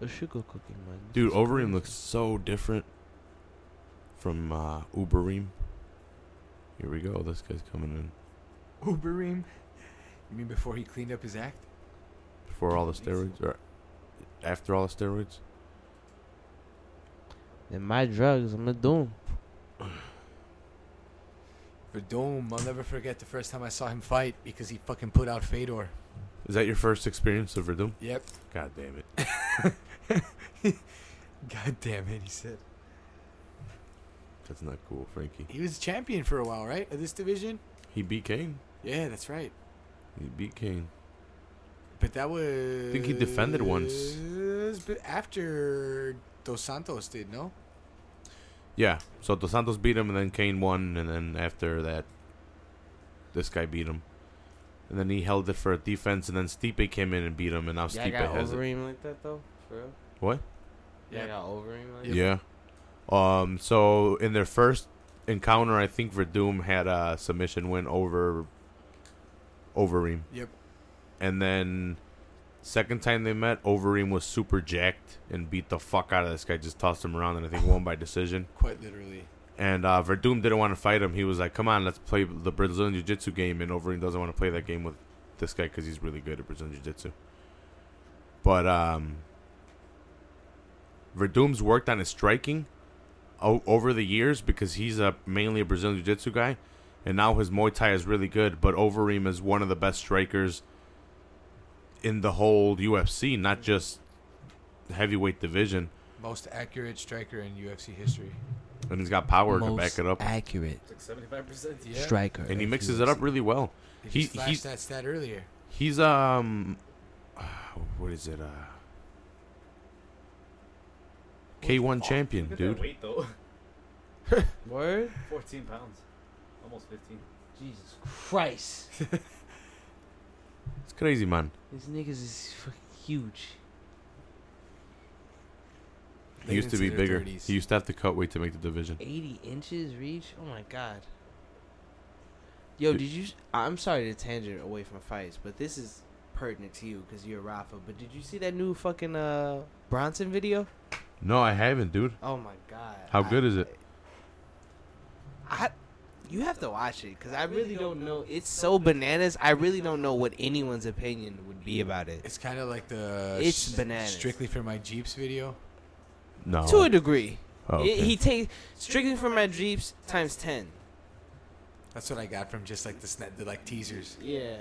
Speaker 7: A sugar cooking man.
Speaker 1: dude? Overeem looks so different from uh, Uberim. Here we go. This guy's coming in
Speaker 5: Uberim. You mean before he cleaned up his act?
Speaker 1: before all the steroids or after all the steroids.
Speaker 7: And my drugs, I'm gonna do 'em.
Speaker 5: For Dome, I'll never forget the first time I saw him fight because he fucking put out Fedor.
Speaker 1: Is that your first experience of rhythm?
Speaker 5: Yep.
Speaker 1: God damn it.
Speaker 5: God damn it, he said.
Speaker 1: That's not cool, Frankie.
Speaker 5: He was champion for a while, right? Of this division?
Speaker 1: He beat Kane.
Speaker 5: Yeah, that's right.
Speaker 1: He beat Kane.
Speaker 5: But that was.
Speaker 1: think he defended once.
Speaker 5: But after Dos Santos did, no?
Speaker 1: Yeah. So Dos Santos beat him, and then Kane won, and then after that, this guy beat him, and then he held it for a defense, and then Stipe came in and beat him, and now
Speaker 7: Yeah, I
Speaker 1: Stipe
Speaker 7: got
Speaker 1: has
Speaker 7: over
Speaker 1: it.
Speaker 7: him like that though. For real.
Speaker 1: What?
Speaker 7: Yeah, I
Speaker 5: Yep.
Speaker 7: got over him like that.
Speaker 1: Yeah. Um. So in their first encounter, I think Verdum had a submission win over Overeem,
Speaker 5: Yep.
Speaker 1: and then second time they met, Overeem was super jacked and beat the fuck out of this guy, just tossed him around, and I think won by decision.
Speaker 5: Quite literally.
Speaker 1: And uh, Verdum didn't want to fight him. He was like, "Come on, let's play the Brazilian Jiu-Jitsu game." And Overeem doesn't want to play that game with this guy because he's really good at Brazilian Jiu-Jitsu. But um, Verdum's worked on his striking o- over the years because he's a mainly a Brazilian Jiu-Jitsu guy, and now his Muay Thai is really good. But Overeem is one of the best strikers in the whole UFC, not just heavyweight division,
Speaker 5: Most accurate striker in UFC history.
Speaker 1: and he's got power to back it up.
Speaker 2: accurate
Speaker 6: It's like seventy-five percent.
Speaker 5: Yeah.
Speaker 2: striker.
Speaker 1: and he mixes it up really well.
Speaker 5: He,
Speaker 1: He-
Speaker 5: he flashed
Speaker 1: he's-
Speaker 5: that stat earlier.
Speaker 1: He's um, what is it? Uh, K one champion,
Speaker 6: Look at that
Speaker 1: dude.
Speaker 6: weight though.
Speaker 7: Word.
Speaker 6: Fourteen pounds, almost fifteen.
Speaker 7: Jesus Christ.
Speaker 1: It's crazy, man.
Speaker 7: These niggas is fucking huge.
Speaker 1: He used to be
Speaker 5: Late into their
Speaker 1: bigger.
Speaker 5: 30s.
Speaker 1: He used to have to cut weight to make the division.
Speaker 7: 80 inches reach? Oh my god. Yo,
Speaker 1: Did-
Speaker 7: did you? s- I'm sorry to tangent away from fights, but this is pertinent to you because you're a Rafa. But did you see that new fucking uh Bronson video?
Speaker 1: No, I haven't, dude.
Speaker 7: Oh my god.
Speaker 1: How
Speaker 7: I-
Speaker 1: good is it?
Speaker 7: I, you have to watch it because I really don't know. It's so bananas. I really don't know what anyone's opinion would be about it.
Speaker 5: It's kind of like the
Speaker 7: It's
Speaker 5: s-
Speaker 7: bananas.
Speaker 5: strictly for my Jeeps video.
Speaker 1: No.
Speaker 7: To a degree,
Speaker 1: Oh,
Speaker 7: It-
Speaker 1: okay.
Speaker 7: he takes strictly from my jeeps times ten.
Speaker 5: That's what I got from just like the, sna- the like teasers.
Speaker 7: Yeah,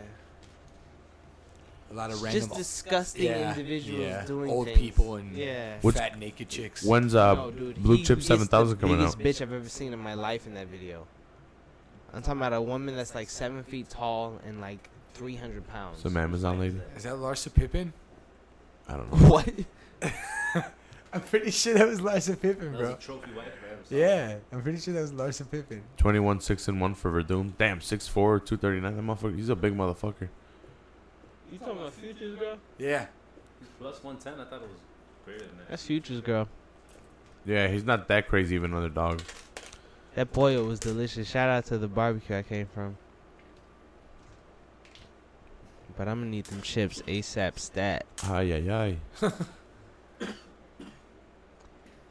Speaker 5: A lot of random
Speaker 7: just disgusting
Speaker 5: Yeah,
Speaker 7: individuals
Speaker 5: yeah.
Speaker 7: doing
Speaker 5: Old
Speaker 7: things.
Speaker 5: people and-
Speaker 7: yeah.
Speaker 1: What's-
Speaker 5: fat naked chicks.
Speaker 1: When's uh
Speaker 7: No, dude,
Speaker 1: Blue
Speaker 7: he
Speaker 1: Chip
Speaker 7: is
Speaker 1: Seven Thousand coming out?
Speaker 7: The biggest bitch I've ever seen in my life in that video. I'm talking about a woman that's like seven feet tall and like 300 pounds.
Speaker 1: Some Amazon lady.
Speaker 5: Is that Larsa Pippen?
Speaker 1: I don't know.
Speaker 7: what?
Speaker 5: I'm pretty sure that was Larsa Pippen,
Speaker 6: That was a trophy wife I ever saw.
Speaker 5: Yeah, I'm pretty sure that was Larsa Pippen.
Speaker 1: Twenty one six and one for Verdum. Damn, 6'4", 239. That motherfucker. He's a big motherfucker.
Speaker 7: You talking about Futures girl?
Speaker 5: Yeah.
Speaker 6: He's plus one ten. I thought it was greater than that.
Speaker 7: That's Futures girl.
Speaker 1: Yeah, he's not that crazy even under dogs.
Speaker 7: That boil was delicious. Shout out to the barbecue I came from. But I'm gonna need them chips ASAP stat.
Speaker 1: Ay ay ay.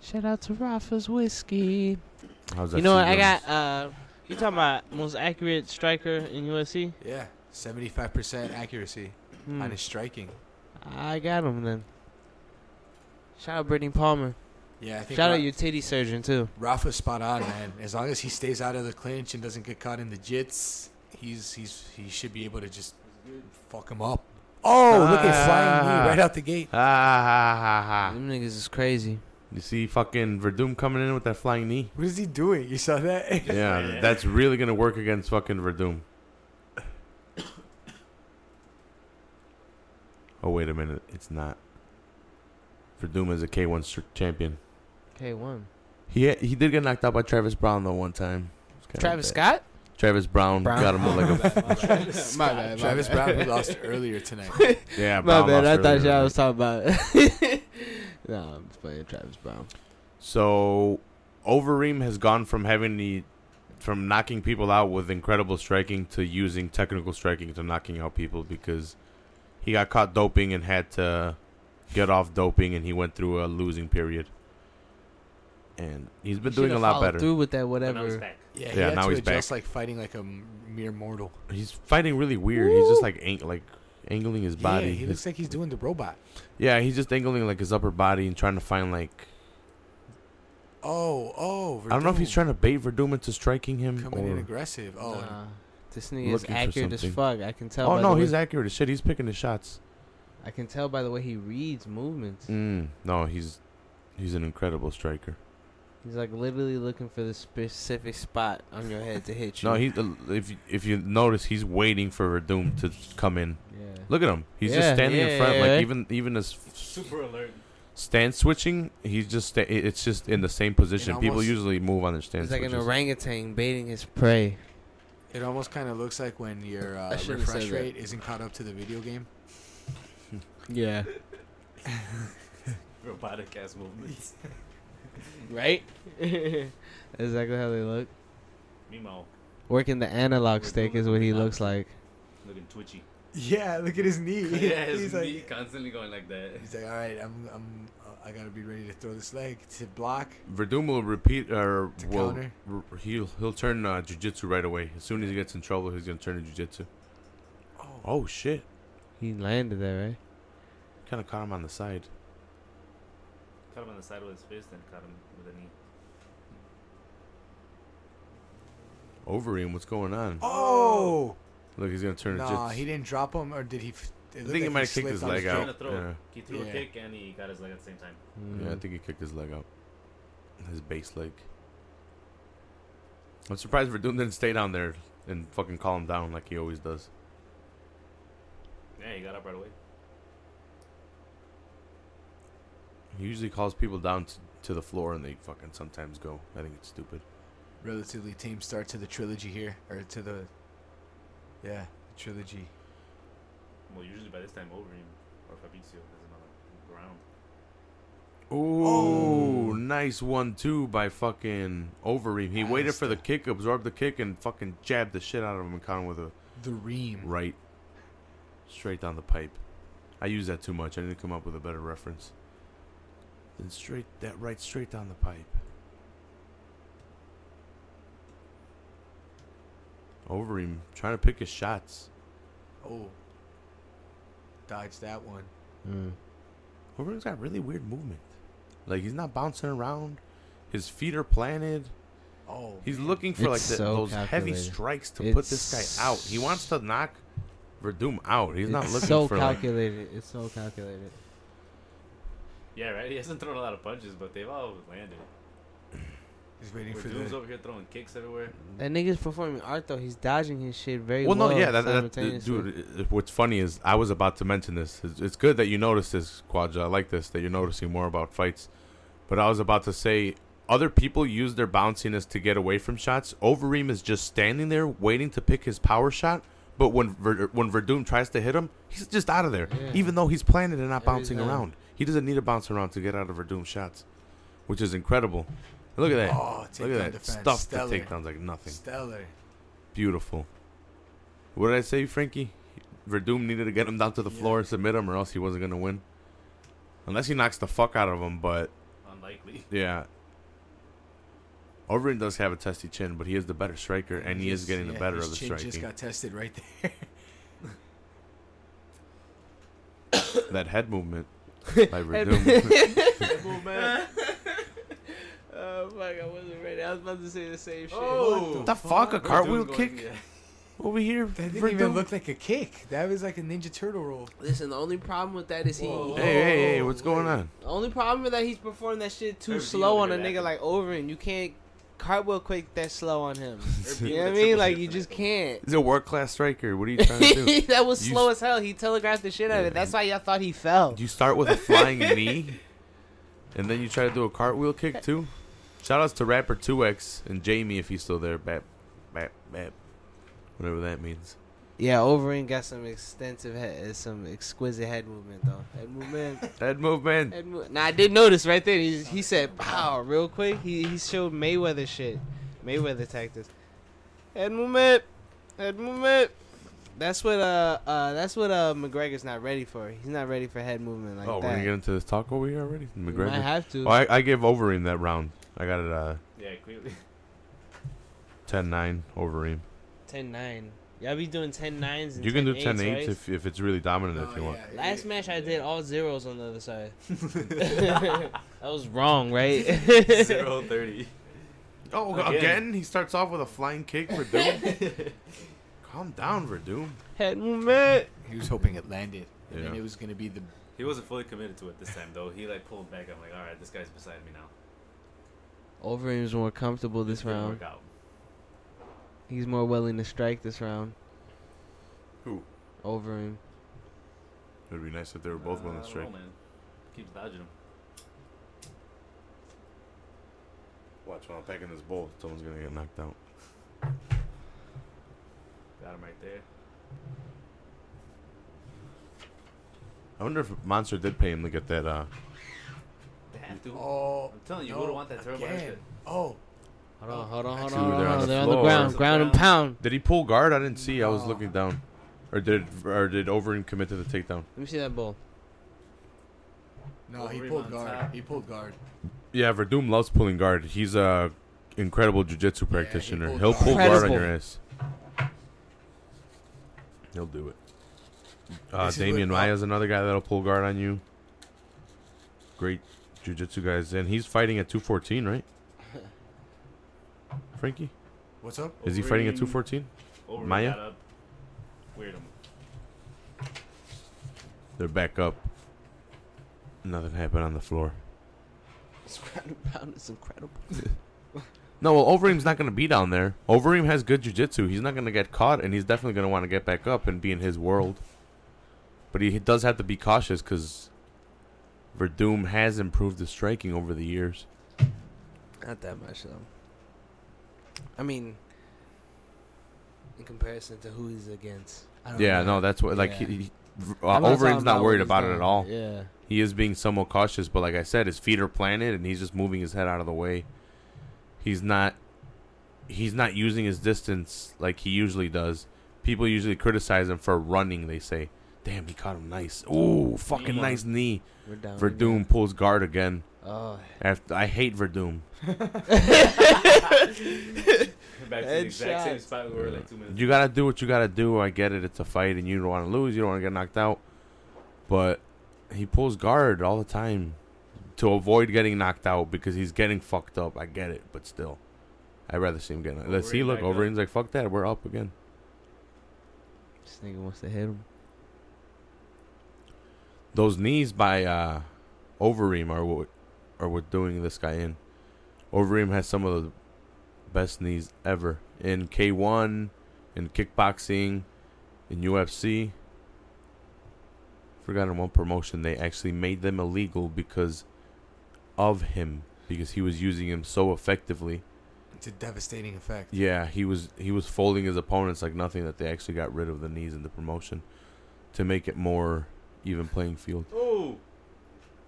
Speaker 7: Shout out to Rafa's whiskey.
Speaker 1: How's that?
Speaker 7: You know what? I
Speaker 1: Seagram's?
Speaker 7: got uh you talking about most accurate striker in USC?
Speaker 5: Yeah. 75% accuracy
Speaker 7: Hmm.
Speaker 5: on his striking.
Speaker 7: I got him then. Shout out Brittany Palmer.
Speaker 5: Yeah, I think
Speaker 7: Shout
Speaker 5: Ra-
Speaker 7: out your titty surgeon too.
Speaker 5: Rafa's spot on, man. As long as he stays out of the clinch and doesn't get caught in the jits, he's he's he should be able to just fuck him up. Oh, look at flying knee right out the gate.
Speaker 1: Ah, ha, ha, ha.
Speaker 7: Them niggas is crazy.
Speaker 1: You see fucking Verdum coming in with that flying knee?
Speaker 5: What is he doing? You saw that?
Speaker 1: Yeah,
Speaker 6: Yeah.
Speaker 1: that's really going to work against fucking Verdum. Oh, wait a minute. It's not. Verdum is a K1 str- champion.
Speaker 7: K one.
Speaker 1: He he did get knocked out by Travis Brown, though, one time. It's kinda
Speaker 7: Travis
Speaker 1: bad.
Speaker 7: Scott?
Speaker 1: Travis Brown,
Speaker 7: Brown.
Speaker 1: got him with like a.
Speaker 7: my bad.
Speaker 5: Travis Brown who lost earlier tonight.
Speaker 1: Yeah,
Speaker 7: My
Speaker 1: Brown
Speaker 7: bad. I
Speaker 1: lost
Speaker 7: thought
Speaker 1: earlier.
Speaker 7: y'all was talking about. nah, I'm playing Travis Brown.
Speaker 1: So, Overeem has gone from having the. From knocking people out with incredible striking to using technical striking to knocking out people because he got caught doping and had to get off doping and he went through a losing period. And he's been doing a lot better.
Speaker 7: Through with that
Speaker 6: But now he's
Speaker 7: whatever.
Speaker 6: back.
Speaker 5: Yeah,
Speaker 1: Yeah,
Speaker 5: had
Speaker 1: now
Speaker 5: to
Speaker 1: he's
Speaker 5: adjust, like fighting like a m- mere mortal.
Speaker 1: He's fighting really weird. He's just like ang- like angling his body.
Speaker 5: Yeah, he
Speaker 1: His-
Speaker 5: looks like he's doing the robot.
Speaker 1: yeah, he's just angling like his upper body and trying to find like
Speaker 5: Oh, oh.
Speaker 1: I don't know if he's
Speaker 5: Verdum
Speaker 1: trying to bait Verdum into striking him
Speaker 5: Oh, coming in
Speaker 1: or
Speaker 5: aggressive. Oh, and
Speaker 7: Nah. This nigga is
Speaker 1: Looking for
Speaker 7: accurate as
Speaker 1: something.
Speaker 7: fuck. I can tell.
Speaker 1: Oh
Speaker 7: by
Speaker 1: no,
Speaker 7: the
Speaker 1: he's
Speaker 7: way,
Speaker 1: accurate as shit. He's picking his shots.
Speaker 7: I can tell by the way he reads movements.
Speaker 1: Mm, no, he's he's an incredible striker.
Speaker 7: He's like literally looking for the specific spot on your head to hit you.
Speaker 1: No, he uh, if you- if you notice, he's waiting for Verdum to come in.
Speaker 7: Yeah.
Speaker 1: Look at him. He's just
Speaker 7: Yeah,
Speaker 1: standing
Speaker 7: yeah,
Speaker 1: in front.
Speaker 7: yeah,
Speaker 1: like
Speaker 7: yeah.
Speaker 1: even even his
Speaker 6: Super alert.
Speaker 1: stand switching, he's just sta- it- it's just in the same position. People
Speaker 5: almost-
Speaker 1: usually move on their stand
Speaker 7: He's like an
Speaker 1: switches.
Speaker 7: orangutan baiting his prey.
Speaker 5: It almost kind of looks like when your
Speaker 7: I
Speaker 5: uh,
Speaker 7: shouldn't have
Speaker 5: refresh
Speaker 7: said that.
Speaker 5: rate isn't caught up to the video game.
Speaker 7: Yeah.
Speaker 6: Robotic ass movements.
Speaker 7: Right? exactly how they look.
Speaker 6: Meanwhile,
Speaker 7: Working the analog stick is what he looks like.
Speaker 6: looking twitchy.
Speaker 8: Yeah, look at his knee.
Speaker 6: yeah, his
Speaker 8: he's
Speaker 6: knee
Speaker 8: like,
Speaker 6: constantly going like that.
Speaker 5: He's like, all right, I'm, I'm, I gotta be ready to throw this leg to block.
Speaker 1: Verdum will repeat or
Speaker 5: To
Speaker 1: will
Speaker 5: counter.
Speaker 1: r- he'll he'll turn uh, jujitsu right away. As soon as he gets in trouble, he's gonna turn to jujitsu. Oh. oh shit!
Speaker 7: He landed there, right?
Speaker 1: Kind of caught him on the side.
Speaker 6: Caught him on the side with his fist and caught him with a knee.
Speaker 1: Over him, what's going on?
Speaker 5: Oh,
Speaker 1: Look, he's gonna turn to
Speaker 5: nah,
Speaker 1: jujitsu.
Speaker 5: he didn't drop him, or did he? F- it
Speaker 1: I
Speaker 5: looked
Speaker 1: think he
Speaker 5: like
Speaker 1: might have kicked
Speaker 5: slipped
Speaker 1: his
Speaker 5: on
Speaker 1: leg
Speaker 5: the
Speaker 6: Trying
Speaker 1: out.
Speaker 6: to throw.
Speaker 1: Yeah.
Speaker 6: He threw
Speaker 5: Yeah.
Speaker 6: a kick and he got his leg at the same time.
Speaker 1: Yeah, I think he kicked his leg out. His base leg. I'm surprised Verdum didn't stay down there and fucking calm him down like he always does.
Speaker 6: Yeah, he got up right away.
Speaker 1: He usually calls people down t- to the floor and they fucking sometimes go. I think it's stupid.
Speaker 5: Relatively tame start to the trilogy here, or to the, yeah, the trilogy.
Speaker 6: Well, usually by this time, Overeem or Fabrizio has him on the ground.
Speaker 1: Oh. Ooh, nice one two by fucking Overeem. He waited for the kick, absorbed the kick, and fucking jabbed the shit out of him and caught him with a
Speaker 5: The ream.
Speaker 1: right, straight down the pipe. I use that too much. I need to come up with a better reference. Then straight that right straight down the pipe. Overeem trying to pick his shots.
Speaker 5: Oh, dodge that one.
Speaker 7: Mm.
Speaker 1: Overeem's got really weird movement. Like he's not bouncing around. His feet are planted.
Speaker 5: Oh,
Speaker 1: He's looking for like
Speaker 7: It's
Speaker 1: the,
Speaker 7: so
Speaker 1: those heavy
Speaker 7: calculated.
Speaker 1: strikes to put
Speaker 7: It's
Speaker 1: this guy out. He wants to knock Verdum out. He's not
Speaker 7: It's
Speaker 1: looking
Speaker 7: so
Speaker 1: for like,
Speaker 7: calculated. It's so calculated.
Speaker 6: Yeah, right. He hasn't thrown a lot of punches, but they've all landed.
Speaker 5: he's waiting for
Speaker 6: Verdum's
Speaker 5: the.
Speaker 6: over here throwing kicks everywhere.
Speaker 7: That nigga's performing art though. He's dodging his shit very
Speaker 1: well,
Speaker 7: well.
Speaker 1: no, yeah, that, that, that-
Speaker 7: simultaneously.
Speaker 1: dude. i- What's funny is I was about to mention this. It's, it's good that you noticed this, Quadja. I like this that you're noticing more about fights. But I was about to say, other people use their bounciness to get away from shots. Overeem is just standing there waiting to pick his power shot. But when Ver, when Verdum tries to hit him, he's just out of there.
Speaker 7: Yeah.
Speaker 1: Even though he's planted and not
Speaker 7: Every
Speaker 1: bouncing
Speaker 7: time.
Speaker 1: around, he doesn't need to bounce around to get out of Verdum's shots, which is incredible. Look at that!
Speaker 5: Oh,
Speaker 1: Look at
Speaker 5: takedown
Speaker 1: that!
Speaker 5: defense.
Speaker 1: Stuff
Speaker 5: Stellar.
Speaker 1: the takedowns like nothing.
Speaker 5: Stellar.
Speaker 1: Beautiful. What did I say, Frankie? Verdum needed to get him down to the floor and submit him, or else he wasn't gonna win. Unless he knocks the fuck out of him, but
Speaker 6: Unlikely.
Speaker 1: yeah. Overeem does have a testy chin, but he is the better striker, and he is
Speaker 5: His-
Speaker 1: getting the
Speaker 5: yeah,
Speaker 1: better
Speaker 5: his
Speaker 1: of the
Speaker 5: chin
Speaker 1: striking.
Speaker 5: Just got tested right there.
Speaker 1: That head movement by Verdum.
Speaker 7: Oh fuck! I wasn't ready. I was about to say the same shit.
Speaker 6: Oh!
Speaker 1: what the fuck? A cartwheel
Speaker 6: Verdum
Speaker 1: kick
Speaker 6: going- yeah.
Speaker 1: over here?
Speaker 5: That didn't even
Speaker 1: Verdum?
Speaker 5: look like a kick. That was like a Ninja Turtle roll.
Speaker 7: Listen, the only problem with that is he.
Speaker 1: Hey, hey, hey! What's
Speaker 5: Oh.
Speaker 1: going on?
Speaker 7: The only problem with that he's performing that shit too
Speaker 6: Every
Speaker 7: slow
Speaker 6: deal
Speaker 7: on a
Speaker 6: that
Speaker 7: nigga
Speaker 6: happened.
Speaker 7: like Overeem. You can't cartwheel quick that slow on him.
Speaker 6: They're
Speaker 7: you
Speaker 6: beating
Speaker 7: know what I
Speaker 6: the
Speaker 7: mean?
Speaker 6: triple
Speaker 7: Like
Speaker 6: shit
Speaker 7: you
Speaker 6: tonight,
Speaker 7: just
Speaker 6: though.
Speaker 7: can't.
Speaker 1: He's a world class striker. What are you trying to do?
Speaker 7: that was
Speaker 1: You-
Speaker 7: slow as hell. He telegraphed the shit out of
Speaker 1: Yeah.
Speaker 7: it. That's why y'all thought he fell.
Speaker 1: You start with a flying knee, and then you try to do a cartwheel kick too. Shout outs to rapper 2X and Jamie if he's still there. Bap, bap, bap. Whatever that means.
Speaker 7: Yeah, Overeem got some extensive, head, uh, some exquisite head movement though. Head movement.
Speaker 1: Head movement.
Speaker 7: head move. Now I did notice right there. He, he said "pow" real quick. He he showed Mayweather shit, Mayweather tactics. Head movement. Head movement. That's what uh uh that's what uh McGregor's not ready for. He's not ready for head movement like
Speaker 1: oh, we're
Speaker 7: that.
Speaker 1: gonna get into this talk over here already.
Speaker 7: You might
Speaker 1: McGregor.
Speaker 7: have to.
Speaker 1: Oh, I, I gave Overeem that round. I got it uh,
Speaker 6: Yeah, clearly.
Speaker 1: 10-9 Overeem.
Speaker 7: 10-9. Y'all be doing 10 nines. And
Speaker 1: You can do 10 8
Speaker 7: right? Oh,
Speaker 1: if, if it's really dominant
Speaker 5: Oh,
Speaker 1: if you want.
Speaker 7: Last match I did all zeros on the other side. that was wrong, right?
Speaker 6: Zero thirty.
Speaker 1: Oh,
Speaker 6: Again.
Speaker 1: He starts off with a flying kick for Doom. I'm down for Doom.
Speaker 7: Head movement.
Speaker 5: He was hoping it landed, and then
Speaker 1: Yeah.
Speaker 5: it was gonna be the
Speaker 6: He wasn't fully committed to it this time though. He like pulled back. I'm like, all right, this guy's beside me now.
Speaker 7: Overeem is more comfortable this
Speaker 6: Didn't
Speaker 7: round.
Speaker 6: work out.
Speaker 7: He's more willing to strike this round.
Speaker 1: Who?
Speaker 7: Overeem.
Speaker 1: It would be nice if they were both
Speaker 6: Uh,
Speaker 1: willing
Speaker 6: I
Speaker 1: to
Speaker 6: don't
Speaker 1: strike.
Speaker 6: know, man. Keeps dodging him.
Speaker 1: Watch when I'm packing this bowl, someone's gonna get knocked out.
Speaker 6: Got him right there.
Speaker 1: I wonder if Monster did pay him to get that. Uh,
Speaker 6: Damn, dude.
Speaker 5: oh.
Speaker 6: I'm telling you,
Speaker 5: no,
Speaker 6: you would want that turbo.
Speaker 5: again. Oh,
Speaker 7: Hold on, hold on, hold
Speaker 1: Actually,
Speaker 7: on.
Speaker 1: they're
Speaker 7: Hold
Speaker 1: on
Speaker 7: on.
Speaker 1: the
Speaker 7: They're on the
Speaker 1: floor.
Speaker 7: ground. Ground and pound.
Speaker 1: did he pull guard? I didn't see. I was looking down, or did or did Overeem commit to the takedown?
Speaker 7: Let me see that ball.
Speaker 5: no, he
Speaker 6: Overeem
Speaker 5: pulled
Speaker 6: on
Speaker 5: guard.
Speaker 6: top.
Speaker 5: He pulled guard.
Speaker 1: Yeah, Verdum loves pulling guard. He's a incredible jujitsu practitioner.
Speaker 5: pulled
Speaker 1: He'll
Speaker 5: guard.
Speaker 1: pull guard on
Speaker 7: Incredible.
Speaker 1: your ass. He'll do it. Uh,
Speaker 5: This is what-
Speaker 1: Damian Maya's another guy that'll pull guard on you. Great jujitsu guys, and he's fighting at 214, right? Frankie,
Speaker 5: What's up?
Speaker 1: is he fighting at
Speaker 6: Overeem-
Speaker 1: 214?
Speaker 6: Overeem
Speaker 1: Maya?
Speaker 6: got up, Weird him.
Speaker 1: They're back up. Nothing happened on the floor.
Speaker 7: This ground and pound is incredible.
Speaker 1: No, well, Overeem's not going to be down there. Overeem has good jujitsu. He's not going to get caught, and he's definitely going to want to get back up and be in his world. But he does have to be cautious because Verdum has improved his striking over the years.
Speaker 7: Not that much though. I mean, in comparison to who he's against. I
Speaker 5: Oh,
Speaker 7: don't
Speaker 1: Yeah,
Speaker 7: know.
Speaker 1: no, that's what like
Speaker 7: Yeah.
Speaker 1: he, he, uh,
Speaker 7: I'm not talking
Speaker 1: Overeem's not
Speaker 7: what
Speaker 1: worried
Speaker 7: he's
Speaker 1: about it
Speaker 7: doing.
Speaker 1: at all.
Speaker 7: Yeah.
Speaker 1: He is being somewhat cautious, but like I said, his feet are planted, and he's just moving his head out of the way. He's not. He's not using his distance like he usually does. People usually criticize him for running. They say, "Damn, he caught him nice. Ooh, fucking
Speaker 7: Knee.
Speaker 1: nice knee."
Speaker 7: We're down. we're
Speaker 1: Verdum pulls guard again.
Speaker 7: down. Oh,
Speaker 1: After I hate Verdum.
Speaker 6: Back to the exact same spot we were like two minutes.
Speaker 1: You gotta do what you gotta do. I get it. It's a fight, and you don't want to lose. You don't want to get knocked out. But he pulls guard all the time to avoid getting knocked out because he's getting fucked up. I get it, but still, I'd rather see him get. knocked- Let's see.
Speaker 6: Overeem
Speaker 1: Look,
Speaker 6: back up.
Speaker 1: Overeem's like, "Fuck that. We're up again."
Speaker 7: this nigga wants to hit him.
Speaker 1: Those knees by uh, Overeem are what are what doing this guy in. Overeem has some of the best knees ever in K1, in kickboxing, in UFC. Forgot in one promotion they actually made them illegal because of him because he was using him so effectively.
Speaker 5: It's a devastating effect.
Speaker 1: Yeah, he was he was folding his opponents like nothing that they actually got rid of the knees in the promotion to make it more even playing field.
Speaker 6: Oh,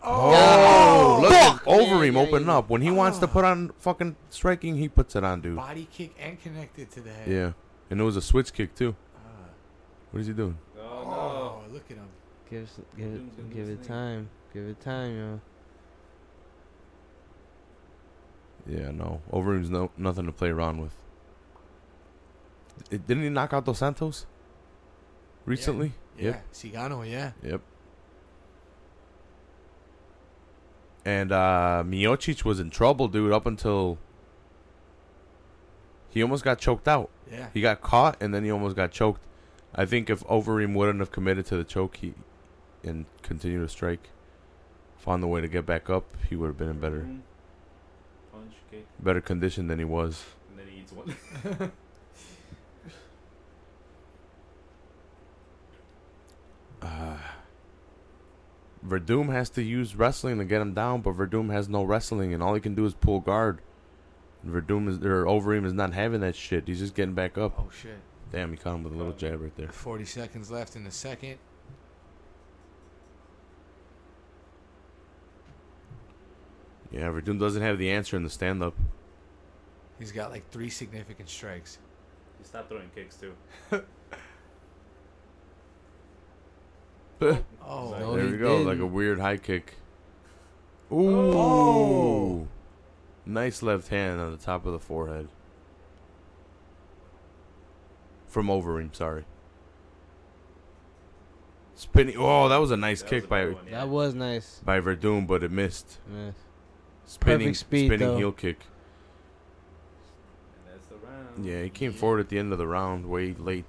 Speaker 1: Oh, look at Overeem
Speaker 7: Yeah, yeah,
Speaker 1: open
Speaker 7: yeah.
Speaker 1: up. When he wants to
Speaker 5: Ah.
Speaker 1: put on fucking striking, he puts it on, dude.
Speaker 5: Body kick and connected to the head.
Speaker 1: Yeah. And it was a switch kick, too.
Speaker 5: Ah.
Speaker 1: What is he doing?
Speaker 6: oh
Speaker 5: Oh,
Speaker 6: no!
Speaker 5: look at him.
Speaker 7: Give us- give
Speaker 6: Doom's gonna
Speaker 7: it
Speaker 6: do
Speaker 7: give
Speaker 6: his
Speaker 7: it
Speaker 6: thing.
Speaker 7: time. Give it time, yo.
Speaker 1: Yeah, no. Overeem's no, nothing to play around with. It, didn't he knock out Dos Santos recently?
Speaker 5: Yeah, Cigano. Yeah.
Speaker 1: Yep. Yep. And uh, Miocic was in trouble, dude, up until he almost got choked out.
Speaker 5: Yeah.
Speaker 1: He got caught and then he almost got choked. I think if Overeem wouldn't have committed to the choke he, and continued to strike, found the way to get back up, he would have been in better
Speaker 6: Boom. Mm-hmm. Punch, kick,
Speaker 1: better condition than he was.
Speaker 6: and then he eats one.
Speaker 1: Uh, Verdum has to use wrestling to get him down, but Verdum has no wrestling and all he can do is pull guard. And Verdum is or Overeem is not having that shit. He's just getting back up.
Speaker 5: Oh shit.
Speaker 1: Damn, he caught him with a little jab right there.
Speaker 5: Forty seconds left in the second.
Speaker 1: Yeah, Verdum doesn't have the answer in the stand up.
Speaker 5: He's got like three significant strikes.
Speaker 6: he stopped throwing kicks too.
Speaker 5: Oh,
Speaker 6: Sorry.
Speaker 5: no,
Speaker 1: there
Speaker 5: he
Speaker 1: we go, like a
Speaker 5: didn't.
Speaker 1: weird high kick. Ooh.
Speaker 7: Oh.
Speaker 1: Nice left hand on the top of the forehead. From Overeem, sorry. Spinning. Oh, that was a nice
Speaker 6: That was
Speaker 1: kick
Speaker 6: a
Speaker 1: by
Speaker 6: bad one, yeah.
Speaker 7: That was nice.
Speaker 1: by Verdum, but it missed.
Speaker 7: Yes.
Speaker 1: Spinning
Speaker 7: Perfect speed,
Speaker 1: spinning
Speaker 7: though.
Speaker 1: heel kick.
Speaker 6: And that's the round.
Speaker 1: Yeah, he came forward at the end of the round, way late.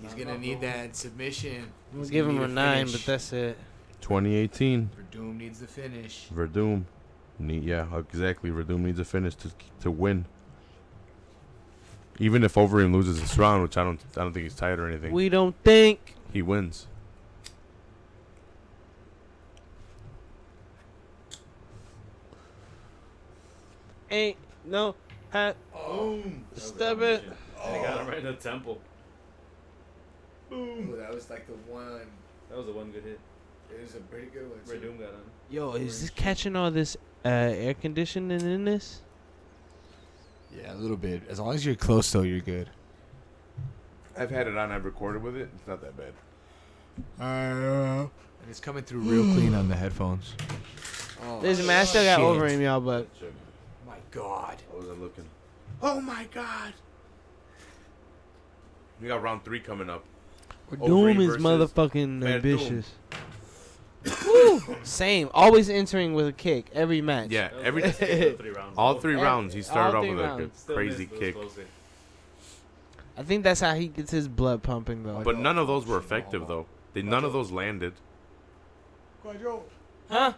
Speaker 5: He's gonna need that submission.
Speaker 7: We'll
Speaker 5: He's
Speaker 7: give
Speaker 5: gonna
Speaker 7: him a
Speaker 5: need
Speaker 7: nine, but
Speaker 5: finish.
Speaker 7: that's it.
Speaker 1: 2018.
Speaker 5: Verdum needs the finish.
Speaker 1: Verdum. Need, yeah, exactly. Verdum needs a finish to to win. Even if Overeem loses this round, which I don't, I don't think he's tied or anything,
Speaker 7: We don't think.
Speaker 1: he wins.
Speaker 7: Ain't no hat.
Speaker 5: Oh,
Speaker 7: Step it.
Speaker 6: They got him right in the temple.
Speaker 5: Ooh, that was like the one.
Speaker 6: That was a one good hit.
Speaker 5: It was a pretty good one.
Speaker 6: Ray
Speaker 5: too.
Speaker 6: Doom got him.
Speaker 7: Yo, is this catching all this uh, air conditioning in this?
Speaker 5: Yeah, a little bit. As long as you're close, though, you're good.
Speaker 1: I've had it on. I've recorded with it. It's not that bad.
Speaker 5: and it's coming through real clean on the headphones. Oh,
Speaker 7: This man I still got
Speaker 5: shit.
Speaker 7: over him, y'all, but
Speaker 5: My God.
Speaker 1: I wasn't looking.
Speaker 5: Oh my God.
Speaker 1: We got round three coming up.
Speaker 7: Doom is
Speaker 1: versus
Speaker 7: motherfucking
Speaker 1: Bad Doom.
Speaker 7: ambitious. Woo! Same. Always entering with a kick every match.
Speaker 1: Yeah,
Speaker 6: That was
Speaker 1: every
Speaker 6: close. That was three rounds.
Speaker 1: all three
Speaker 7: Every-
Speaker 1: rounds he started
Speaker 7: all
Speaker 1: off
Speaker 7: three
Speaker 1: with like a
Speaker 7: rounds.
Speaker 6: Still
Speaker 1: crazy
Speaker 6: missed, but it was
Speaker 1: kick,
Speaker 6: closer.
Speaker 7: I think that's how he gets his blood pumping though.
Speaker 1: but none of those were effective though. They none of those landed.
Speaker 7: huh?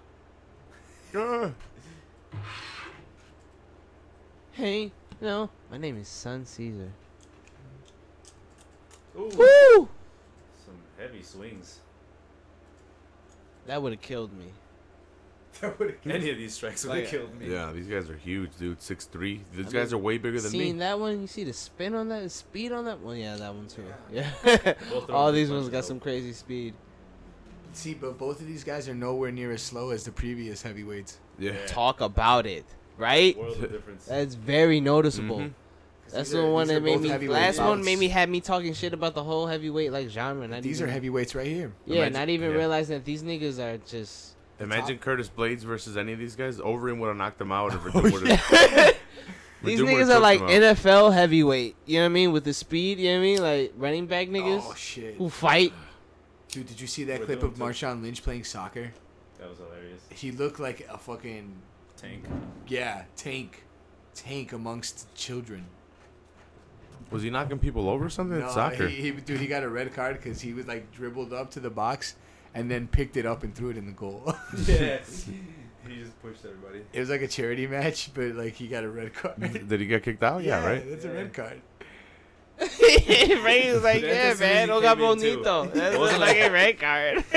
Speaker 7: Hey, no, my name is Son Caesar.
Speaker 6: Ooh,
Speaker 7: Woo!
Speaker 6: some heavy swings.
Speaker 7: That would have killed me.
Speaker 6: Any of these strikes would have killed me.
Speaker 1: Yeah, these guys are huge, dude. Six three. These guys are way bigger than
Speaker 7: Seeing
Speaker 1: me.
Speaker 7: that one, you see the spin on that, the speed on that one. Yeah, that one too. Yeah.
Speaker 6: Both of
Speaker 7: All
Speaker 6: them
Speaker 7: these
Speaker 6: punch
Speaker 7: ones got
Speaker 6: out.
Speaker 7: some crazy speed.
Speaker 5: See, but both of these guys are nowhere near as slow as the previous heavyweights.
Speaker 1: Yeah.
Speaker 7: Talk about it, right?
Speaker 6: World of difference.
Speaker 7: That's very noticeable.
Speaker 1: Mhm.
Speaker 7: That's
Speaker 5: These
Speaker 7: the
Speaker 5: are-
Speaker 7: one
Speaker 5: these
Speaker 7: that
Speaker 5: are
Speaker 7: made
Speaker 5: both
Speaker 7: me.
Speaker 5: heavyweight
Speaker 7: Last one
Speaker 5: bouts.
Speaker 7: made me had me talking shit about the whole heavyweight like genre. and I
Speaker 5: These are
Speaker 7: didn't even-
Speaker 5: heavyweights right here.
Speaker 7: Yeah,
Speaker 1: Imagine-
Speaker 7: not even
Speaker 1: yeah.
Speaker 7: realizing that these niggas are just.
Speaker 1: Imagine Curtis Blades versus any of these guys. Overeem would have knocked them out. Or
Speaker 7: Oh,
Speaker 1: Verdum would've- Verdum
Speaker 7: These
Speaker 1: would've
Speaker 7: niggas
Speaker 1: choked
Speaker 7: are like
Speaker 1: him out.
Speaker 7: NFL heavyweight. You know what I mean? With the speed, you know what I mean? Like running back niggas
Speaker 5: Oh shit,
Speaker 7: who fight.
Speaker 5: dude! Did you see that
Speaker 6: We're
Speaker 5: clip
Speaker 6: doing
Speaker 5: of
Speaker 6: too.
Speaker 5: Marshawn Lynch playing soccer?
Speaker 6: That was hilarious.
Speaker 5: He looked like a fucking
Speaker 6: Tank.
Speaker 5: yeah tank, tank amongst children.
Speaker 1: Was he knocking people over or something? It's soccer.
Speaker 5: He, he, dude, he got a red card because he was like dribbled up to the box and then picked it up and threw it in the goal.
Speaker 6: yes. He just pushed everybody.
Speaker 5: it was like a charity match, but like he got a red card.
Speaker 1: Did he get kicked out? Yeah, Mm, right.
Speaker 5: That's a red card.
Speaker 7: Ray was like,
Speaker 6: That's
Speaker 7: yeah,
Speaker 6: as soon as
Speaker 7: man,
Speaker 6: he
Speaker 7: no got
Speaker 6: came in, too.
Speaker 7: bonito. That's
Speaker 6: It wasn't
Speaker 7: like a
Speaker 6: like-
Speaker 7: red card.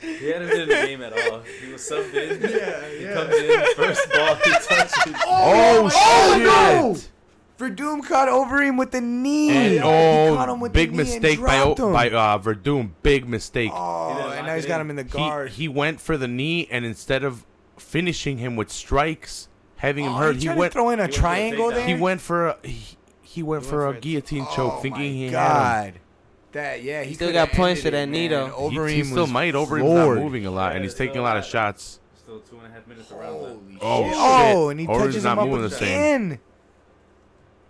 Speaker 6: He hadn't been in the game at all. He was subbed in. Yeah, yeah. He comes in, first ball he touches.
Speaker 1: Oh, shit!
Speaker 5: Verdum caught over him with the knee.
Speaker 1: And,
Speaker 5: He caught him
Speaker 1: oh,
Speaker 5: with the
Speaker 1: big
Speaker 5: knee and
Speaker 1: mistake by
Speaker 5: dropped him.
Speaker 1: by uh, Verdum. Big mistake.
Speaker 5: Oh,
Speaker 6: didn't
Speaker 5: and
Speaker 6: lock
Speaker 5: now he's
Speaker 6: it
Speaker 5: got
Speaker 6: in.
Speaker 5: him in the
Speaker 1: he,
Speaker 5: guard.
Speaker 1: he went for the knee, and instead of finishing him with strikes, having him
Speaker 5: Oh,
Speaker 1: hurt,
Speaker 5: he
Speaker 1: he
Speaker 5: tried
Speaker 1: went
Speaker 5: to throw in a
Speaker 6: went for the
Speaker 5: triangle
Speaker 6: takedown.
Speaker 5: there.
Speaker 1: he went for a he, he went for a
Speaker 7: for a-
Speaker 1: guillotine
Speaker 5: oh
Speaker 1: choke, thinking
Speaker 5: my
Speaker 1: he had him.
Speaker 5: God. That yeah, he,
Speaker 7: still
Speaker 5: coulda
Speaker 7: got punched
Speaker 5: ended
Speaker 7: for
Speaker 5: it,
Speaker 7: that
Speaker 5: man.
Speaker 7: knee, though.
Speaker 5: Overeem
Speaker 1: he, he still
Speaker 5: was
Speaker 1: might. Overeem's
Speaker 5: floored.
Speaker 1: not moving a lot, and he's taking a lot of shots.
Speaker 6: Still two and a half minutes around
Speaker 5: Holy
Speaker 6: left.
Speaker 5: shit.
Speaker 1: Oh, shit.
Speaker 5: oh, and he
Speaker 1: Overeem's
Speaker 5: touches
Speaker 1: not
Speaker 5: him up
Speaker 1: moving the same.
Speaker 5: again.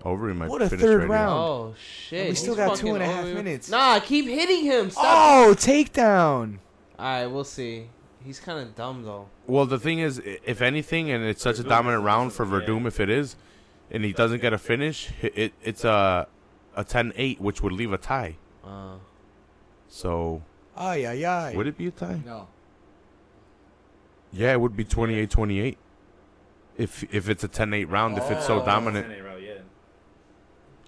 Speaker 1: Overeem might
Speaker 5: What a
Speaker 1: finish
Speaker 5: third
Speaker 1: right
Speaker 5: round.
Speaker 7: oh, shit.
Speaker 5: And we still
Speaker 7: He's
Speaker 5: got two
Speaker 7: fucking
Speaker 5: and a half
Speaker 7: over-
Speaker 5: minutes.
Speaker 7: Nah, keep hitting him. Stop.
Speaker 5: Oh, takedown.
Speaker 7: All right, we'll see. He's kind of dumb, though.
Speaker 1: Here. Well, the thing is, i- if anything, and it's such a dominant round for Verdum, if it is, and he doesn't get a finish, it, it it's a a 10-8, which would leave a tie.
Speaker 7: Uh,
Speaker 1: So
Speaker 5: Ay ay ay.
Speaker 1: would it be a tie?
Speaker 5: No.
Speaker 1: Yeah, it would be 28-28. If if it's a 10-8 round, if it's so
Speaker 5: Oh.
Speaker 1: dominant.
Speaker 6: Ten eight route, yeah.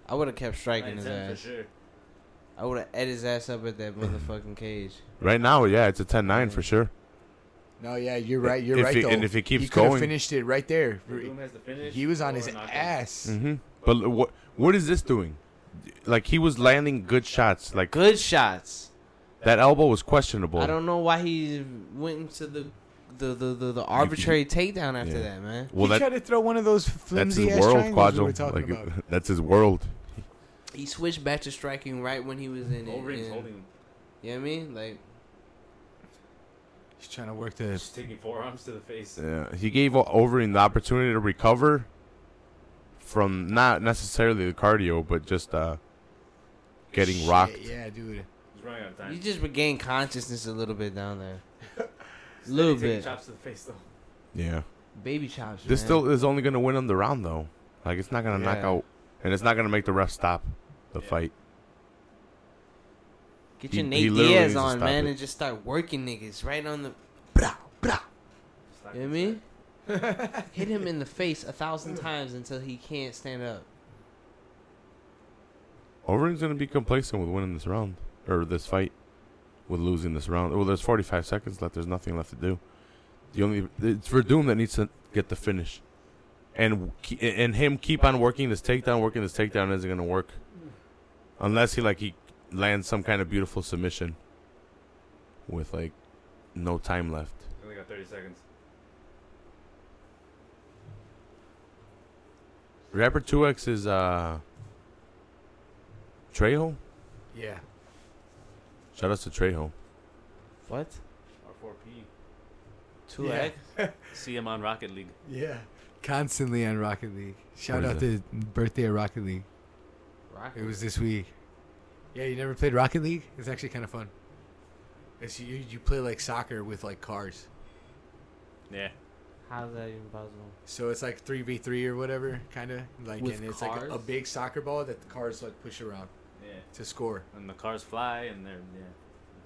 Speaker 7: I would have kept striking
Speaker 6: Nine,
Speaker 7: his
Speaker 6: ten for
Speaker 7: ass.
Speaker 6: sure.
Speaker 7: I would have ate his ass up at that motherfucking cage.
Speaker 1: Right now, yeah, it's a 10-9 for sure.
Speaker 5: No, yeah, you're right. You're
Speaker 1: If
Speaker 5: right.
Speaker 1: he-
Speaker 5: though.
Speaker 1: and if he keeps
Speaker 5: he coulda
Speaker 1: going-
Speaker 5: finished it right there.
Speaker 6: Verdum has the finish.
Speaker 5: He was on
Speaker 6: or
Speaker 5: his
Speaker 6: knockout.
Speaker 5: ass.
Speaker 1: Mm-hmm. But what what is this doing? Like he was landing good shots. Like
Speaker 7: Good shots.
Speaker 1: that elbow was questionable.
Speaker 7: I don't know why he went into the the the, the, the arbitrary takedown after
Speaker 1: Yeah.
Speaker 7: that, man.
Speaker 1: well,
Speaker 5: he
Speaker 1: that,
Speaker 5: tried to throw one of those
Speaker 1: that's
Speaker 5: flimsy
Speaker 1: his
Speaker 5: ass
Speaker 1: world,
Speaker 5: triangles we were
Speaker 1: Quadro.
Speaker 5: talking
Speaker 1: like uh,
Speaker 5: about.
Speaker 1: that's his world.
Speaker 7: He switched back to striking right when he was in it.
Speaker 6: Overeem's
Speaker 7: and-
Speaker 6: holding him.
Speaker 7: You know what I mean? Like
Speaker 5: He's trying to work the.
Speaker 6: Just taking forearms to the face.
Speaker 1: Yeah, he gave O- Overeem the opportunity to recover from not necessarily the cardio, but just uh, getting
Speaker 5: Shit,
Speaker 1: rocked.
Speaker 5: Yeah, dude.
Speaker 6: He's running out of time.
Speaker 7: you just regain consciousness a little bit down there. A little
Speaker 6: Taking
Speaker 7: bit.
Speaker 6: chops to the face though.
Speaker 1: Yeah.
Speaker 7: Baby chops.
Speaker 1: This
Speaker 7: man.
Speaker 1: still is only gonna win him the round though. Like it's not gonna knock
Speaker 5: Yeah.
Speaker 1: out, and it's not gonna make the ref stop the fight.
Speaker 7: Get
Speaker 1: He-
Speaker 7: your
Speaker 1: he
Speaker 7: Nate
Speaker 1: literally needs
Speaker 7: Diaz
Speaker 1: to
Speaker 7: on,
Speaker 1: stop
Speaker 7: man,
Speaker 1: it.
Speaker 7: and just start working niggas right on the. Brah, brah.
Speaker 6: Stock
Speaker 7: You know what I mean? Hit him in the face a thousand times until he can't stand up.
Speaker 1: Overeem's gonna be complacent with winning this round or this fight, with losing this round. Well, there's 45 seconds left. There's nothing left to do. The only it's Verdum that needs to get the finish, and ke- and him keep on working this takedown, working this takedown isn't gonna work, unless he like he lands some kind of beautiful submission with like no time left.
Speaker 6: We only got 30 seconds.
Speaker 1: Rapper 2x is uh Trejo.
Speaker 5: Yeah.
Speaker 1: Shout out to Trejo.
Speaker 7: What?
Speaker 6: R4P.
Speaker 7: Two
Speaker 5: Yeah.
Speaker 7: X?
Speaker 6: See him on Rocket League.
Speaker 5: Yeah. Constantly on Rocket League. Shout
Speaker 1: What
Speaker 5: out
Speaker 1: is
Speaker 5: to birthday of Rocket League. It was this week. Yeah, you never played Rocket League? It's actually kind of fun. It's you, you play like soccer with like cars.
Speaker 6: Yeah.
Speaker 7: How's that even possible?
Speaker 5: So it's like 3v3 or whatever, kind of. Like
Speaker 7: With
Speaker 5: and it's like a, a
Speaker 7: cars?
Speaker 5: big soccer ball that the cars like push around
Speaker 6: Yeah.
Speaker 5: to score.
Speaker 6: And the cars fly and they're yeah,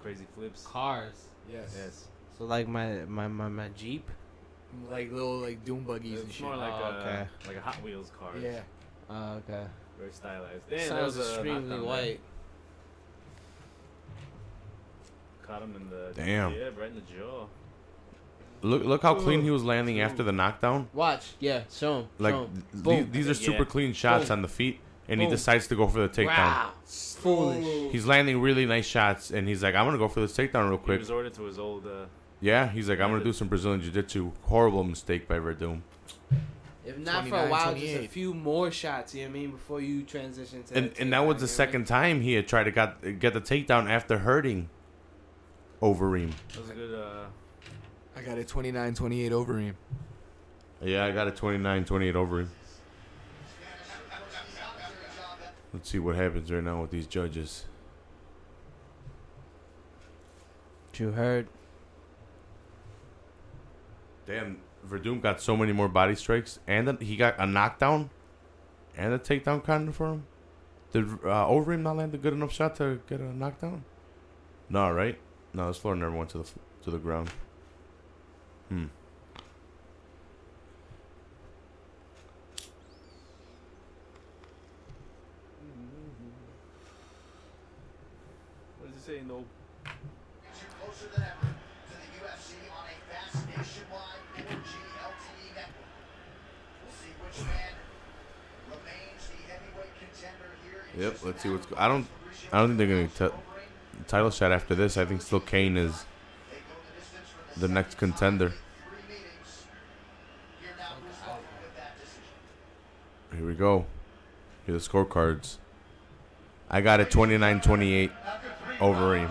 Speaker 6: crazy flips.
Speaker 7: Cars.
Speaker 5: Yes.
Speaker 6: Yes.
Speaker 7: So like my my my, my Jeep.
Speaker 5: Like little like doom buggies and
Speaker 6: It's
Speaker 5: shit.
Speaker 6: more like
Speaker 7: Oh,
Speaker 6: a
Speaker 7: okay.
Speaker 6: like a Hot Wheels car.
Speaker 5: yeah.
Speaker 7: Oh, okay.
Speaker 6: Very stylized. Damn, that
Speaker 7: Sounds
Speaker 6: was uh, a
Speaker 7: extremely
Speaker 6: knockdown there.
Speaker 7: white.
Speaker 6: Caught him in the
Speaker 1: Damn.
Speaker 6: Yeah, right in the jaw.
Speaker 1: Look look how clean he was landing after the knockdown.
Speaker 7: Watch, yeah, show him.
Speaker 1: Like
Speaker 7: show him.
Speaker 1: th-
Speaker 7: Boom.
Speaker 1: these, these are
Speaker 6: Yeah.
Speaker 1: super clean shots
Speaker 7: Boom.
Speaker 1: on the feet, and he
Speaker 7: Boom.
Speaker 1: decides to go for the takedown.
Speaker 7: Wow. Foolish.
Speaker 1: He's landing really nice shots, and he's like, "I'm gonna go for this takedown real
Speaker 6: He
Speaker 1: quick."
Speaker 6: resorted to his old. Uh,
Speaker 1: Yeah, he's like, "I'm gonna do some Brazilian jiu-jitsu." Horrible mistake by Verdum.
Speaker 7: If not for a
Speaker 5: 29,
Speaker 7: while, just a
Speaker 5: 28.
Speaker 7: few more shots, you know what I mean, before you transition to
Speaker 1: And and that was the second time he had tried to got get the takedown after hurting Overeem.
Speaker 6: that was a good. Uh,
Speaker 5: I got a 29 28 over him.
Speaker 1: Yeah, I got a 29-28 Overeem. Let's see what happens right now with these judges.
Speaker 7: you heard.
Speaker 1: Damn, Verdum got so many more body strikes, and then he got a knockdown, and a takedown counted for him. Did uh, Overeem not land a good enough shot to get a knockdown? No, right? No, this floor never went to the f- to the ground. Hmm.
Speaker 6: what does it say in the old
Speaker 10: closer than ever to the UFC on a vast nationwide 4G LTE E network. We'll see which man remains the heavyweight contender here. in
Speaker 1: Yep.
Speaker 10: just
Speaker 1: Let's see
Speaker 10: an
Speaker 1: what's.
Speaker 10: hour.
Speaker 1: Go- I don't. I don't think they're gonna t- title shot after this. I think still Kane is
Speaker 10: They go the distance for
Speaker 1: the next contender.
Speaker 10: three meetings. Here now, Bruce Buffer with that decision.
Speaker 1: Here we go. Here are the scorecards. I got it 29-28 Overeem.
Speaker 10: We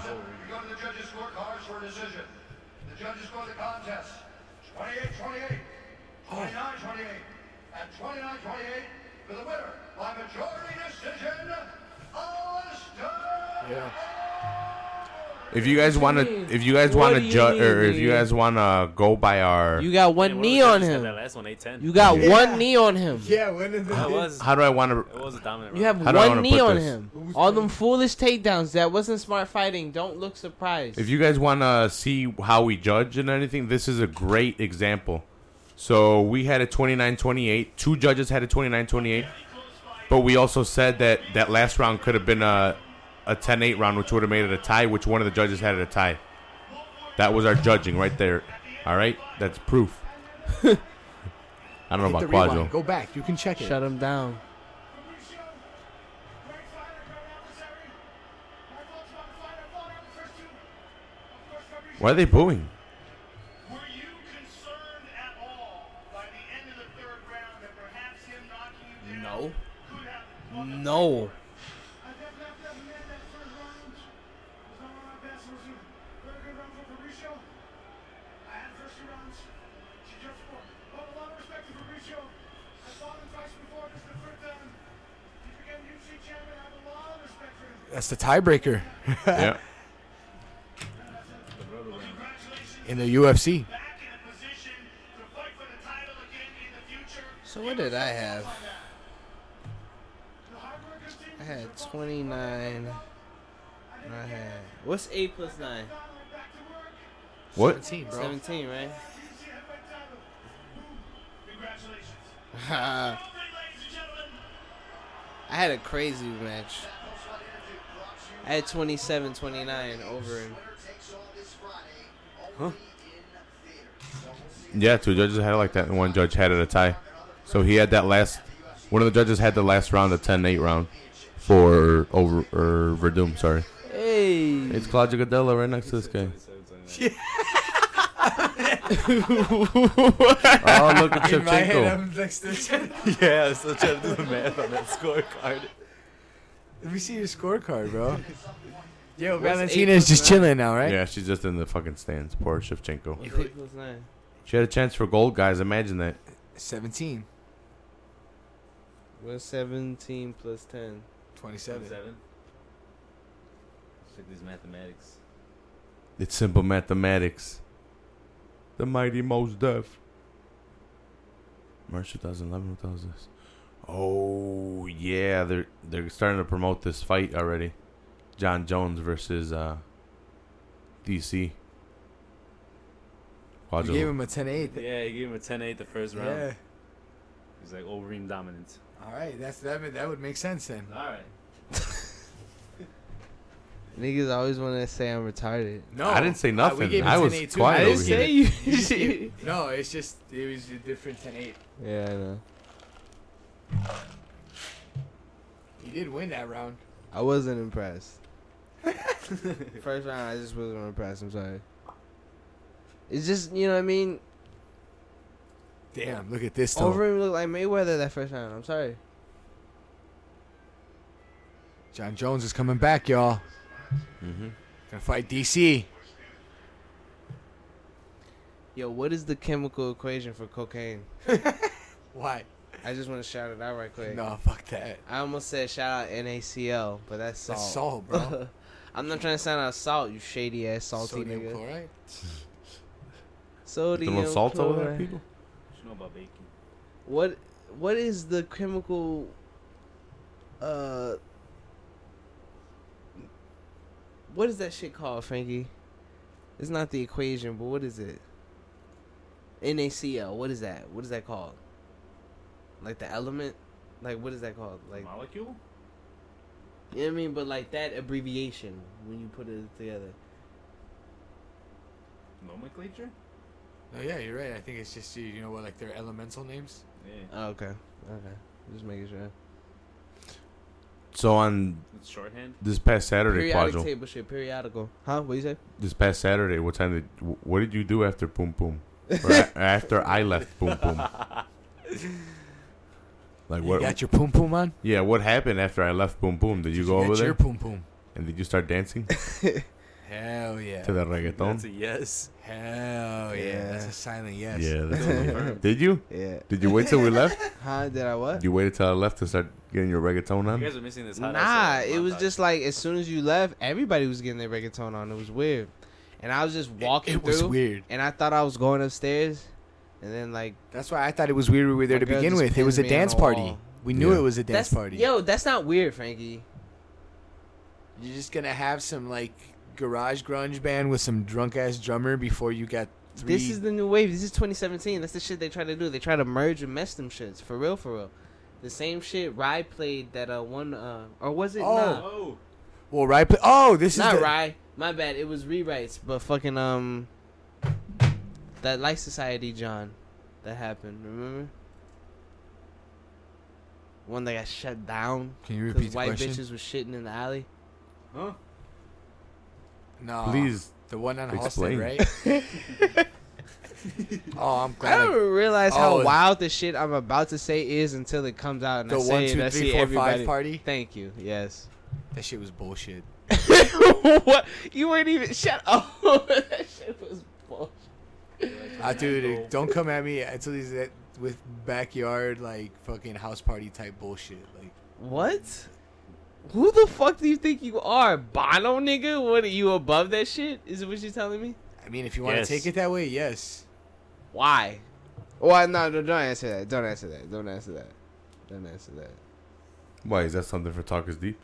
Speaker 10: go to the judges' scorecards for a decision. The judges score the contest 28-28, 29-28, and 29-28 for the winner by majority decision, Alistair.
Speaker 5: Yeah.
Speaker 1: If you guys want
Speaker 7: mean?
Speaker 1: to, if you guys
Speaker 7: What
Speaker 1: want
Speaker 7: do
Speaker 1: to
Speaker 7: you
Speaker 1: judge, or
Speaker 7: mean,
Speaker 1: if you
Speaker 7: dude?
Speaker 1: guys want to go by our,
Speaker 7: You got one
Speaker 6: Yeah, what
Speaker 7: knee
Speaker 6: was that?
Speaker 7: on
Speaker 6: Just had That
Speaker 7: him.
Speaker 6: last one, 810.
Speaker 7: You got
Speaker 5: Yeah.
Speaker 7: one knee on him.
Speaker 5: Yeah, when is
Speaker 6: That was.
Speaker 1: how do I want to?
Speaker 6: It was a dominant.
Speaker 7: You
Speaker 6: round.
Speaker 7: have
Speaker 1: How do I
Speaker 7: one
Speaker 1: wanna
Speaker 7: knee
Speaker 1: put
Speaker 7: on
Speaker 1: this?
Speaker 7: him. All them foolish takedowns. That wasn't smart fighting. Don't look surprised.
Speaker 1: If you guys want to see how we judge and anything, this is a great example. So we had a 29-28. Two judges had a 29-28, but we also said that that last round could have been a a 10-8 round, which would have made it a tie. Which one of the judges had it a tie? That was our judging right there. All right, that's proof. I don't know
Speaker 5: Hit
Speaker 1: about
Speaker 5: the rewind.
Speaker 1: Quadro.
Speaker 5: Go back. You can check it.
Speaker 7: Shut him down.
Speaker 1: Why are they booing?
Speaker 10: Were you concerned at all by the end of the third round that perhaps him knocking you down
Speaker 7: No.
Speaker 10: could have
Speaker 7: No.
Speaker 10: I just left that man that third round. It was not my best. It was a very good round for Fabricio. I had first two rounds. She just for but a lot of respect to Fabricio. I saw him twice before this is the third time. He became UFC champion. I have a lot of respect for him.
Speaker 5: That's the tiebreaker
Speaker 1: yeah.
Speaker 10: Congratulations.
Speaker 5: in the UFC.
Speaker 10: Back in a position to fight for the title again in the future.
Speaker 7: So what did I have?
Speaker 10: The hard work continues.
Speaker 7: I had 29, Right. What's eight plus nine?
Speaker 1: What?
Speaker 5: 17, bro.
Speaker 7: Seventeen, right?
Speaker 10: Congratulations.
Speaker 7: I
Speaker 10: All right, ladies and gentlemen.
Speaker 7: had a crazy match. I had 27, 29 over him.
Speaker 1: Yeah, two judges had it like that, and one judge had it a tie. So he had that last. One of the judges had the last round, the 10-8 round, for over or Verdum. Sorry,
Speaker 7: Hey.
Speaker 1: it's Claudio Godella right next to this guy. oh look at
Speaker 5: In my head,
Speaker 1: Shevchenko.
Speaker 5: I'm next to the
Speaker 11: yeah, I was still trying to do the math on that scorecard.
Speaker 5: Let me see your scorecard, bro.
Speaker 8: Yo,
Speaker 7: eight
Speaker 8: Valentina is just
Speaker 7: plus
Speaker 8: chilling now, right?
Speaker 1: Yeah, she's just in the fucking stands. Poor Shevchenko.
Speaker 7: What's eight plus nine?
Speaker 1: She had a chance for gold, guys. Imagine that.
Speaker 5: 17.
Speaker 7: What's 17 plus 10?
Speaker 5: 27.
Speaker 6: Seven. Check these mathematics.
Speaker 1: It's simple mathematics. The mighty most deaf. March 2011. What the hell is this? Oh yeah, they're they're starting to promote this fight already. John Jones versus uh, DC.
Speaker 5: You gave
Speaker 1: Quadro.
Speaker 5: him a 10 8.
Speaker 6: Yeah, he gave him a 10-8 the first round.
Speaker 5: Yeah.
Speaker 6: He's like "Oh, Overeem dominant.
Speaker 5: All right. That's, that, would- that would make sense then.
Speaker 6: All right.
Speaker 7: Niggas always want to say I'm retarded.
Speaker 5: No. Uh,
Speaker 1: I didn't say
Speaker 5: we
Speaker 1: nothing.
Speaker 5: gave him
Speaker 1: I was
Speaker 5: 10-8 too.
Speaker 1: quiet
Speaker 5: I
Speaker 1: over
Speaker 5: didn't
Speaker 1: here.
Speaker 5: say
Speaker 7: you.
Speaker 5: No, it's just, it was a different 10 8.
Speaker 7: yeah, I know.
Speaker 5: He did win that round.
Speaker 7: I wasn't impressed. First round, I just wasn't impressed. I'm sorry. It's just, you know what I mean?
Speaker 5: Damn, look at this. though.
Speaker 7: Overeem looked like Mayweather that first round. I'm sorry.
Speaker 5: John Jones is coming back, y'all.
Speaker 1: Mhm.
Speaker 5: Gonna fight DC.
Speaker 7: Yo, what is the chemical equation for cocaine?
Speaker 5: Why?
Speaker 7: I just want to shout it out right quick.
Speaker 5: No, fuck that.
Speaker 7: I almost said shout out NACL, but that's salt.
Speaker 5: That's salt, bro.
Speaker 7: I'm not trying to sound out salt, you shady ass salty
Speaker 5: Sodium
Speaker 7: nigga.
Speaker 5: chloride.
Speaker 1: You
Speaker 7: Sodium
Speaker 1: throwing salt over there,
Speaker 7: chloride.
Speaker 1: people.
Speaker 6: What you know about baking?
Speaker 7: What what is the chemical uh what is that shit called, Frankie? It's not the equation, but what is it? NaCl, what is that? What is that called? Like the element? Like what is that called? Like
Speaker 6: Molecule?
Speaker 7: you know what I mean, but like that abbreviation when you put it together.
Speaker 6: Nomenclature?
Speaker 5: No, Oh, yeah, you're right. I think it's just you know what, like their elemental names.
Speaker 6: Yeah.
Speaker 7: Oh, okay. Okay. Just making sure.
Speaker 1: So on
Speaker 6: It's shorthand.
Speaker 1: this past Saturday,
Speaker 7: Periodic
Speaker 1: Quadro.
Speaker 7: table shit, periodical. Huh? What you say?
Speaker 1: This past Saturday, what time did? wh- What did you do after Boom Boom? Or a- after I left Boom Boom? Like
Speaker 5: You
Speaker 1: what?
Speaker 5: got your poom poom on.
Speaker 1: Yeah, what happened after I left Boom Boom? Did you go
Speaker 5: got
Speaker 1: over there
Speaker 5: Your poom poom.
Speaker 1: and did you start dancing
Speaker 5: Hell yeah.
Speaker 1: to the
Speaker 11: That's
Speaker 1: reggaeton?
Speaker 11: a yes.
Speaker 5: Hell yeah.
Speaker 7: Yeah.
Speaker 5: That's a silent yes.
Speaker 1: Yeah, that's
Speaker 6: Confirmed.
Speaker 1: did you?
Speaker 7: Yeah.
Speaker 1: Did you wait till we left?
Speaker 7: Huh? Did I what?
Speaker 1: You waited till I left to start getting your reggaeton
Speaker 6: You
Speaker 1: on?
Speaker 6: guys are missing this. hot
Speaker 7: Nah,
Speaker 6: ass, uh,
Speaker 7: it was
Speaker 6: montage.
Speaker 7: just like as soon as you left, everybody was getting their reggaeton on. It was weird, and I was just walking
Speaker 5: It was
Speaker 7: through,
Speaker 5: weird.
Speaker 7: and I thought I was going upstairs, and then like
Speaker 5: That's why I thought it was weird we were there
Speaker 7: My
Speaker 5: to
Speaker 7: girl
Speaker 5: begin
Speaker 7: just
Speaker 5: with. It was a
Speaker 7: pinned me on
Speaker 5: dance
Speaker 7: the
Speaker 5: party.
Speaker 7: wall.
Speaker 5: We knew
Speaker 1: Yeah.
Speaker 5: it was a dance
Speaker 7: that's
Speaker 5: party.
Speaker 7: yo, that's not weird, Frankie.
Speaker 5: You're just gonna have some like garage grunge band with some drunk ass drummer before you got three.
Speaker 7: This is the new wave. This is 2017. That's the shit they try to do. They try to merge and mesh them shits for real, for real. The same shit Rye played that uh one uh or was it
Speaker 5: Oh,
Speaker 7: nah,
Speaker 6: Oh,
Speaker 5: well, right. Pla- oh, this
Speaker 7: not
Speaker 5: is the-
Speaker 7: Rye? My bad. It was rewrites, but fucking um that Life Society John that happened. Remember? One that got shut down
Speaker 5: Can you repeat
Speaker 7: because
Speaker 5: the
Speaker 7: white
Speaker 5: question?
Speaker 7: bitches was shitting in the alley.
Speaker 5: No,
Speaker 1: Please.
Speaker 5: The one on
Speaker 1: Explain.
Speaker 5: Halsted, right? oh, I'm
Speaker 7: I
Speaker 5: glad. I-
Speaker 7: don't realize
Speaker 5: Oh.
Speaker 7: how wild the shit I'm about to say is until it comes out and
Speaker 5: the
Speaker 7: I say
Speaker 5: one,
Speaker 7: it.
Speaker 5: two,
Speaker 7: I
Speaker 5: three,
Speaker 7: see
Speaker 5: four,
Speaker 7: everybody.
Speaker 5: five party.
Speaker 7: Thank you. Yes.
Speaker 5: That shit was bullshit.
Speaker 7: what? You weren't even shut up. that shit was bullshit.
Speaker 5: Ah, dude, don't come at me until these that with backyard like fucking house party type bullshit. Like,
Speaker 7: What? Who the fuck do you think you are, Bono nigga? What are you above that shit? Is what you telling me?
Speaker 5: I mean, if you want to
Speaker 11: Yes.
Speaker 5: take it that way, yes.
Speaker 7: Why? Why? No, no, don't answer that. Don't answer that. Don't answer that. Don't answer that.
Speaker 1: Why is that something for Talkers Deep?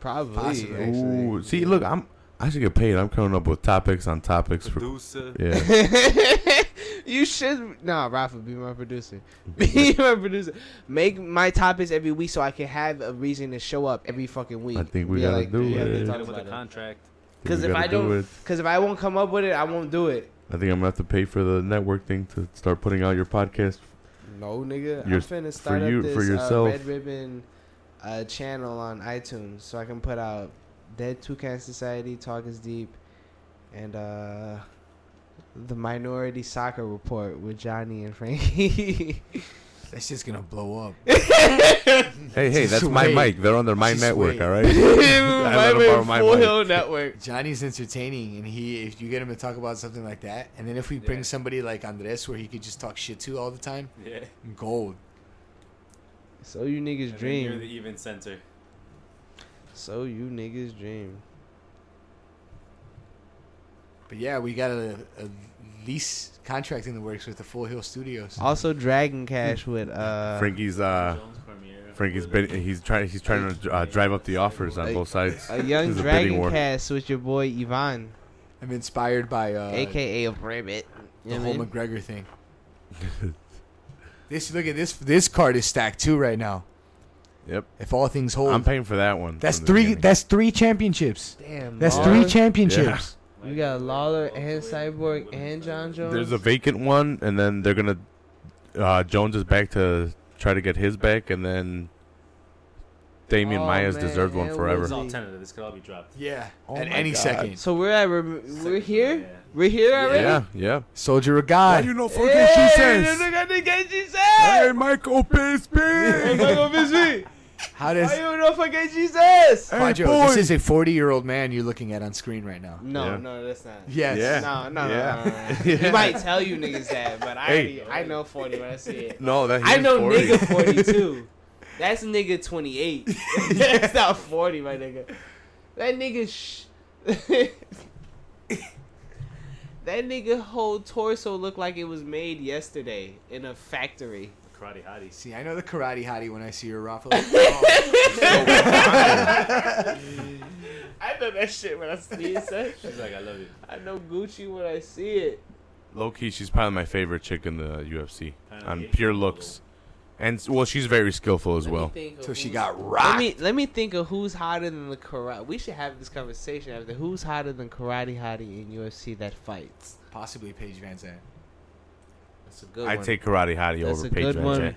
Speaker 7: Probably.
Speaker 1: Possibly.
Speaker 7: Actually.
Speaker 1: Ooh, see, look, I'm. I should get paid. I'm coming up with topics on topics. for-
Speaker 11: Producer.
Speaker 1: yeah.
Speaker 7: you should. Nah, Rafa, be my producer. Be my producer. Make my topics every week so I can have a reason to show up every fucking week.
Speaker 1: I think we gotta do it.
Speaker 6: Hit him with a contract.
Speaker 7: Because
Speaker 1: We
Speaker 7: if
Speaker 1: gotta
Speaker 7: I
Speaker 1: do
Speaker 7: don't,
Speaker 1: it.
Speaker 7: because if I won't come up with it, I won't do it.
Speaker 1: I think I'm gonna have to pay for the network thing to start putting out your podcast.
Speaker 7: No, nigga.
Speaker 1: You're-
Speaker 7: I'm
Speaker 1: for
Speaker 7: finna start
Speaker 1: you-
Speaker 7: up this
Speaker 1: for
Speaker 7: Uh,
Speaker 1: yourself.
Speaker 7: Red Ribbon uh, channel on iTunes so I can put out Dead Toucan Society, Talk is Deep, and uh, the Minority Soccer Report with Johnny and Frankie.
Speaker 5: That's just gonna blow up.
Speaker 1: Hey, hey, that's my
Speaker 5: Sway.
Speaker 1: mic. They're under my
Speaker 5: Just
Speaker 1: network.
Speaker 5: wait.
Speaker 1: All right. I let 'em borrow my
Speaker 7: Full
Speaker 1: mic.
Speaker 7: Hill Network.
Speaker 5: Johnny's entertaining, and he if you get him to talk about something like that, and then if we bring somebody like Andres where he could just talk shit to all the time,
Speaker 6: Yeah.
Speaker 5: gold.
Speaker 7: So you niggas
Speaker 6: And then you're the
Speaker 7: dream.
Speaker 6: even center.
Speaker 7: So you niggas dream.
Speaker 5: But yeah, we got a, a lease contract in the works with the Full Hill Studios.
Speaker 7: Also, Dragon Cash with uh,
Speaker 1: Frankie's uh,
Speaker 6: Jones, Cormier,
Speaker 1: Frankie's been he's trying he's trying to uh, drive up the offers on both sides.
Speaker 7: a young
Speaker 1: This is a bidding
Speaker 7: Dragon
Speaker 1: war.
Speaker 7: Cast with your boy Ivan,
Speaker 5: I'm inspired by uh,
Speaker 7: aka a rabbit. You know
Speaker 5: the
Speaker 7: what I
Speaker 5: whole
Speaker 7: mean?
Speaker 5: McGregor thing. this look at this this card is stacked too right now.
Speaker 1: Yep.
Speaker 5: If all things hold,
Speaker 1: I'm paying for that one.
Speaker 5: that's
Speaker 1: from the
Speaker 5: three.
Speaker 1: beginning.
Speaker 5: That's three championships.
Speaker 7: Damn,
Speaker 5: That's
Speaker 7: Lawler.
Speaker 5: three championships.
Speaker 7: You got Lawler and Cyborg and John Jones.
Speaker 1: There's a vacant one, and then they're gonna uh, Jones is back to try to get his back, and then Damian
Speaker 7: Oh,
Speaker 1: Maya's
Speaker 7: man,
Speaker 1: deserved one
Speaker 7: it
Speaker 1: forever.
Speaker 6: It's all tentative. This could all be dropped.
Speaker 5: Yeah, at any second.
Speaker 7: So we're at rem- we're here.
Speaker 6: Yeah.
Speaker 7: We're here already.
Speaker 1: Yeah, yeah.
Speaker 5: Soldier of God.
Speaker 1: know
Speaker 7: Hey, look at the Genji says.
Speaker 1: Michael
Speaker 7: Hey,
Speaker 1: Bisping.
Speaker 7: Michael Bisping.
Speaker 5: How
Speaker 7: Why
Speaker 5: does
Speaker 7: you don't forget Jesus?
Speaker 1: Hey,
Speaker 5: Poncho,
Speaker 1: boy.
Speaker 5: this is a 40 year old man you're looking at on screen right now.
Speaker 7: No,
Speaker 1: Yeah.
Speaker 7: no, that's not.
Speaker 5: Yes.
Speaker 1: Yeah.
Speaker 7: No, no,
Speaker 1: Yeah.
Speaker 7: no, no, no. He
Speaker 1: Yeah.
Speaker 7: might tell you niggas that, but I
Speaker 1: Hey.
Speaker 7: already- I know 40 when I see it.
Speaker 1: No, that
Speaker 7: I
Speaker 1: he's
Speaker 7: know
Speaker 1: 40.
Speaker 7: nigga 42. That's nigga 28. That's not 40, my nigga. That nigga sh- That nigga whole torso looked like it was made yesterday in a factory.
Speaker 6: Karate hotties.
Speaker 5: See, I know the karate hottie when I see her, Rafa. Like, oh,
Speaker 7: I know that shit when I see it. son.
Speaker 6: She's like, I love you.
Speaker 7: I know Gucci when I see it.
Speaker 1: Low key, she's probably my favorite chick in the UFC
Speaker 6: Kinda
Speaker 1: on
Speaker 6: gay.
Speaker 1: pure looks, and well, she's very skillful as well.
Speaker 5: so
Speaker 7: So
Speaker 5: she got
Speaker 7: Let
Speaker 5: rocked.
Speaker 7: me let me think of who's hotter than the karate. We should have this conversation after. Who's hotter than Karate Hottie in UFC that fights?
Speaker 5: Possibly Paige Van Zandt.
Speaker 7: That's a good
Speaker 1: I
Speaker 7: one.
Speaker 1: take Karate Hottie
Speaker 7: That's
Speaker 1: over
Speaker 7: a
Speaker 1: Paige
Speaker 7: good
Speaker 1: Van
Speaker 7: one.
Speaker 1: Zandt.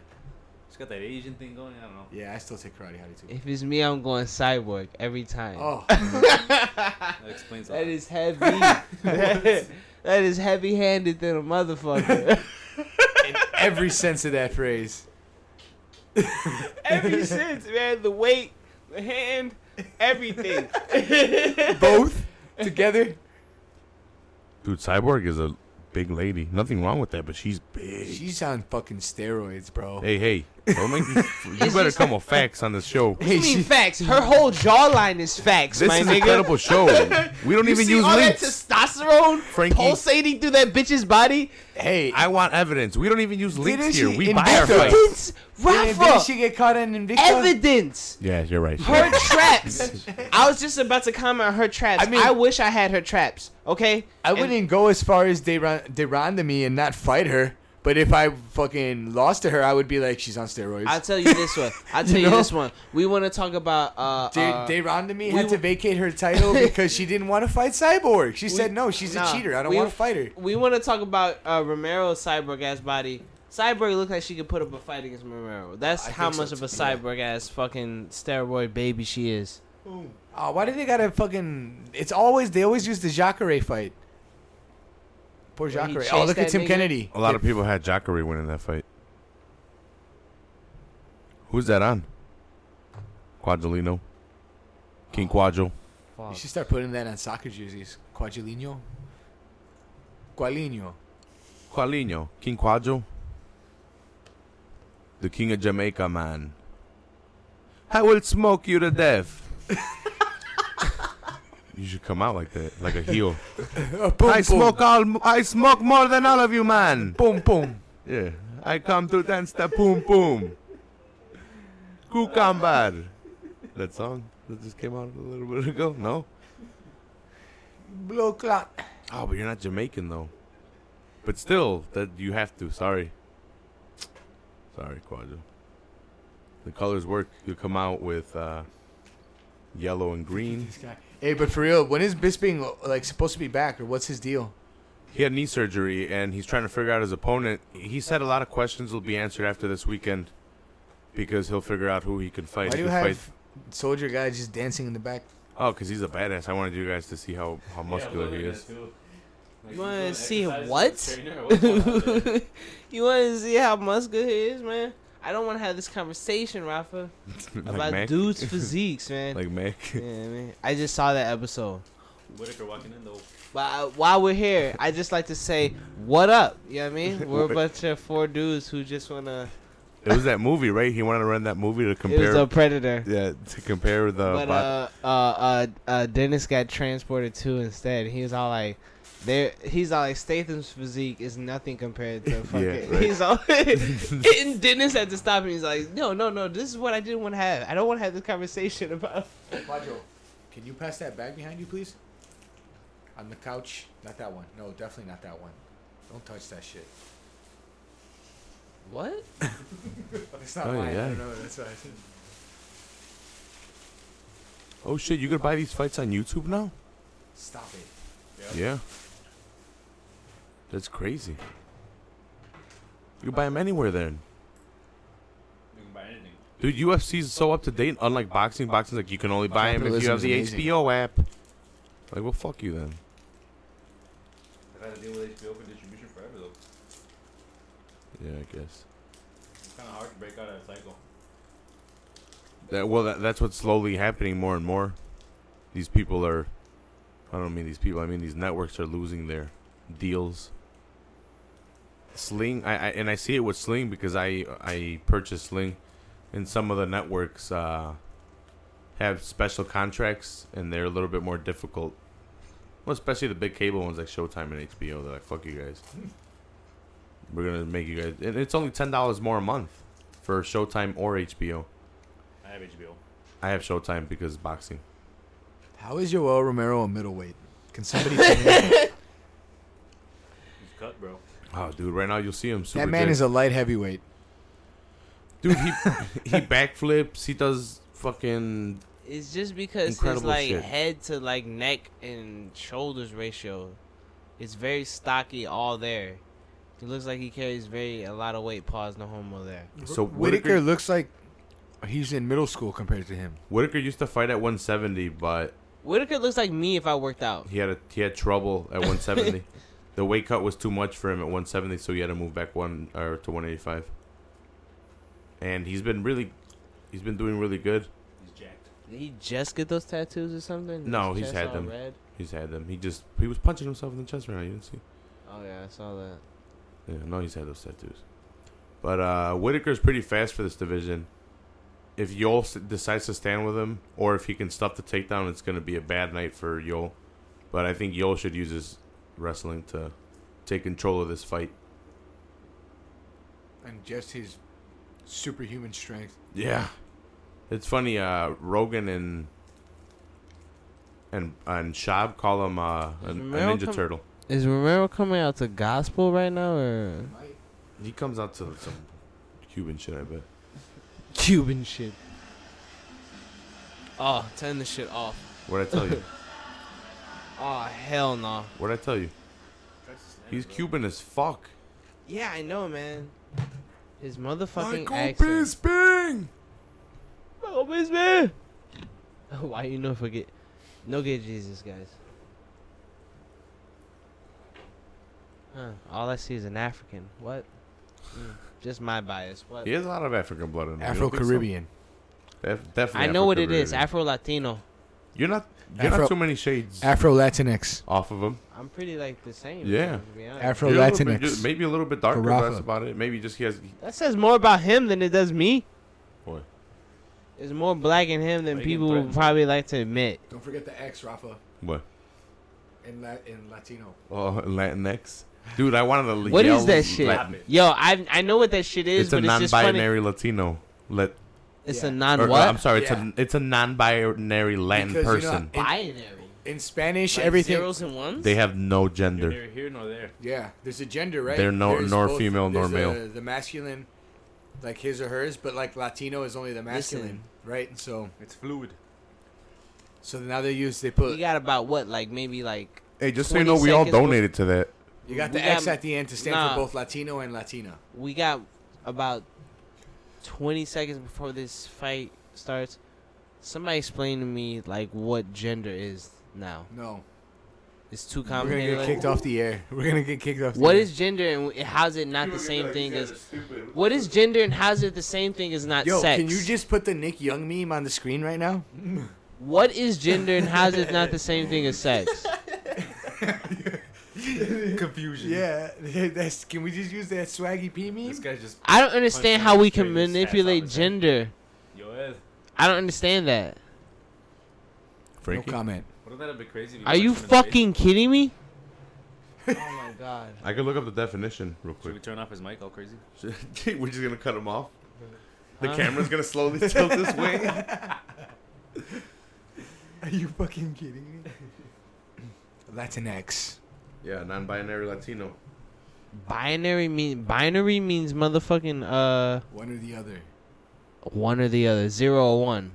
Speaker 6: She's got that Asian thing going. I don't know.
Speaker 5: Yeah, I still take karate hottie too.
Speaker 7: If it's me, I'm going cyborg every time.
Speaker 5: Oh,
Speaker 6: That explains a lot.
Speaker 7: That is heavy. that is heavy handed than a motherfucker.
Speaker 5: in every sense of that phrase.
Speaker 7: Every sense, man. The weight, the hand, everything.
Speaker 5: Both together.
Speaker 1: Dude, Cyborg is a big lady. Nothing wrong with that, but she's big.
Speaker 5: She's on fucking steroids, bro.
Speaker 1: hey, hey, don't make these, you better come with facts on this show.
Speaker 7: you mean facts? Her whole jawline is facts,
Speaker 1: This
Speaker 7: my
Speaker 1: is an
Speaker 7: nigga.
Speaker 1: incredible show. We don't
Speaker 7: You
Speaker 1: even
Speaker 7: see
Speaker 1: use
Speaker 7: all
Speaker 1: links.
Speaker 7: that testosterone
Speaker 1: Frankie-
Speaker 7: pulsating through that bit's body?
Speaker 5: Hey,
Speaker 1: I want evidence. We don't even use links
Speaker 5: Didn't
Speaker 1: here.
Speaker 5: she
Speaker 1: We buy our
Speaker 5: invicta?
Speaker 1: fights.
Speaker 7: Evidence,
Speaker 5: did, did
Speaker 7: Rafa.
Speaker 5: she get caught in Invicta?
Speaker 7: Evidence.
Speaker 1: Yeah, you're right.
Speaker 7: Her traps. I was just about to comment on her traps. I,
Speaker 5: I mean-
Speaker 7: wish I had her traps. Okay.
Speaker 5: I
Speaker 7: And-
Speaker 5: wouldn't go as far as Deranda me and not fight her. But if I fucking lost to her, I would be like, she's on steroids.
Speaker 7: I'll tell you this one. I'll tell you,
Speaker 5: know?
Speaker 7: this one. We want to talk about. Uh, uh,
Speaker 5: De, Ronda me
Speaker 7: we
Speaker 5: had to
Speaker 7: w-
Speaker 5: vacate her title because she didn't want to fight Cyborg. She
Speaker 7: we-
Speaker 5: said no, she's
Speaker 7: nah,
Speaker 5: a cheater. I don't
Speaker 7: we-
Speaker 5: want to fight her.
Speaker 7: We want to talk about uh, Romero's cyborg ass body. Cyborg looked like she could put up a fight against Romero. That's
Speaker 5: I
Speaker 7: how
Speaker 5: think so
Speaker 7: much of a
Speaker 5: too, yeah.
Speaker 7: cyborg ass fucking steroid baby she is.
Speaker 5: Oh, why do they gotta fucking? It's always they always use the Jacare fight.
Speaker 7: Where
Speaker 5: Poor
Speaker 7: he
Speaker 5: Jacare. Oh,
Speaker 7: chased
Speaker 5: look at
Speaker 7: that
Speaker 5: Tim
Speaker 7: nigga?
Speaker 5: Kennedy.
Speaker 1: A lot of people had Jacare winning that fight. Who's that on? Quadolino. King Quadro.
Speaker 5: You should start putting that on soccer jerseys. Quadrilino. Qualinho.
Speaker 1: Qualino. King Quadro. The king of Jamaica, man. I will smoke you to death. you should come out like that, like a heel. I smoke all. I smoke more than all of you, man.
Speaker 5: Boom boom.
Speaker 1: Yeah, I come to dance the boom boom. Cucumber. that song that just came out a little bit ago? No.
Speaker 5: Blow clot.
Speaker 1: Oh, but you're not Jamaican though. But still, that you have to. Sorry. Sorry, Quadro. The colors work. You come out with uh, yellow and green.
Speaker 5: Hey, but for real, when is Bisping like supposed to be back, or what's his deal?
Speaker 1: He had knee surgery and he's trying to figure out his opponent. He said a lot of questions will be answered after this weekend because he'll figure out who he can fight.
Speaker 5: Why do
Speaker 1: He
Speaker 5: you
Speaker 1: can
Speaker 5: have
Speaker 1: fight-
Speaker 5: soldier guy just dancing in the back?
Speaker 1: Oh, because he's a badass. I wanted you guys to see how, how muscular he is.
Speaker 7: You want to see
Speaker 6: exercises
Speaker 7: what?
Speaker 6: with a trainer or what's going on out
Speaker 7: you want to see how muscular he is, man? I don't want to have this conversation, Rafa,
Speaker 1: Like
Speaker 7: about
Speaker 1: Mac?
Speaker 7: dudes' physiques, man.
Speaker 1: Like Mac.
Speaker 7: yeah, man. I just saw that episode.
Speaker 6: Whitaker walking in though.
Speaker 7: But uh, while we're here, I just like to say, what up? You know what I mean? We're a
Speaker 1: What?
Speaker 7: bunch of four dudes who just want to.
Speaker 1: It was that movie, right? He wanted to run that movie to compare.
Speaker 7: a predator.
Speaker 1: Yeah, to compare the.
Speaker 7: but
Speaker 1: bo-
Speaker 7: uh, uh, uh, uh, Dennis got transported too instead. He was all like, "There." He's all like, "Statham's physique is nothing compared to fucking."
Speaker 1: right.
Speaker 7: He's all. and Dennis had to stop him. He's like, "No, no, no. This is what I didn't want to have. I don't want to have this conversation about."
Speaker 5: Quadro, can you pass that bag behind you, please? On the couch. Not that one. No, definitely not that one. Don't touch that shit.
Speaker 7: What?
Speaker 5: It's not
Speaker 1: Oh,
Speaker 5: mine.
Speaker 1: yeah.
Speaker 5: I don't know. That's why I said.
Speaker 1: oh shit! You could buy these fights on YouTube now.
Speaker 5: Stop it.
Speaker 1: Yeah. That's crazy. You can buy them anywhere then.
Speaker 6: You can buy anything.
Speaker 1: Dude, UFC's so up to date. Unlike boxing, boxing's like you can only buy them if you
Speaker 5: Capitalism
Speaker 1: have
Speaker 5: is
Speaker 1: the
Speaker 5: amazing.
Speaker 1: HBO app. Like, well, fuck you then.
Speaker 6: I've had to deal with HBO for distribution forever though.
Speaker 1: Yeah, I guess.
Speaker 6: It's kind of hard to break out of that cycle.
Speaker 1: That well, that, that's what's slowly happening more and more. These people are. I don't mean these people. I mean these networks are losing their deals. Sling, I, I and I see it with Sling because I I purchased Sling, and some of the networks uh, have special contracts and they're a little bit more difficult. Well, especially the big cable ones like Showtime and HBO. They're like, "Fuck you guys, we're gonna make you guys." And it's only ten dollars more a month for Showtime or HBO.
Speaker 6: I have HBO.
Speaker 1: I have Showtime because boxing.
Speaker 5: How is Joel Romero a middleweight? Can somebody tell me?
Speaker 6: He's cut, bro.
Speaker 1: Oh, dude, right now you'll see him. Super
Speaker 5: that man
Speaker 1: jacked.
Speaker 5: is a light heavyweight.
Speaker 1: dude. He he backflips. He does fucking.
Speaker 7: It's just because his
Speaker 1: Incredible
Speaker 7: like
Speaker 1: shit.
Speaker 7: head to like neck and shoulders ratio is very stocky all there. It looks like he carries very a lot of weight. Pause no homo there.
Speaker 1: So
Speaker 5: Whitaker
Speaker 1: Whitaker
Speaker 5: looks like he's in middle school compared to him.
Speaker 1: Whitaker used to fight at 170, but
Speaker 7: Whitaker looks like me if I worked out.
Speaker 1: he had a, he had trouble at 170. the weight cut was too much for him at 170, so he had to move back one or to 185. And he's been really, he's been doing really good.
Speaker 6: He's jacked.
Speaker 7: Did he just get those tattoos or something?
Speaker 1: No, he's
Speaker 7: His chest
Speaker 1: had
Speaker 7: all
Speaker 1: them.
Speaker 7: Red?
Speaker 1: He's had them. He just he was punching himself in the chest right now. You didn't see.
Speaker 7: Oh yeah, I saw that.
Speaker 1: Yeah, no, he's had those tattoos. But uh, Whitaker's pretty fast for this division. If Yol s- decides to stand with him, or if he can stuff the takedown, it's going to be a bad night for Yol. But I think Yol should use his wrestling to take control of this fight.
Speaker 5: And just his superhuman strength.
Speaker 1: Yeah, it's funny. Uh, Rogan and and and Shab call him uh, a, a
Speaker 7: Romero
Speaker 1: Ninja
Speaker 7: come-
Speaker 1: Turtle.
Speaker 7: Is Romero coming out to gospel right now or
Speaker 1: He comes out to some Cuban shit, I bet.
Speaker 7: Cuban shit? Oh, turn the shit off.
Speaker 1: What I tell you?
Speaker 7: Oh hell no.
Speaker 1: What I tell you? He's Cuban as fuck.
Speaker 7: Yeah, I know, man. His motherfucking
Speaker 1: Michael
Speaker 7: accent.
Speaker 1: Bisping.
Speaker 7: Michael Bisping. Why you no forget? No get Jesus, guys. Huh? All I see is an African. What? Mm, just my bias. What?
Speaker 1: He has a lot of African blood in him.
Speaker 5: Afro Caribbean.
Speaker 1: definitely.
Speaker 7: I know what it is. Afro Latino.
Speaker 1: You're not. You're
Speaker 5: Afro-
Speaker 1: not too many shades
Speaker 5: Afro Latinx.
Speaker 1: off of him.
Speaker 7: I'm pretty like the same.
Speaker 1: Yeah.
Speaker 7: To be honest.
Speaker 5: Afro
Speaker 1: You're a little bit-
Speaker 5: Latinx.
Speaker 1: maybe a little bit darker. but That's
Speaker 5: Carafa.
Speaker 1: about it. Maybe just he has.
Speaker 7: that says more about him than it does me.
Speaker 1: What?
Speaker 7: There's more black in him than
Speaker 6: Why you getting
Speaker 7: people would
Speaker 6: threatened?
Speaker 7: probably like to admit.
Speaker 5: Don't forget the X, Rafa,
Speaker 1: What?
Speaker 5: in, La- in Latino.
Speaker 1: Oh, Latinx. Dude, I wanted to.
Speaker 7: What
Speaker 1: yell
Speaker 7: is that shit?
Speaker 1: Latin-
Speaker 7: Yo, I I know what that shit is,
Speaker 1: It's a
Speaker 7: but it's just funny.
Speaker 1: non-binary Latino. Let
Speaker 7: It's a non
Speaker 1: Or, uh,
Speaker 7: what?
Speaker 1: I'm sorry. It's a it's a non-binary Latin
Speaker 5: Because, you know,
Speaker 1: person.
Speaker 5: in-
Speaker 7: Binary.
Speaker 5: In Spanish,
Speaker 7: Like
Speaker 5: everything.
Speaker 7: zeros and ones?
Speaker 1: they have no gender.
Speaker 6: Neither here nor there.
Speaker 5: Yeah, there's a gender, right?
Speaker 1: They're no-
Speaker 5: There's
Speaker 1: nor
Speaker 5: both-
Speaker 1: female nor
Speaker 5: there's
Speaker 1: male.
Speaker 5: The, the masculine, like his or hers, but like Latino is only the masculine, right? So
Speaker 6: It's fluid.
Speaker 5: so now they use they put
Speaker 7: You got about what? Like maybe like.
Speaker 1: Hey, just so you
Speaker 7: 20
Speaker 1: know, we all
Speaker 7: seconds bef-
Speaker 1: donated to that.
Speaker 5: you got the
Speaker 7: we
Speaker 5: X
Speaker 7: got-
Speaker 5: at the end to stand
Speaker 7: nah.
Speaker 5: for both Latino and Latina.
Speaker 7: We got about 20 seconds before this fight starts. Somebody explain to me like what gender is now.
Speaker 5: No,
Speaker 7: It's too
Speaker 5: we're gonna
Speaker 7: complicated.
Speaker 5: get kicked off the air. We're gonna get kicked off.
Speaker 7: What
Speaker 5: the
Speaker 7: is gender and how's it not the same thing as? What is gender and how's it the same thing as not
Speaker 5: Air. Yo,
Speaker 7: sex?
Speaker 5: can you just put the Nick Young meme on the screen right now?
Speaker 7: What is gender and how's it not the same thing as sex?
Speaker 6: Confusion.
Speaker 5: Yeah, that's. Can we just use that swaggy P meme?
Speaker 6: This guy just
Speaker 7: I don't understand how we can
Speaker 6: Punching straight in
Speaker 7: manipulate
Speaker 6: his ass all the time.
Speaker 7: gender.
Speaker 6: yo eh. Ed.
Speaker 7: I don't understand that.
Speaker 5: No
Speaker 1: Frankie,
Speaker 5: comment.
Speaker 6: Wouldn't that have been crazy? if
Speaker 7: Are you
Speaker 6: punched him in the face?
Speaker 7: fucking kidding me? Oh my god.
Speaker 1: I could look up the definition real
Speaker 6: Should we
Speaker 1: quick.
Speaker 6: turn off his mic all crazy?
Speaker 1: We're just gonna cut him off. The
Speaker 7: Huh?
Speaker 1: camera's gonna slowly tilt this way.
Speaker 5: Are you fucking kidding me? Latinx.
Speaker 1: Yeah, non-binary Latino.
Speaker 7: Binary mean binary means motherfucking uh
Speaker 5: One or the other.
Speaker 7: one or the other, zero or one.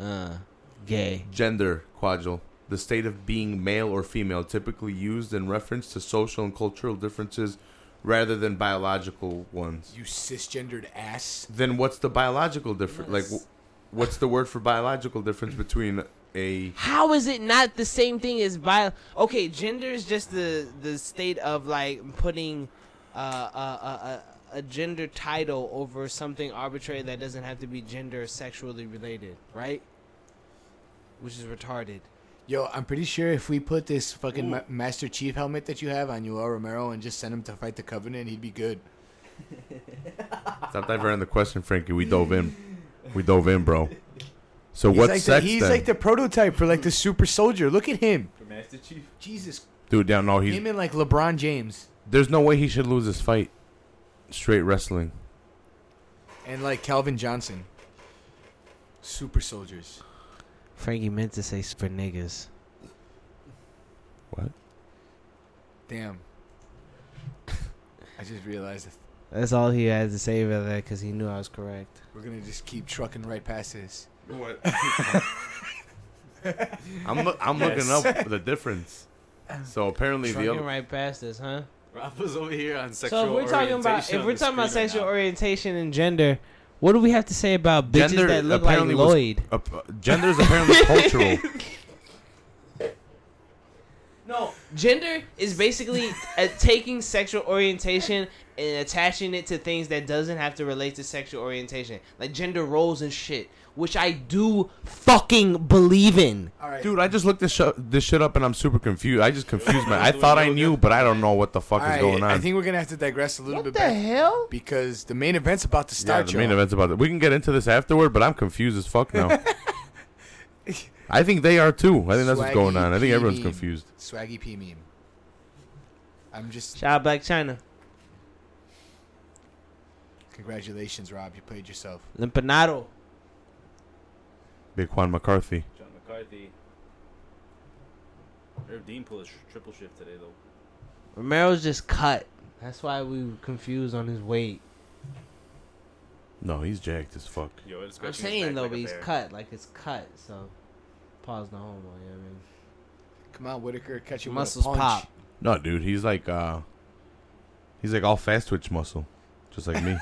Speaker 7: Uh gay.
Speaker 1: Gender quadril. The state of being male or female, typically used in reference to social and cultural differences rather than biological ones.
Speaker 5: You cisgendered ass.
Speaker 1: Then what's the biological difference? Like, wh- what's the word for biological difference between a
Speaker 7: How is it not the same thing as bio? Okay, gender is just the the state of like putting uh, a, a a a gender title over something arbitrary that doesn't have to be gender or sexually related, right? Which is retarded.
Speaker 5: Yo, I'm pretty sure if we put this fucking Ma- Master Chief helmet that you have on Yoel Romero and just send him to fight the Covenant, he'd be good.
Speaker 1: Stop diverting the question, Frankie. We dove in. We dove in, bro. So
Speaker 5: He's
Speaker 1: what's
Speaker 5: like
Speaker 1: sex
Speaker 5: The, he's
Speaker 1: then?
Speaker 5: like the prototype for like the super soldier. Look at him.
Speaker 6: For Master Chief.
Speaker 5: Jesus,
Speaker 1: Dude, down. No, he's
Speaker 5: him and like LeBron James
Speaker 1: there's no way he should lose his fight. Straight wrestling.
Speaker 5: and like Calvin Johnson. Super soldiers.
Speaker 7: Frankie meant to say for niggas.
Speaker 5: Damn. I just realized that
Speaker 7: That's all he had to say about that because he knew I was correct.
Speaker 5: we're gonna just keep trucking right past this.
Speaker 1: I'm loo- I'm looking
Speaker 6: Yes.
Speaker 1: up the difference. So apparently the
Speaker 7: Trucking
Speaker 1: other
Speaker 7: right past this, huh?
Speaker 11: Rafa's over here on sexual
Speaker 7: So if we're talking about
Speaker 11: orientation
Speaker 7: if
Speaker 11: on
Speaker 7: we're
Speaker 11: the
Speaker 7: talking about
Speaker 11: screen right
Speaker 7: sexual
Speaker 11: now.
Speaker 7: orientation and gender, what do we have to say about bitches
Speaker 1: Gender
Speaker 7: that look like
Speaker 1: apparently was-
Speaker 7: Lloyd?
Speaker 1: uh, gender is apparently cultural.
Speaker 7: No, gender is basically uh taking sexual orientation and attaching it to things that doesn't have to relate to sexual orientation, like gender roles and shit, which I do fucking believe in.
Speaker 5: All right,
Speaker 1: Dude, I just looked this sh- this shit up and I'm super confused. I just confused my. I thought I knew, but I don't know what the fuck
Speaker 5: All
Speaker 1: is
Speaker 5: right,
Speaker 1: going on.
Speaker 5: I think we're gonna have to digress a
Speaker 7: What
Speaker 5: little bit
Speaker 7: the
Speaker 5: back
Speaker 7: hell?
Speaker 5: because the main event's about to
Speaker 1: yeah,
Speaker 5: start.
Speaker 1: the main
Speaker 5: y'all.
Speaker 1: event's about it. We can get into this afterward, but I'm confused as fuck now. I think they are too. I think that's what's going
Speaker 5: Swaggy
Speaker 1: on. I think everyone's
Speaker 5: P.
Speaker 1: confused.
Speaker 5: Swaggy P meme. I'm just
Speaker 7: Shout out Black China.
Speaker 5: congratulations, Rob. You played yourself.
Speaker 7: Limpanado.
Speaker 1: Big Juan McCarthy.
Speaker 6: John McCarthy. Irv Dean pulled a sh- triple shift today though.
Speaker 7: Romero's just cut. That's why we were confused on his weight.
Speaker 1: No, he's jacked as fuck.
Speaker 6: Yo, it's
Speaker 7: I'm saying though, but he's cut. Like it's cut. So, pause the homo. You know what I mean?
Speaker 5: Come on, Whitaker, catch you
Speaker 7: Muscles
Speaker 5: with a punch.
Speaker 7: pop.
Speaker 1: No, dude, he's like uh he's like all fast twitch muscle, just like me.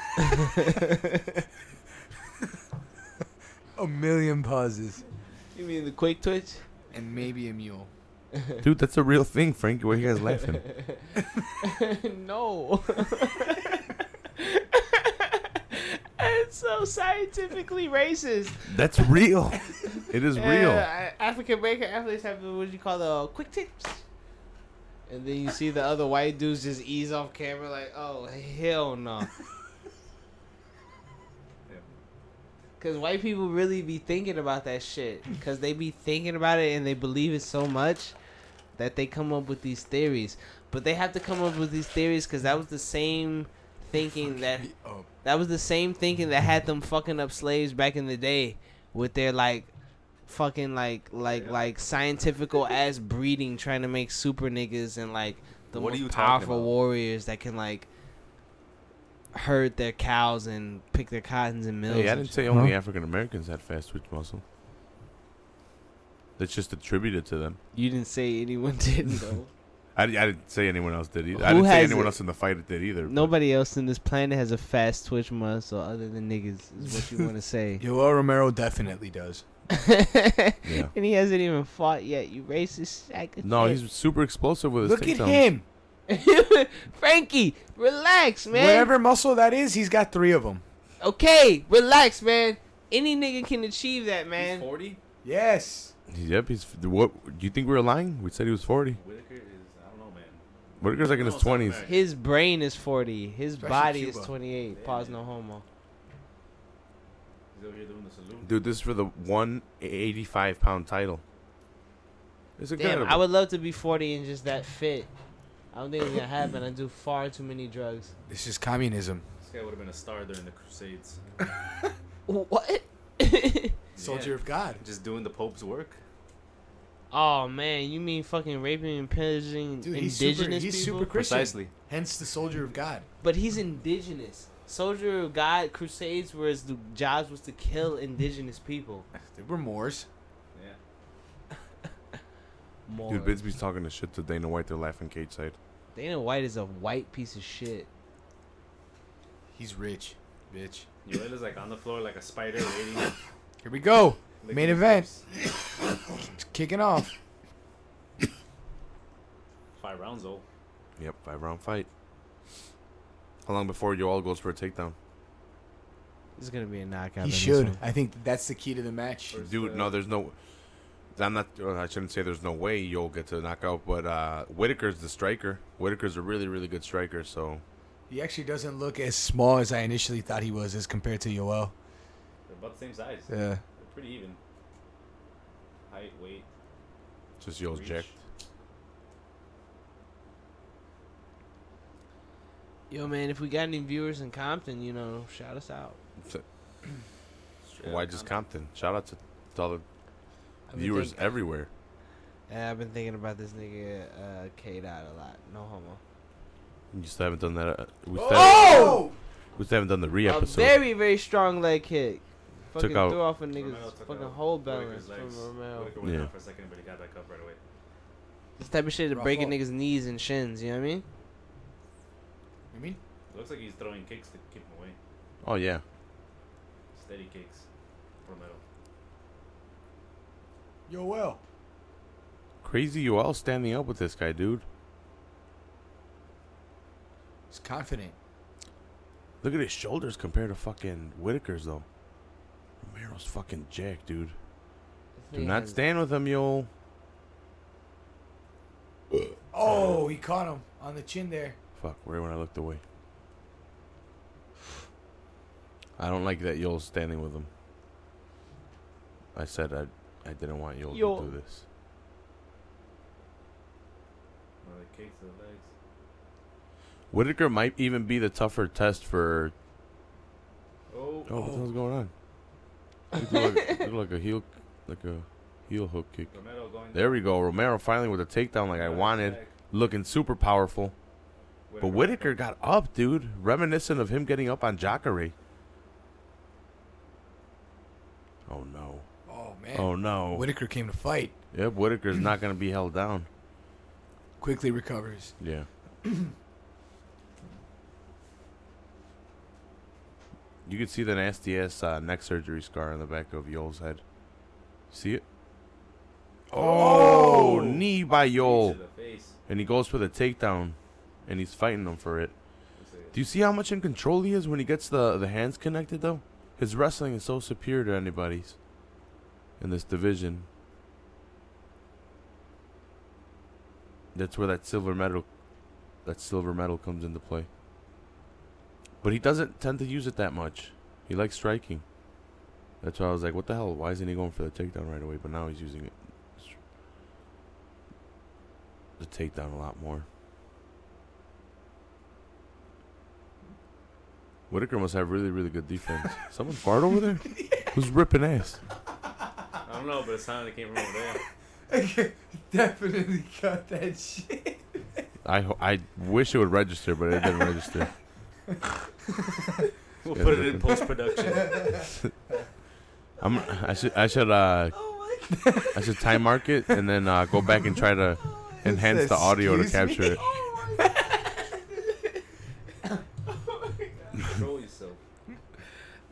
Speaker 5: A million pauses
Speaker 7: You mean the quick twitch?
Speaker 5: and maybe a mule.
Speaker 1: dude, that's a real thing, Frankie. Why are you guys laughing?
Speaker 7: no. it's so scientifically racist.
Speaker 1: That's real. It is real.
Speaker 7: Uh, African American athletes have what do you call the uh, quick tips? And then you see the other white dudes just ease off camera like, oh hell no. Cause white people really be thinking about that shit. Cause they be thinking about it and they believe it so much that they come up with these theories. But they have to come up with these theories because that was the same thinking that
Speaker 5: oh,
Speaker 7: that was the same thinking that had them fucking up slaves back in the day with their like fucking like like like scientifical ass breeding trying to make super niggas and like the
Speaker 12: What are
Speaker 7: most
Speaker 12: you talking
Speaker 7: powerful
Speaker 12: about?
Speaker 7: warriors that can like herd their cows and pick their cottons and mills.
Speaker 1: Hey, I
Speaker 7: and
Speaker 1: didn't
Speaker 7: shit.
Speaker 1: say only African Americans had fast twitch muscle. That's just attributed to them.
Speaker 7: You didn't say anyone did though.
Speaker 1: I, I didn't say anyone else did either. I
Speaker 7: Who
Speaker 1: didn't say
Speaker 7: has
Speaker 1: anyone
Speaker 7: it?
Speaker 1: else in the fight did either. but-
Speaker 7: Nobody else in this planet has a fast twitch muscle other than niggas is what you want to say.
Speaker 5: Yoel Romero definitely does.
Speaker 1: Yeah.
Speaker 7: And he hasn't even fought yet. You racist sack of
Speaker 1: No,
Speaker 7: shit.
Speaker 1: he's super explosive with his
Speaker 7: Look at
Speaker 1: takedowns.
Speaker 7: him. Frankie, relax, man.
Speaker 5: Whatever muscle that is, he's got three of them.
Speaker 7: Okay, relax, man. Any nigga can achieve that, man.
Speaker 6: Forty.
Speaker 5: Yes.
Speaker 1: Yep, he's what? Do you think we were lying? We said he was forty.
Speaker 6: Whitaker is I don't know, man.
Speaker 1: Whitaker's like in his twenties.
Speaker 7: His brain is forty. His
Speaker 6: Especially
Speaker 7: body
Speaker 6: Cuba.
Speaker 7: is twenty-eight. Pause, no homo.
Speaker 6: He's over here doing the salute.
Speaker 1: Dude, this is for the one eighty-five pound title. It's
Speaker 7: Damn,
Speaker 1: incredible.
Speaker 7: I would love to be forty and just that fit. I don't think it's gonna happen. I do far too many drugs.
Speaker 5: This is communism.
Speaker 6: This guy would have been a star during the Crusades.
Speaker 7: What?
Speaker 5: Soldier of God.
Speaker 6: Just doing the Pope's work.
Speaker 7: Oh man, you mean fucking raping and pillaging
Speaker 5: Dude, he's
Speaker 7: indigenous
Speaker 5: super,
Speaker 7: people?
Speaker 5: he's super Christian. Hence the soldier of God.
Speaker 7: But he's indigenous. Soldier of God crusades where his jobs was to kill indigenous people.
Speaker 5: They were Moors.
Speaker 6: Yeah.
Speaker 7: More.
Speaker 1: Dude, Bidsby's talking the shit to Dana White. They're laughing cage side.
Speaker 7: Dana White is a white piece of shit.
Speaker 5: He's rich, bitch.
Speaker 6: Yoel is like on the floor like a spider waiting.
Speaker 5: Here we go. Main event. It's kicking off.
Speaker 6: Five rounds old.
Speaker 1: Yep, five round fight. How long before you all goes for a takedown?
Speaker 7: This is gonna be a knockout.
Speaker 5: He
Speaker 7: in this
Speaker 5: should.
Speaker 7: one.
Speaker 5: I think that's the key to the match.
Speaker 1: Dude, no, there's no. I'm not. uh, I shouldn't say there's no way you'll get to knock out, but uh, Whitaker's the striker. Whitaker's a really, really good striker. So
Speaker 5: He actually doesn't look as small as I initially thought he was as compared to Yoel.
Speaker 6: They're about the same size.
Speaker 5: Yeah.
Speaker 6: They're pretty even. Height, weight.
Speaker 1: just Yo's
Speaker 6: Reach.
Speaker 1: jacked.
Speaker 7: Yo, man, if we got any viewers in Compton, you know, shout us out.
Speaker 1: So- Why just Compton? Shout out to, to all the
Speaker 7: been
Speaker 1: viewers
Speaker 7: thinking-
Speaker 1: everywhere.
Speaker 7: And I've been thinking about this nigga uh, K Dot a lot. No homo.
Speaker 1: You still haven't done that. Uh, we still
Speaker 7: Oh!
Speaker 1: haven't, we still haven't done the re
Speaker 7: A
Speaker 1: episode.
Speaker 7: very, very strong leg kick.
Speaker 1: Took
Speaker 7: Fucking
Speaker 1: out-
Speaker 7: threw off a nigga's
Speaker 6: Romero took
Speaker 7: fucking
Speaker 6: out
Speaker 7: whole balance
Speaker 6: Whitaker's
Speaker 7: from
Speaker 6: legs.
Speaker 7: Romero.
Speaker 6: Whitaker went
Speaker 1: Yeah.
Speaker 6: down for a second, but he got back up right away.
Speaker 7: This type of shit is
Speaker 5: Rough
Speaker 7: breaking
Speaker 5: up.
Speaker 7: niggas' knees and shins, you know what I mean?
Speaker 5: You mean?
Speaker 6: Looks like he's throwing kicks to keep him away.
Speaker 1: Oh yeah,
Speaker 6: Steady kicks. Romero.
Speaker 5: Yoel.
Speaker 1: crazy you all standing up with this guy, dude.
Speaker 5: He's confident.
Speaker 1: Look at his shoulders compared to fucking Whitaker's though. Romero's fucking jacked, dude. Do not stand with him, yo.
Speaker 5: Oh, he caught him on the chin there.
Speaker 1: Fuck, right when I looked away. I don't like that Yoel's standing with him. I said I I didn't want Yoel
Speaker 7: Yoel.
Speaker 1: to do this.
Speaker 6: Another kick to the legs.
Speaker 1: Whitaker might even be the tougher test for.
Speaker 6: Oh.
Speaker 1: Oh, what the hell's going on? It looked like, looked like a heel, like a heel hook kick.
Speaker 6: Romero going.
Speaker 1: There we go. Romero finally with a takedown like I wanted, looking super powerful. But Whitaker got up, dude. Reminiscent of him getting up on Jacare. Oh no.
Speaker 5: Oh, man.
Speaker 1: Oh no.
Speaker 5: Whitaker came to fight.
Speaker 1: Yep, Whitaker's not going to be held down.
Speaker 5: Quickly recovers.
Speaker 1: Yeah. you can see the nasty ass uh, neck surgery scar on the back of Yoel's head. See it? Oh, knee by
Speaker 6: To
Speaker 1: Yoel.
Speaker 6: the face.
Speaker 1: And he goes for the takedown, and he's fighting him for it.
Speaker 6: Let's see.
Speaker 1: Do you see how much in control he is when he gets the, the hands connected, though? His wrestling is so superior to anybody's in this division. That's where that silver medal, that silver medal comes into play. But he doesn't tend to use it that much. He likes striking. That's why I was like, what the hell? Why isn't he going for the takedown right away? But now he's using it. The takedown a lot more. Whitaker must have really, really good defense. Someone fart over there? Who's ripping ass?
Speaker 6: I don't know, but it sounded it came from over there.
Speaker 5: Definitely cut that shit.
Speaker 1: I, ho- I wish it would register, but it didn't register.
Speaker 6: We'll
Speaker 1: Yeah,
Speaker 6: put it in
Speaker 1: ripping.
Speaker 6: post production.
Speaker 1: I'm, I should I should uh I should time mark it and then uh, go back and try to enhance the audio to
Speaker 8: Excuse me?
Speaker 1: capture it.
Speaker 6: Control yourself.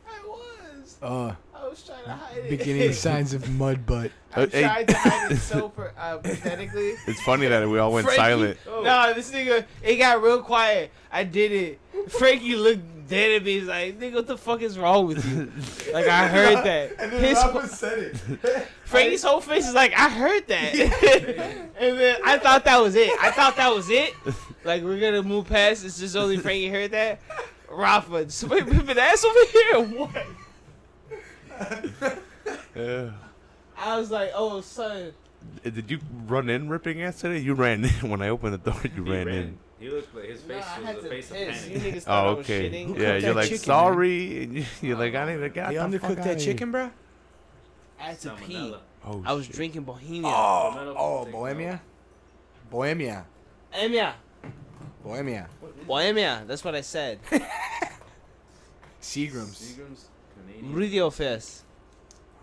Speaker 7: I was.
Speaker 5: Uh,
Speaker 7: I was trying to hide it.
Speaker 5: beginning signs of mud butt.
Speaker 7: I
Speaker 1: Uh, hey.
Speaker 7: tried to hide it so per- uh, pathetically.
Speaker 1: It's funny that we all went
Speaker 7: Frankie-
Speaker 1: silent.
Speaker 7: No, this nigga, it got real quiet. I did it. Frankie looked dead at me. He's like, nigga, what the fuck is wrong with you? Like, I heard that. His,
Speaker 8: said it.
Speaker 7: Frankie's whole face is like, I heard that. and then I thought that was it. I thought that was it. Like, we're going to move past. It's just only Frankie heard that. Rafa, somebody whipping ass over here? What?
Speaker 1: Yeah.
Speaker 7: I was like, oh, son.
Speaker 1: Uh, Did you run in ripping ass today? You ran in when I opened the door. You
Speaker 6: He
Speaker 1: ran, in.
Speaker 6: He looked like his
Speaker 7: No, I
Speaker 6: face
Speaker 7: had
Speaker 6: was a
Speaker 7: to
Speaker 6: face
Speaker 7: piss.
Speaker 6: of
Speaker 7: You
Speaker 6: panic.
Speaker 7: niggas thought
Speaker 1: Oh,
Speaker 7: I was
Speaker 1: okay.
Speaker 7: shitting.
Speaker 1: Yeah,
Speaker 5: cooked
Speaker 1: you're
Speaker 5: that
Speaker 1: like
Speaker 5: chicken,
Speaker 1: sorry. and you- You're like I didn't even got
Speaker 5: You
Speaker 1: the fuck
Speaker 5: undercooked
Speaker 1: outta
Speaker 5: that
Speaker 1: here.
Speaker 5: chicken, bro?
Speaker 7: I had to pee.
Speaker 6: Salmonella.
Speaker 1: Oh,
Speaker 7: I was
Speaker 1: shit.
Speaker 7: drinking Bohemia.
Speaker 8: Oh, oh, Bohemia, Bohemia,
Speaker 7: Bohemia.
Speaker 8: Bohemia,
Speaker 7: Bohemia. That's what I said.
Speaker 8: Seagrams,
Speaker 6: Seagram's Canadian.
Speaker 7: Rigo Fest.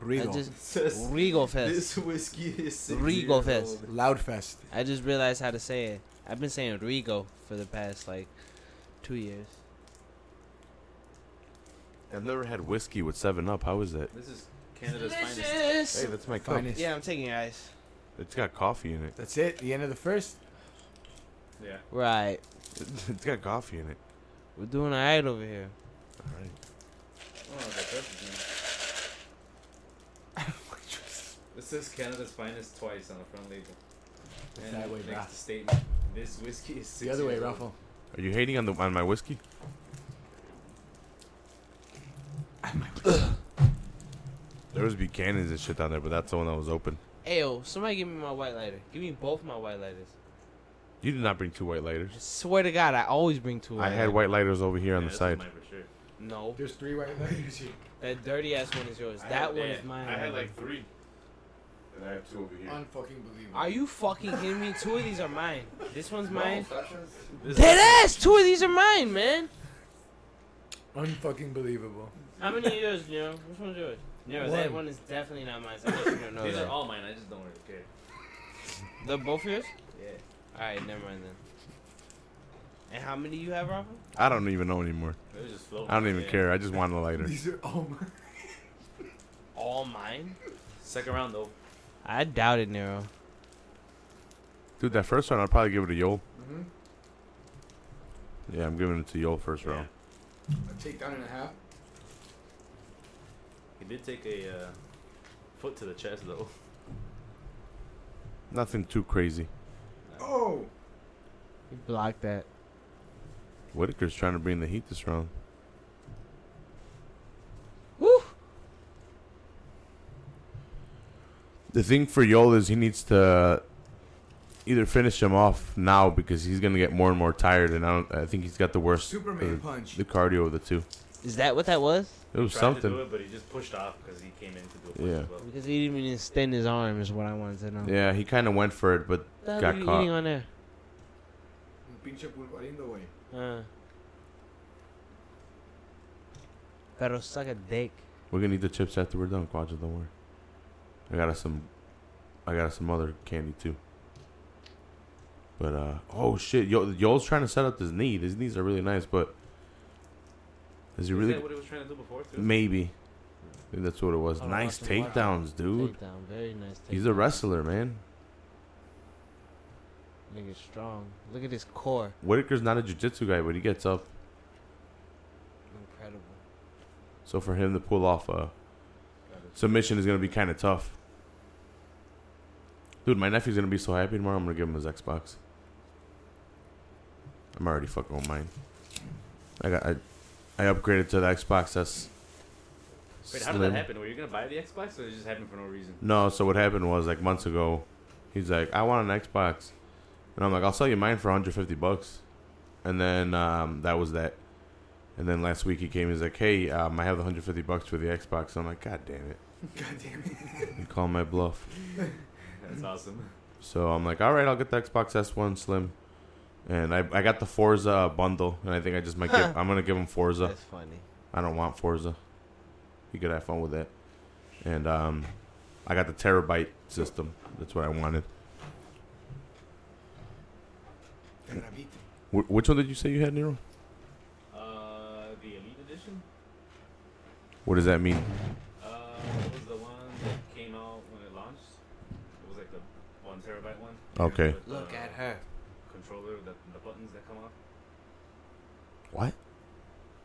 Speaker 7: I
Speaker 8: Regal,
Speaker 7: just
Speaker 6: Says,
Speaker 7: Rigo Fest.
Speaker 6: This whiskey is six
Speaker 7: Rigo
Speaker 6: years
Speaker 7: Fest.
Speaker 6: old."
Speaker 8: Loudfest.
Speaker 7: I just realized how to say it. I've been saying Rigo for the past like two years.
Speaker 1: I've never had whiskey with Seven Up. How is that?
Speaker 6: This is Canada's finest.
Speaker 1: Hey,
Speaker 7: Delicious.
Speaker 1: that's my cup.
Speaker 8: Finest.
Speaker 7: Yeah, I'm taking your ice.
Speaker 1: It's got coffee in it.
Speaker 8: That's it. The end of the first.
Speaker 6: Yeah.
Speaker 7: Right.
Speaker 1: It's got coffee in it.
Speaker 7: We're doing alright over here.
Speaker 1: All right.
Speaker 6: Oh, the Pepsi This says Canada's finest twice on the front label. And
Speaker 8: that way,
Speaker 6: next
Speaker 8: Ralph.
Speaker 6: statement, this whiskey is six
Speaker 8: The other way,
Speaker 6: years old."
Speaker 8: Raffle.
Speaker 1: Are you hating on the on my whiskey? there was Buchanan's and shit down there, but that's the one that was open.
Speaker 7: Ayo, somebody give me my white lighter. Give me both my white lighters.
Speaker 1: You did not bring two white
Speaker 7: I
Speaker 1: lighters.
Speaker 7: swear to God, I always bring two.
Speaker 1: I had white lighters over here
Speaker 6: Yeah,
Speaker 1: on the
Speaker 6: this is
Speaker 1: side.
Speaker 6: mine for sure.
Speaker 7: No,
Speaker 8: There's three white letters here.
Speaker 7: that dirty ass one is yours.
Speaker 6: I
Speaker 7: that
Speaker 6: had-
Speaker 7: one
Speaker 6: yeah,
Speaker 7: is mine.
Speaker 6: I had like three. And I have two over here.
Speaker 8: Unfucking believable.
Speaker 7: Are you fucking kidding me? Two of these are mine. This one's mine.
Speaker 6: This
Speaker 7: Dead
Speaker 6: is-
Speaker 7: ass! Two of these are mine, man.
Speaker 8: Unfucking believable.
Speaker 7: How many are yours, Nero? Which one's yours? Nero, that
Speaker 8: One.
Speaker 7: one is definitely not mine. So I don't
Speaker 1: Oh,
Speaker 7: know
Speaker 6: These
Speaker 7: that.
Speaker 6: are all mine. I just don't really care.
Speaker 7: They're both yours?
Speaker 6: Yeah.
Speaker 7: Alright, never mind then. And how many you have, Rafa?
Speaker 1: I don't even know anymore.
Speaker 6: It was just floating.
Speaker 1: I don't even
Speaker 6: Yeah.
Speaker 1: care. I just wanted a lighter.
Speaker 8: These are all my.
Speaker 7: All mine?
Speaker 6: Second round though.
Speaker 7: I doubt it, Nero.
Speaker 1: Dude, that first round, I'll probably give it a Yol.
Speaker 8: Mm-hmm.
Speaker 1: Yeah, I'm giving it to Yol first round.
Speaker 8: A takedown and a half.
Speaker 6: He did take a uh, foot to the chest though.
Speaker 1: Nothing too crazy.
Speaker 8: Oh.
Speaker 7: You blocked that.
Speaker 1: Whitaker's trying to bring the heat this round.
Speaker 7: Woo!
Speaker 1: The thing for Yol is he needs to either finish him off now because he's gonna get more and more tired, and I don't. I think he's got the worst
Speaker 8: Superman
Speaker 1: uh,
Speaker 8: punch.
Speaker 1: the cardio of the two.
Speaker 7: Is that what that was?
Speaker 1: It was
Speaker 6: Tried to do
Speaker 1: something.
Speaker 6: it, but he just pushed off because he came in to do a push
Speaker 1: Yeah.
Speaker 6: as well.
Speaker 7: Because he didn't even extend his arm, is what I wanted to know.
Speaker 1: Yeah, he kind of went for it, but
Speaker 7: What the hell
Speaker 1: Got
Speaker 7: are you
Speaker 1: caught.
Speaker 7: eating on there?
Speaker 8: Un pinche pulparindo, güey.
Speaker 7: Uh. Pero suck a dick.
Speaker 1: we're gonna eat the chips after we're done. Quadra, don't worry. I got us some. I got us some other candy too. But uh oh shit, Yo, Yol's trying to set up his knee. His knees are really nice, but is he
Speaker 6: Is
Speaker 1: really?
Speaker 6: that what he was trying to do before too?
Speaker 1: Maybe. I think that's what it was.
Speaker 7: Oh,
Speaker 1: nice
Speaker 7: watch him, watch him.
Speaker 1: takedowns, dude.
Speaker 7: Takedown, very nice takedown.
Speaker 1: He's a wrestler, man.
Speaker 7: Nigga strong. Look at his core.
Speaker 1: Whitaker's not a jiu-jitsu guy, but he gets up.
Speaker 7: Incredible.
Speaker 1: So for him to pull off a submission is going to be kind of tough. Dude, my nephew's going to be so happy tomorrow. I'm going to give him his Xbox. I'm already fucking on mine. I got I, I upgraded to the Xbox S.
Speaker 6: Wait, how did
Speaker 1: Slim.
Speaker 6: that happen? Were you gonna buy the Xbox, or it just happened for no reason?
Speaker 1: No, so what happened was like months ago, he's like, I want an Xbox, and I'm like, I'll sell you mine for 150 bucks, and then um, that was that. And then last week he came. He's like, "Hey, um, I have the 150 bucks for the Xbox." I'm like, "God damn it!"
Speaker 5: God damn it.
Speaker 1: You call my bluff.
Speaker 6: That's awesome.
Speaker 1: So I'm like, "All right, I'll get the Xbox S1 Slim." And I, I got the Forza bundle, and I think I just might give. I'm gonna give him Forza.
Speaker 7: That's funny.
Speaker 1: I don't want Forza. You could have fun with it. And um, I got the terabyte system. That's what I wanted. Wh- which one did you say you had, Nero?
Speaker 6: Uh, the Elite Edition
Speaker 1: What does that mean?
Speaker 6: uh, was the one that came out when it launched. It was like the one terabyte one.
Speaker 1: Okay.
Speaker 6: With
Speaker 7: Look
Speaker 6: the
Speaker 7: at her.
Speaker 6: Controller, the, the buttons that come off.
Speaker 1: What?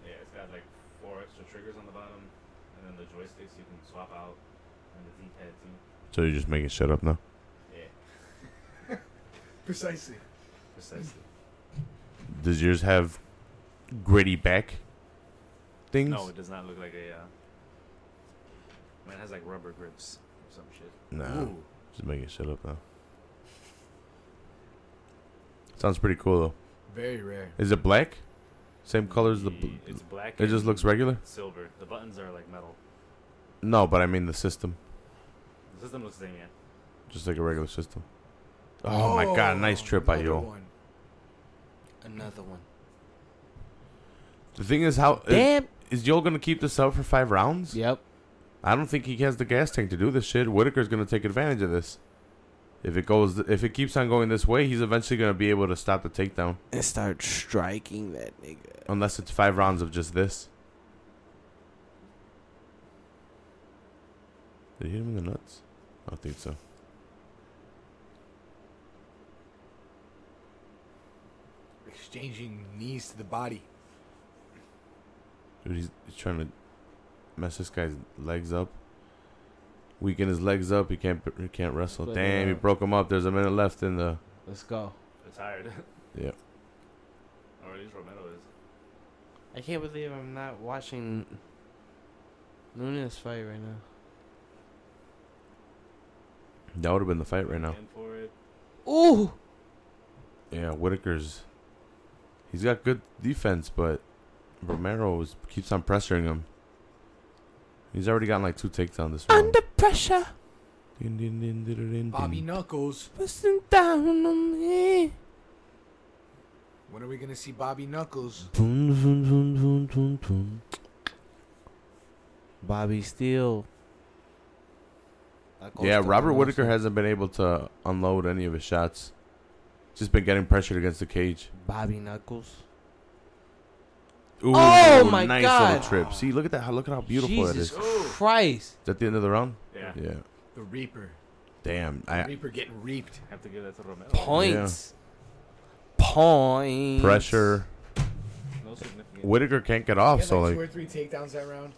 Speaker 6: Yeah, it's got like four extra triggers on the bottom, and then the joysticks you can swap out, and the D-pad too.
Speaker 1: So you're just making shit up now?
Speaker 6: Yeah,
Speaker 5: Precisely.
Speaker 6: precisely.
Speaker 1: Does yours have gritty back things?
Speaker 6: No, it does not look like a. Uh, man, it has like rubber grips or some shit.
Speaker 1: Nah.
Speaker 5: Ooh.
Speaker 1: Just making shit up now. Sounds pretty cool though.
Speaker 5: Very rare.
Speaker 1: Is it black? Same color as the. Bl-
Speaker 6: It's black.
Speaker 1: It just
Speaker 6: and
Speaker 1: looks regular.
Speaker 6: Silver. The buttons are like metal.
Speaker 1: No, but I mean the system,
Speaker 6: The system looks the same, yeah.
Speaker 1: just like a regular system. Oh, my god! Nice trip by
Speaker 5: another
Speaker 1: you.
Speaker 5: one.
Speaker 7: Another one.
Speaker 1: The thing is, how is-
Speaker 7: Damn.
Speaker 1: is Joel gonna keep this up for five rounds?
Speaker 7: Yep.
Speaker 1: I don't think he has the gas tank to do this shit. Whitaker's gonna take advantage of this. If it goes, if it keeps on going this way, he's eventually gonna be able to stop the takedown.
Speaker 7: And start striking that nigga.
Speaker 1: Unless it's five rounds of just this. Did he hit him in the nuts? I don't think so.
Speaker 5: Exchanging knees to the body.
Speaker 1: Dude, he's, he's trying to mess this guy's legs up. Weaken his legs up. He can't. He can't wrestle.
Speaker 7: Split it
Speaker 1: Damn, he
Speaker 7: up.
Speaker 1: broke him up. There's a minute left in the.
Speaker 7: Let's go.
Speaker 6: They're tired.
Speaker 1: Yeah.
Speaker 6: or at least Romero is.
Speaker 7: I can't believe I'm not watching Luna's fight right now.
Speaker 1: That would have been the fight right now.
Speaker 6: And for it.
Speaker 7: Ooh.
Speaker 1: Yeah, Whitaker's. He's got good defense, but Romero is, keeps on pressuring him. He's already gotten like two takedowns this round.
Speaker 7: Under pressure.
Speaker 1: Din, din, din, din, din, din.
Speaker 5: Bobby Knuckles.
Speaker 7: Listen down on me.
Speaker 5: When are we gonna see Bobby Knuckles?
Speaker 1: Dun, dun, dun, dun, dun, dun.
Speaker 7: Bobby Steele.
Speaker 1: Yeah, Robert Whitaker hasn't been able to unload any of his shots. Just been getting pressured against the cage.
Speaker 7: Bobby Knuckles.
Speaker 1: Ooh,
Speaker 7: Oh, my
Speaker 1: nice
Speaker 7: God.
Speaker 1: little trip. See, look at that. Look at how beautiful it is.
Speaker 7: Jesus Christ.
Speaker 1: Is that the end of the round?
Speaker 6: Yeah.
Speaker 1: Yeah.
Speaker 5: The Reaper.
Speaker 1: Damn.
Speaker 5: The
Speaker 1: I,
Speaker 5: Reaper getting reaped.
Speaker 6: Have to give that to Romero.
Speaker 7: Points. Points.
Speaker 1: pressure.
Speaker 6: No significant.
Speaker 1: Whitaker can't get
Speaker 5: He
Speaker 1: off,
Speaker 5: had
Speaker 1: Oh, so
Speaker 5: like
Speaker 1: like
Speaker 5: two or three takedowns that round.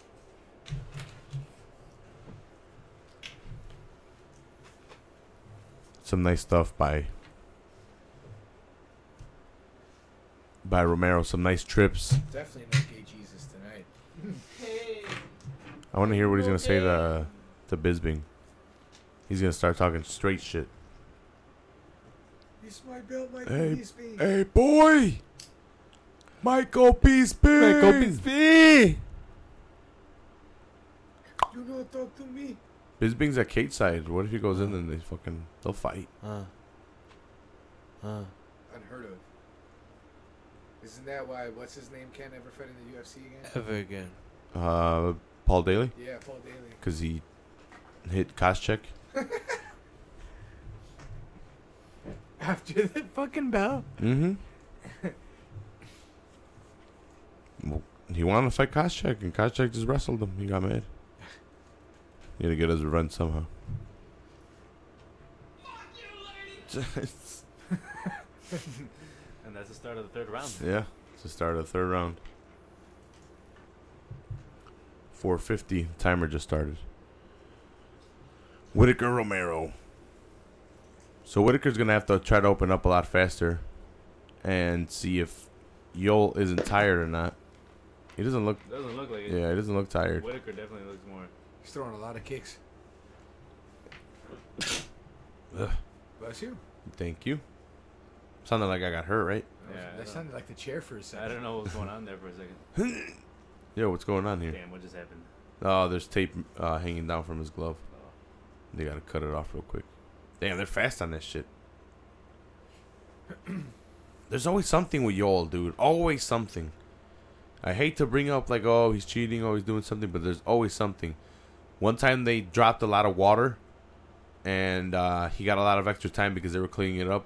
Speaker 1: some nice stuff by by Romero. Some nice trips.
Speaker 5: Definitely no gay Jesus tonight.
Speaker 1: I want to hear what he's gonna say to to Bisbing. He's gonna start talking straight shit.
Speaker 5: He's my belt, my
Speaker 1: Hey,
Speaker 5: peace be.
Speaker 1: Hey, boy! Michael Bisbing. Michael Bisbing.
Speaker 5: Do not talk to me.
Speaker 1: Bisbing's at Kate's side. What if he goes in and they fucking they'll fight?
Speaker 7: Uh. Uh.
Speaker 5: Unheard of. Isn't that why what's his name can't ever fight in the UFC again?
Speaker 7: Ever again.
Speaker 1: Uh, Paul Daly,
Speaker 5: Yeah, Paul Daly.
Speaker 1: because he hit Koscheck.
Speaker 5: After the fucking bell.
Speaker 1: Mm-hmm. well, he wanted to fight Koscheck, and Koscheck just wrestled him. He got mad. He had to get his revenge somehow.
Speaker 6: And that's the start of the third round.
Speaker 1: yeah, it's the start of the third round. 450 timer just started. Whitaker Romero. So Whitaker's gonna have to try to open up a lot faster, and see if Yol isn't tired or not. He doesn't look.
Speaker 6: Doesn't look like it.
Speaker 1: Yeah, he doesn't look tired.
Speaker 6: Whitaker definitely looks more.
Speaker 5: He's throwing a lot of kicks.
Speaker 1: Ugh.
Speaker 5: Bless you.
Speaker 1: Thank you. Sounded like I got hurt, right?
Speaker 6: Yeah, I
Speaker 5: that
Speaker 6: know.
Speaker 5: sounded like the chair for a second.
Speaker 6: I don't know what was going on there for a second.
Speaker 1: Yo, what's going on here?
Speaker 6: Damn, what just happened?
Speaker 1: Oh, there's tape uh, hanging down from his glove. They gotta cut it off real quick. Damn, they're fast on this shit. There's always something with y'all, dude. Always something. I hate to bring up like, oh, he's cheating, oh, he's doing something, but there's always something. One time they dropped a lot of water, and uh, he got a lot of extra time because they were cleaning it up.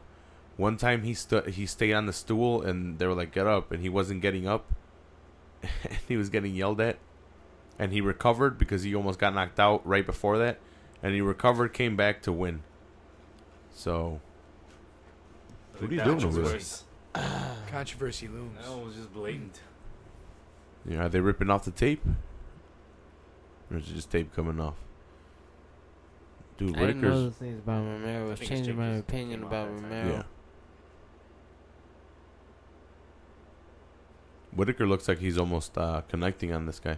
Speaker 1: One time he stu- he stayed on the stool, and they were like, "Get up," and he wasn't getting up, and he was getting yelled at and he recovered because he almost got knocked out right before that, and he recovered, came back to win. So, what are you doing over there?
Speaker 6: Controversy.
Speaker 5: Controversy looms.
Speaker 6: That one was just blatant.
Speaker 1: Yeah, are they ripping off the tape, or is it just tape coming off? Dude,
Speaker 7: I didn't know
Speaker 1: Whitaker's
Speaker 7: those things about Romero. I was
Speaker 6: think it's
Speaker 7: changing my
Speaker 6: Jacobs
Speaker 7: opinion
Speaker 6: came out
Speaker 7: about
Speaker 6: that time.
Speaker 7: Romero.
Speaker 1: yeah. Whitaker looks like he's almost uh, connecting on this guy,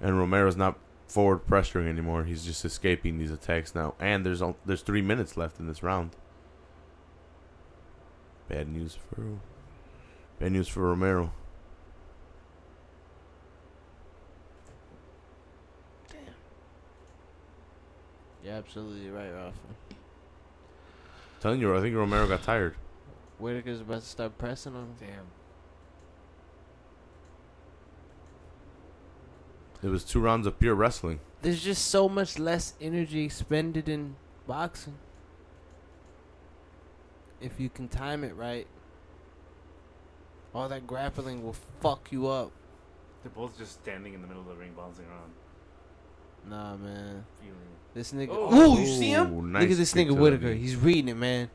Speaker 1: and Romero's not forward pressuring anymore. He's just escaping these attacks now, and there's al- there's three minutes left in this round. Bad news for bad news for Romero.
Speaker 7: You're absolutely right, Rafa.
Speaker 1: telling you, I think Romero got tired.
Speaker 7: Whitaker's about to start pressing him.
Speaker 5: Damn.
Speaker 1: It was two rounds of pure wrestling.
Speaker 7: There's just so much less energy expended in boxing. If you can time it right, all that grappling will fuck you up.
Speaker 6: They're both just standing in the middle of the ring, bouncing around,
Speaker 7: Nah, man.
Speaker 6: feeling.
Speaker 7: This nigga.
Speaker 6: Oh.
Speaker 7: Ooh, you see him?
Speaker 1: Ooh,
Speaker 7: Look
Speaker 1: nice
Speaker 7: at this
Speaker 1: kick to
Speaker 7: nigga
Speaker 1: the
Speaker 7: Whitaker.
Speaker 1: knee.
Speaker 7: He's reading it, man.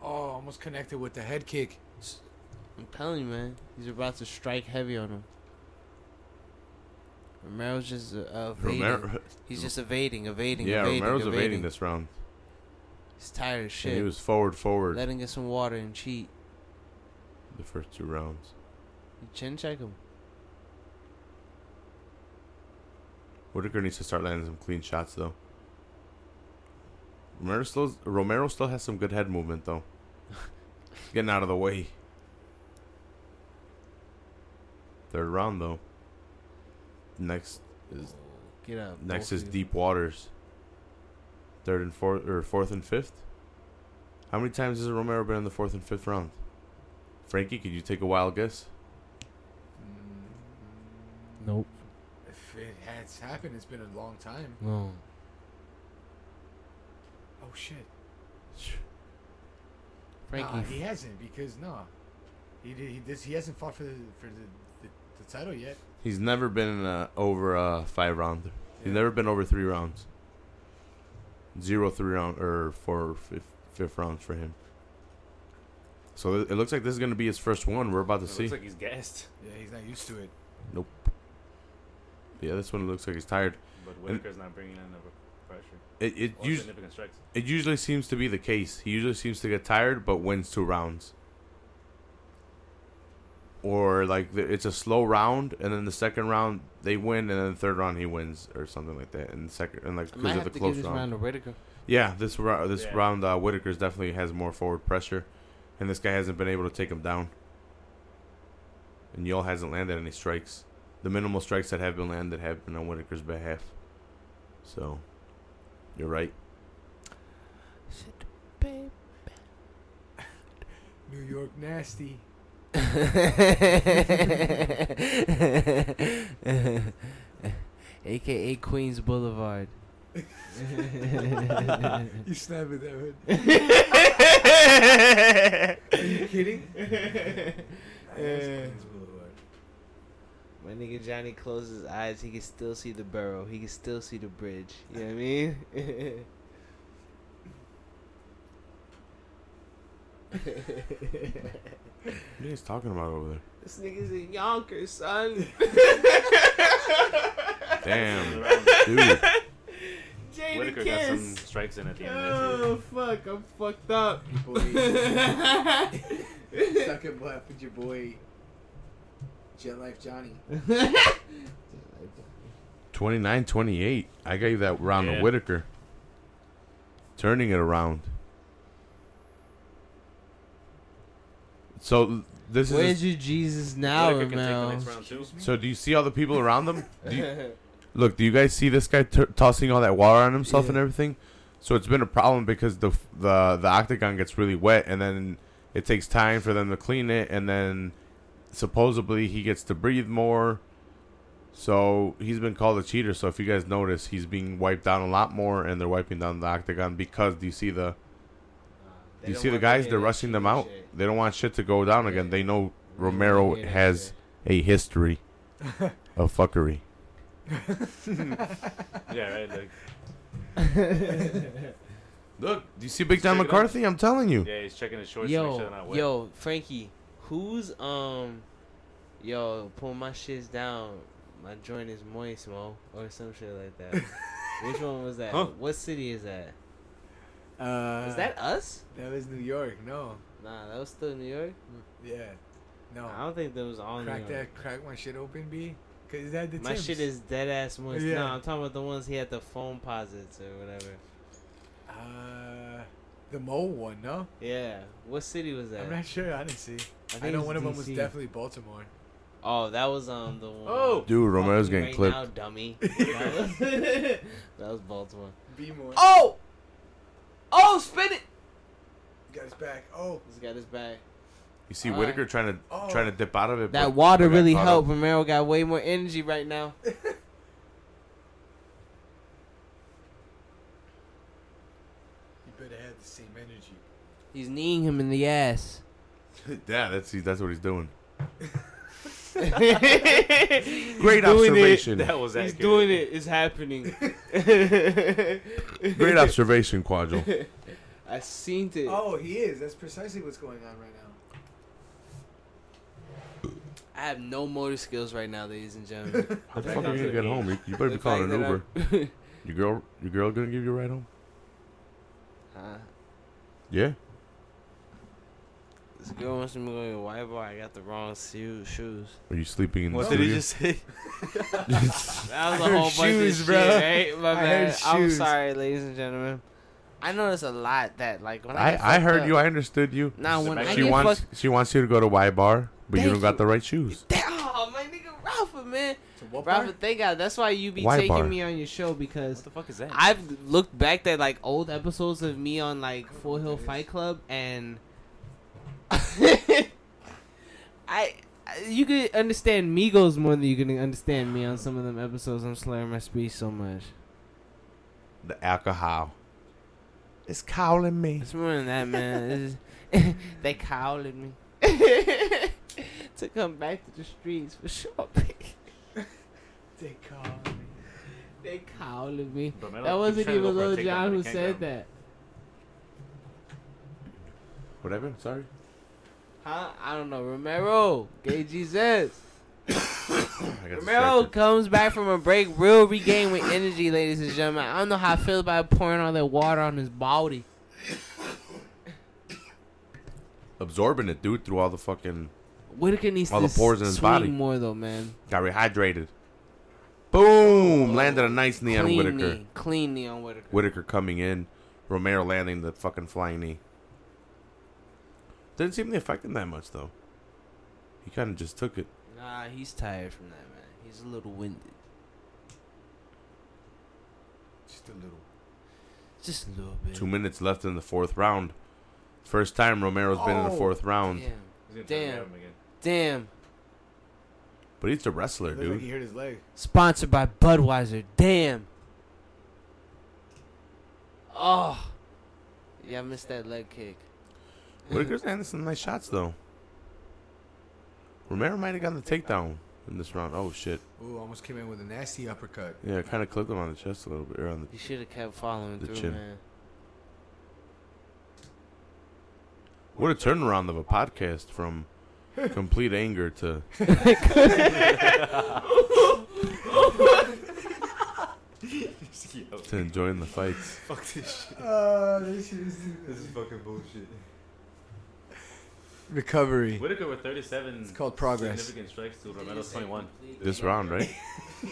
Speaker 5: Oh, almost connected with the head kick.
Speaker 7: I'm telling you, man. He's about to strike heavy on him. Romero's just uh, evading.
Speaker 1: Romero,
Speaker 7: He's just evading, evading,
Speaker 1: yeah,
Speaker 7: evading.
Speaker 1: Romero's
Speaker 7: evading.
Speaker 1: evading this round.
Speaker 7: He's tired as
Speaker 1: And he
Speaker 7: shit.
Speaker 1: was forward, forward
Speaker 7: Let him get some water and cheat.
Speaker 1: the first two rounds.
Speaker 7: You chin check him.
Speaker 1: Whitaker needs to start landing some clean shots though. Romero still Romero still has some good head movement though. Getting out of the way. Third round though. Next is
Speaker 7: Get up.
Speaker 1: next
Speaker 7: both
Speaker 1: is
Speaker 7: of you.
Speaker 1: deep waters. Third and fourth or fourth and fifth. How many times has Romero been in the fourth and fifth round? Frankie, could you take a wild guess?
Speaker 7: Nope.
Speaker 5: Mm. If it has happened, it's been a long time.
Speaker 7: No.
Speaker 5: Oh shit.
Speaker 7: Frankie.
Speaker 5: Nah, he hasn't because no, he did, he this, he hasn't fought for the for the, the, the title yet.
Speaker 1: He's never been in a, over a five round. He's
Speaker 5: Yeah.
Speaker 1: never been over three rounds. Zero three round or four fifth, fifth rounds for him. So it it looks like this is going to be his first one. We're about to
Speaker 6: It
Speaker 1: see.
Speaker 6: looks like he's gassed.
Speaker 5: Yeah, he's not used to it.
Speaker 1: yeah, this one looks like he's tired.
Speaker 6: But Whitaker's not bringing in the pressure.
Speaker 1: It it,
Speaker 6: Or
Speaker 1: usu-
Speaker 6: significant strikes.
Speaker 1: it usually seems to be the case. He usually seems to get tired, but wins two rounds. Or like the, it's a slow round, and then the second round they win, and then the third round he wins, or something like that. And the second and like
Speaker 7: I might
Speaker 1: because of
Speaker 7: have
Speaker 1: the
Speaker 7: to
Speaker 1: close
Speaker 7: give this
Speaker 1: round.
Speaker 7: round to Whitaker.
Speaker 1: Yeah, this rou- this
Speaker 6: Yeah.
Speaker 1: round uh, Whitaker's definitely has more forward pressure, and this guy hasn't been able to take him down. And Yale hasn't landed any strikes. The minimal strikes that have been landed have been on Whitaker's behalf. So, you're right.
Speaker 5: New York nasty.
Speaker 7: AKA Queens Boulevard.
Speaker 5: You snap at that hood.
Speaker 7: My
Speaker 5: Are you kidding? Eh.
Speaker 7: nigga Johnny closes his eyes, he can still see the burrow. He can still see the bridge. You know what I mean?
Speaker 1: What are you guys talking about over there?
Speaker 7: this nigga's in Yonkers, son.
Speaker 1: Damn,
Speaker 6: Round.
Speaker 1: dude.
Speaker 7: Jada
Speaker 6: Whitaker got some
Speaker 7: Kiss.
Speaker 6: strikes in at the end. There too.
Speaker 7: Oh fuck, I'm fucked up.
Speaker 5: Suck it up with your boy, Jet Life Johnny.
Speaker 1: 29-28. I gave that round
Speaker 6: Yeah.
Speaker 1: to Whitaker. Turning it around. So this is.
Speaker 7: Where's your Jesus now,
Speaker 6: Whitaker can take the next
Speaker 7: Mel?
Speaker 6: round too.
Speaker 1: So do you see all the people around them? Do you- look, do you guys see this guy t- tossing all that water on himself and everything? So it's been a problem because the f- the the octagon gets really wet, and then it takes time for them to clean it, and then supposedly he gets to breathe more. So he's been called a cheater. So if you guys notice, he's being wiped down a lot more, and they're wiping down the octagon because do you see the
Speaker 7: They
Speaker 1: do you
Speaker 7: don't
Speaker 1: see the
Speaker 7: want
Speaker 1: guys?
Speaker 7: that
Speaker 1: They're
Speaker 7: in
Speaker 1: rushing them
Speaker 7: cheating
Speaker 1: out.
Speaker 7: shit.
Speaker 1: They don't want shit to go down again. They know Romero
Speaker 7: Yeah,
Speaker 1: has a history of fuckery.
Speaker 6: yeah, right. Like,
Speaker 1: Look, do you see Big John
Speaker 6: Check it out.
Speaker 1: McCarthy? I'm telling you.
Speaker 6: yeah, he's checking his shorts to make sure they're not
Speaker 7: Yo,
Speaker 6: wet.
Speaker 7: yo, Frankie, who's um, yo, pull my shits down. My joint is moist, mo, or some shit like that. Which one was that?
Speaker 5: Huh?
Speaker 7: What city is that?
Speaker 5: Uh,
Speaker 7: Is that us?
Speaker 5: That was New York. No.
Speaker 7: Nah, that was still New York.
Speaker 5: Yeah. No.
Speaker 7: I don't think that was on.
Speaker 5: oh. Crack
Speaker 7: New York.
Speaker 5: that. Crack my shit open, B. Cause is that the
Speaker 7: My
Speaker 5: Timbs?
Speaker 7: shit is dead ass moist.
Speaker 5: Yeah.
Speaker 7: No, I'm talking about the ones he had the foam posits or whatever.
Speaker 5: Uh, the mole one. No.
Speaker 7: Yeah. What city was that?
Speaker 5: I'm not sure. Honestly,
Speaker 7: I
Speaker 5: I,
Speaker 7: think
Speaker 5: know
Speaker 7: it's
Speaker 5: one of them was
Speaker 7: DC.
Speaker 5: definitely Baltimore.
Speaker 7: Oh, that was um the one.
Speaker 5: Oh!
Speaker 1: Dude, Romero's getting
Speaker 7: right
Speaker 1: clipped.
Speaker 7: Now, dummy. That was, that was Baltimore.
Speaker 5: B more.
Speaker 7: Oh! Oh, spin it!
Speaker 5: Got his back. Oh.
Speaker 7: He's got his back.
Speaker 1: You see
Speaker 7: All
Speaker 1: Whitaker trying to
Speaker 5: Oh.
Speaker 1: trying to dip out of it.
Speaker 7: uh, That
Speaker 1: but
Speaker 7: water
Speaker 1: got
Speaker 7: really
Speaker 1: caught
Speaker 7: helped.
Speaker 1: up.
Speaker 7: Romero got way more energy right now.
Speaker 5: You better have the same energy.
Speaker 7: He's kneeing him in the ass.
Speaker 1: yeah, that's that's what he's doing.
Speaker 7: Great
Speaker 1: Great observation.
Speaker 6: That was
Speaker 7: He's
Speaker 6: accurate.
Speaker 7: doing it. It's happening. Great
Speaker 1: Great observation, Quadro.
Speaker 7: I seen it.
Speaker 5: Oh, he is. That's precisely what's going on right now.
Speaker 7: I have no motor skills right now, ladies and gentlemen.
Speaker 1: How the fuck are you gonna get home? You, you better be
Speaker 7: The
Speaker 1: calling
Speaker 7: fact
Speaker 1: an
Speaker 7: that
Speaker 1: Uber.
Speaker 7: I'm-
Speaker 1: Your girl, your girl gonna give you a ride home?
Speaker 7: Huh?
Speaker 1: Yeah.
Speaker 7: This girl wants me to go to white boy. I got the wrong shoe, shoes.
Speaker 1: Are you sleeping in the
Speaker 11: What did he
Speaker 1: studio?
Speaker 11: just say?
Speaker 7: That was
Speaker 5: I
Speaker 7: a
Speaker 5: heard
Speaker 7: whole bunch
Speaker 5: shoes,
Speaker 7: of
Speaker 5: bro.
Speaker 7: shit, right? My
Speaker 5: I heard
Speaker 7: bad. I'm
Speaker 5: shoes.
Speaker 7: sorry, ladies and gentlemen. I notice a lot that, like, when I, get
Speaker 1: I, I heard
Speaker 7: fucked
Speaker 1: you.
Speaker 7: up-
Speaker 1: I understood you.
Speaker 7: Nah, when I
Speaker 1: she
Speaker 7: get
Speaker 1: wants
Speaker 7: fucked,
Speaker 1: she wants you to go to Y Bar, but you
Speaker 7: Thank
Speaker 1: don't got
Speaker 7: you.
Speaker 1: the right shoes.
Speaker 7: Damn, oh, my nigga Rafa, man,
Speaker 5: To what
Speaker 7: Rafa, thank God. That's why you be
Speaker 1: Why
Speaker 7: taking
Speaker 1: bar?
Speaker 7: me on your show because
Speaker 11: What the fuck is that?
Speaker 7: I've looked back at like old episodes of me on like Full Hill Fight Club, and I, I you could understand Migos more than you can understand me on some of them episodes. I'm slurring my speech so much.
Speaker 1: The alcohol. It's calling me.
Speaker 7: It's more than that, man. It's- they calling me to come back to the streets for sure.
Speaker 5: They call me.
Speaker 7: they calling me.
Speaker 6: But Melo
Speaker 7: That
Speaker 6: keeps
Speaker 7: wasn't
Speaker 6: trying to
Speaker 7: even
Speaker 6: go for a
Speaker 7: Lil
Speaker 6: takedown,
Speaker 7: John
Speaker 6: but he
Speaker 7: who
Speaker 6: can't
Speaker 7: said
Speaker 6: grab him.
Speaker 7: that.
Speaker 1: What happened? Sorry.
Speaker 7: Huh? I don't know. Romero, gay Jesus.
Speaker 1: I got
Speaker 7: Romero
Speaker 1: distracted.
Speaker 7: comes back from a break, real regained with energy, ladies and gentlemen. I don't know how I feel about pouring all that water on his body.
Speaker 1: Absorbing it, dude, through all the fucking
Speaker 7: Whitaker needs
Speaker 1: All
Speaker 7: to
Speaker 1: the pores in his
Speaker 7: swing
Speaker 1: body.
Speaker 7: more though, man.
Speaker 1: got rehydrated. Boom! Landed a nice knee on
Speaker 7: Clean
Speaker 1: Whitaker.
Speaker 7: knee, clean knee on Whitaker.
Speaker 1: Whitaker coming in, Romero landing the fucking flying knee. Didn't seem to affect him that much though. He kind of just took it.
Speaker 7: Nah, he's tired from that, man. He's a little winded,
Speaker 5: Just a little.
Speaker 7: just a little bit.
Speaker 1: Two minutes left in the fourth round. First time Romero's been in the
Speaker 5: Oh.
Speaker 1: fourth round,
Speaker 7: Damn,
Speaker 6: He's gonna try to
Speaker 7: Damn.
Speaker 6: grab him again.
Speaker 7: damn.
Speaker 1: but he's a wrestler,
Speaker 5: Looks like
Speaker 1: dude.
Speaker 5: he hurt his leg.
Speaker 7: Sponsored by Budweiser. Damn. Oh, yeah, I missed that leg kick.
Speaker 1: Whitaker's landing some nice shots though. Romero might have gotten the takedown in this round. Oh shit!
Speaker 5: Ooh, almost came in with a nasty uppercut.
Speaker 1: Yeah, kind of clipped him on the chest a little bit. Or on
Speaker 7: You should have kept following
Speaker 1: The
Speaker 7: through,
Speaker 1: chin.
Speaker 7: man.
Speaker 1: the... What a turnaround of a podcast from complete anger to
Speaker 6: Yo,
Speaker 1: to enjoying the fights.
Speaker 11: Fuck this shit.
Speaker 5: Uh, this is
Speaker 11: Ah, This is fucking bullshit.
Speaker 5: recovery.
Speaker 6: Whitaker with 37. It's
Speaker 5: called progress.
Speaker 6: Significant strikes to Romero's 21.
Speaker 1: This round, right?
Speaker 6: I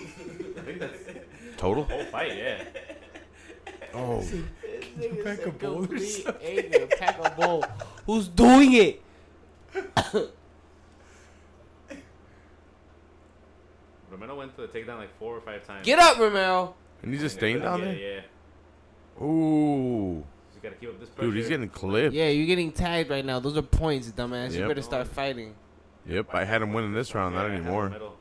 Speaker 6: think that's the
Speaker 1: Total?
Speaker 6: whole fight, yeah.
Speaker 1: Oh,
Speaker 5: Pack a bowl or
Speaker 7: Complete anger, pack a bowl. Who's doing it?
Speaker 6: Romero went to the takedown like four or five times.
Speaker 7: Get up, Romero.
Speaker 1: And he's just
Speaker 6: they
Speaker 1: staying
Speaker 6: couldn't
Speaker 1: down
Speaker 6: get it, Yeah,
Speaker 1: Ooh,
Speaker 6: he's got to keep up this pressure.
Speaker 1: dude, he's getting clipped.
Speaker 7: Yeah, you're getting tagged right now. Those are points, dumbass. You
Speaker 1: Yep.
Speaker 7: better start fighting.
Speaker 1: Yep, I had him winning this round. Not
Speaker 6: Yeah, I had
Speaker 1: anymore.
Speaker 6: Romero.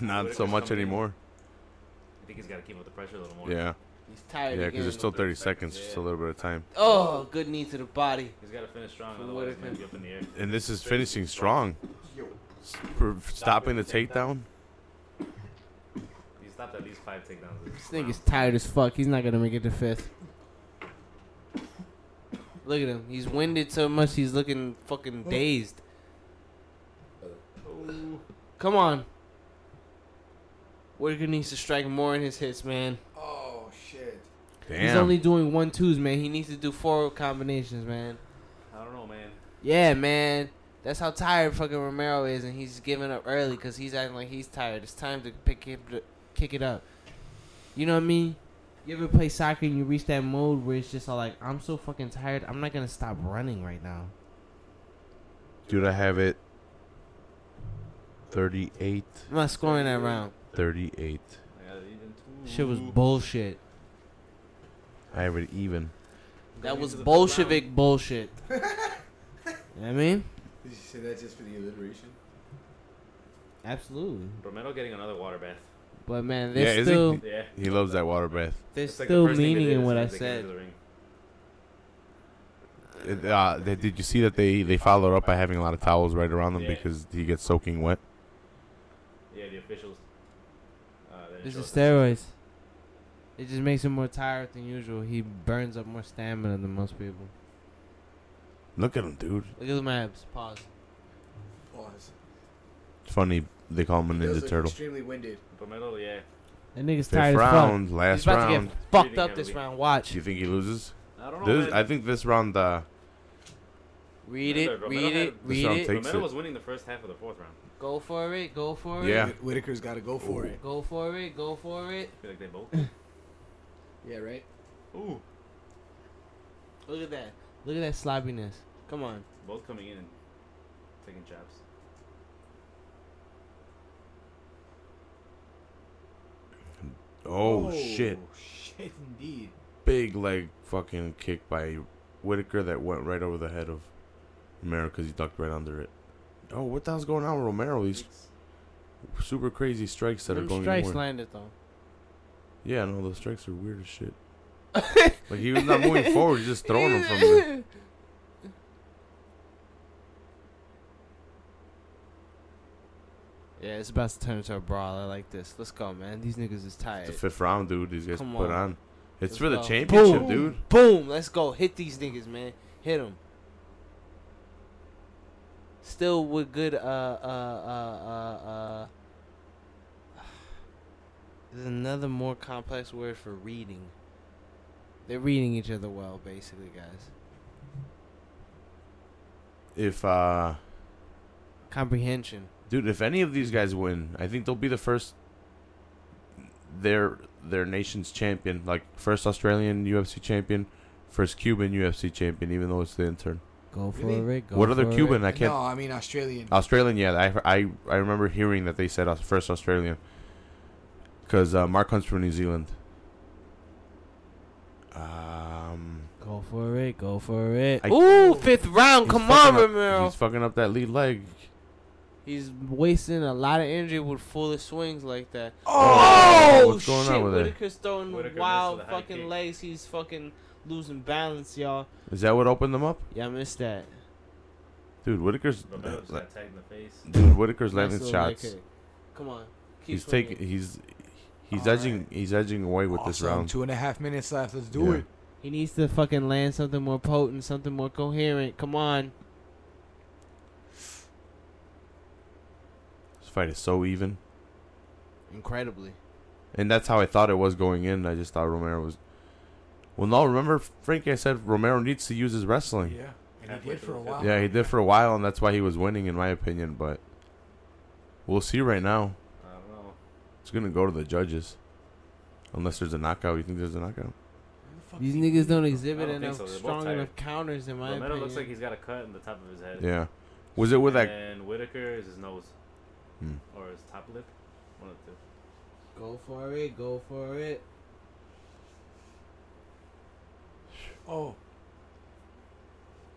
Speaker 1: Not so much anymore.
Speaker 6: I think he's got to keep up the pressure a little more.
Speaker 1: Yeah,
Speaker 7: He's tired.
Speaker 1: yeah,
Speaker 7: again.
Speaker 1: because there's still 30 seconds, just a little bit of time.
Speaker 7: Oh, good knee to the body.
Speaker 6: He's got to finish strong,
Speaker 7: From
Speaker 6: otherwise he
Speaker 7: Whitaker.
Speaker 6: might be up in the air.
Speaker 1: And this is finishing strong, S- for stopping the takedown.
Speaker 6: He stopped at least five takedowns.
Speaker 7: This nigga's tired as fuck. He's not gonna make it to fifth. Look at him. He's winded so much. He's looking fucking dazed. Come on. Whitaker needs to strike more in his hits, man.
Speaker 5: Oh shit.
Speaker 7: He's
Speaker 1: Damn.
Speaker 7: only doing one twos, man. He needs to do four combinations, man.
Speaker 6: I don't know, man.
Speaker 7: Yeah, man. That's how tired fucking Romero is, and he's giving up early because he's acting like he's tired. It's time to pick it, to kick it up. You know what I mean? You ever play soccer and you reach that mode where it's just all like, I'm so fucking tired. I'm not gonna stop running right now.
Speaker 1: Dude, I have it 38
Speaker 7: I'm not scoring that round.
Speaker 1: 38.
Speaker 6: I got uh, even two.
Speaker 7: Shit was bullshit.
Speaker 1: I have it even.
Speaker 7: That was
Speaker 6: into the
Speaker 7: Bolshevik bullshit. you know what I mean?
Speaker 11: Did you say that just for the alliteration?
Speaker 7: Absolutely.
Speaker 6: Romero getting another water bath.
Speaker 7: But man,
Speaker 1: Yeah,
Speaker 7: they're
Speaker 1: is
Speaker 7: still
Speaker 1: it?
Speaker 6: Yeah.
Speaker 1: He loves that water breath.
Speaker 7: they're
Speaker 6: It's like the
Speaker 7: still
Speaker 6: first thing they
Speaker 7: meaning
Speaker 6: did
Speaker 7: in
Speaker 6: as
Speaker 7: what
Speaker 6: soon
Speaker 7: I
Speaker 6: as they came
Speaker 7: said.
Speaker 6: into the ring.
Speaker 1: It, uh, they, did you see that they, they followed up by having a lot of towels right around them
Speaker 6: Yeah.
Speaker 1: because he gets soaking wet?
Speaker 6: Yeah, the officials. Uh, they didn't
Speaker 7: This
Speaker 6: show
Speaker 7: is
Speaker 6: us that.
Speaker 7: steroids. It just makes him more tired than usual. He burns up more stamina than most people.
Speaker 1: Look at him, dude.
Speaker 7: Look at my abs. Pause.
Speaker 5: Pause.
Speaker 1: It's funny. They call him a
Speaker 5: He does
Speaker 1: Ninja
Speaker 5: look
Speaker 1: Turtle.
Speaker 5: Extremely winded.
Speaker 6: Romero, yeah.
Speaker 7: That nigga's
Speaker 1: Fifth
Speaker 7: tired
Speaker 1: round,
Speaker 7: as fuck. He's
Speaker 1: last
Speaker 7: about
Speaker 1: round.
Speaker 7: to get Oh, fucked
Speaker 6: Breathing
Speaker 7: up this
Speaker 6: heavily.
Speaker 7: round.
Speaker 1: Do
Speaker 7: Watch.
Speaker 1: you think he loses?
Speaker 6: I don't know.
Speaker 1: This,
Speaker 6: man.
Speaker 1: I think this round, uh,
Speaker 7: Read
Speaker 6: Remember,
Speaker 7: it.
Speaker 6: Romero
Speaker 7: Read
Speaker 6: had-
Speaker 7: it.
Speaker 6: This
Speaker 7: Read
Speaker 1: round
Speaker 7: it.
Speaker 1: take-
Speaker 6: Romero
Speaker 1: it.
Speaker 6: was winning the first half of the fourth round.
Speaker 7: Go for it. Go for it.
Speaker 1: yeah.
Speaker 5: Whit- Whitaker's got to go for it.
Speaker 7: Go for it. Go for it.
Speaker 6: I feel like they both.
Speaker 5: Yeah, right.
Speaker 6: Ooh,
Speaker 7: Look at that. Look at that sloppiness. Come on.
Speaker 6: both coming in and taking jabs.
Speaker 1: Oh, shit.
Speaker 5: Shit, indeed.
Speaker 1: Big leg fucking kick by Whitaker that went right over the head of Romero because he ducked right under it. Oh, what the hell's going on with Romero? These super crazy strikes that
Speaker 7: Them
Speaker 1: are going
Speaker 7: strikes
Speaker 1: more.
Speaker 7: landed though.
Speaker 1: Yeah, no, those strikes are weird as shit. like he was not moving forward, he's just throwing them from the
Speaker 7: Yeah, it's about to turn into a brawl. I like this. Let's go, man. These niggas is
Speaker 1: It's the
Speaker 7: tired.
Speaker 1: fifth round, dude. These guys
Speaker 7: Come
Speaker 1: put
Speaker 7: on.
Speaker 1: on. It's
Speaker 7: Let's
Speaker 1: for the
Speaker 7: go.
Speaker 1: championship,
Speaker 7: Boom.
Speaker 1: dude.
Speaker 7: Boom. Let's go. Hit these niggas, man. Hit them. Still with good. Uh. Uh. Uh. Uh. uh there's another more complex word for reading. They're reading each other well, basically, guys.
Speaker 1: If uh,
Speaker 7: Comprehension.
Speaker 1: dude, if any of these guys win, I think they'll be the first. Their their nation's champion, like first Australian UFC champion, first Cuban UFC champion, even though it's the intern.
Speaker 7: Go for
Speaker 5: Really?
Speaker 7: it. Go
Speaker 1: what other
Speaker 7: for it.
Speaker 1: Cuban? I can't. Uh,
Speaker 5: No, I mean Australian.
Speaker 1: Australian, yeah. I, I, I remember hearing that they said Aus- first Australian. Because uh, Mark Hunt's from New Zealand. Um,
Speaker 7: Go for it. Go for it.
Speaker 1: I-
Speaker 7: Ooh, fifth round.
Speaker 1: he's
Speaker 7: Come on,
Speaker 1: fucking up-
Speaker 7: Romero.
Speaker 1: He's fucking up that lead leg.
Speaker 7: He's wasting a lot of energy with foolish swings like that.
Speaker 1: Oh,
Speaker 7: Oh,
Speaker 1: what's going on
Speaker 7: shit.
Speaker 1: with that?
Speaker 7: Whitaker's throwing
Speaker 6: Whitaker missed
Speaker 7: wild
Speaker 6: with a high
Speaker 7: fucking
Speaker 6: kick.
Speaker 7: legs. He's fucking losing balance, y'all.
Speaker 1: Is that what opened them up?
Speaker 7: Yeah, I missed that.
Speaker 1: Dude, Whitaker's. uh,
Speaker 6: Romero just got tagged in the face.
Speaker 1: Dude, Whitaker's
Speaker 7: Nice
Speaker 1: landing
Speaker 7: little leg
Speaker 1: shots.
Speaker 7: kick. Come on. Keep
Speaker 1: He's
Speaker 7: swinging.
Speaker 1: taking. He's. He's
Speaker 5: All
Speaker 1: edging.
Speaker 5: right.
Speaker 1: He's edging away with this
Speaker 5: Awesome,
Speaker 1: round.
Speaker 5: Two and a half minutes left. Let's do
Speaker 1: Yeah.
Speaker 5: it.
Speaker 7: He needs to fucking land something more potent, something more coherent. Come on.
Speaker 1: This fight is so even,
Speaker 7: Incredibly.
Speaker 1: and that's how I thought it was going in. I just thought Romero was. Well, no, remember Frankie? I said Romero needs to use his wrestling.
Speaker 5: Yeah. And he
Speaker 6: Halfway
Speaker 5: did for
Speaker 6: through
Speaker 5: a
Speaker 6: the
Speaker 5: while.
Speaker 1: Yeah, he did for a while, and that's why he was winning, in my opinion. But we'll see right now.
Speaker 6: I don't know.
Speaker 1: It's gonna go to the judges, unless there's a knockout. You think there's a knockout?
Speaker 7: These niggas don't exhibit
Speaker 6: think
Speaker 7: enough
Speaker 6: so. They're both
Speaker 7: strong
Speaker 6: tired.
Speaker 7: enough counters, in my
Speaker 6: Romero
Speaker 7: opinion.
Speaker 6: looks like he's got a cut in the top of his head.
Speaker 1: Yeah. Was it with that?
Speaker 6: And Whitaker is his nose.
Speaker 1: Hmm.
Speaker 6: Or his top lip. One of the two.
Speaker 7: Go for it. Go for it.
Speaker 5: Oh,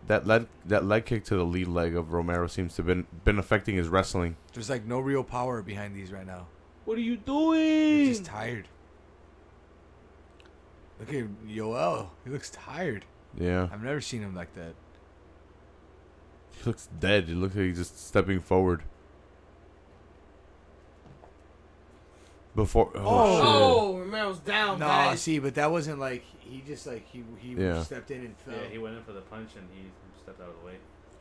Speaker 1: That leg that leg kick to the lead leg of Romero seems to have been been affecting his wrestling.
Speaker 5: there's like no real power behind these right now.
Speaker 7: What are you
Speaker 5: He's
Speaker 7: doing?
Speaker 5: just tired. Look at Yoel. He looks tired.
Speaker 1: Yeah,
Speaker 5: I've never seen him like that.
Speaker 1: he looks dead. He looks like he's just stepping forward. Before oh, shit.
Speaker 7: Oh, Romero's down,
Speaker 5: Nah,
Speaker 7: guys.
Speaker 5: see, but that wasn't like he just like he he
Speaker 1: Yeah.
Speaker 5: stepped in and fell.
Speaker 6: Yeah, he went in for the punch and he stepped out of the way.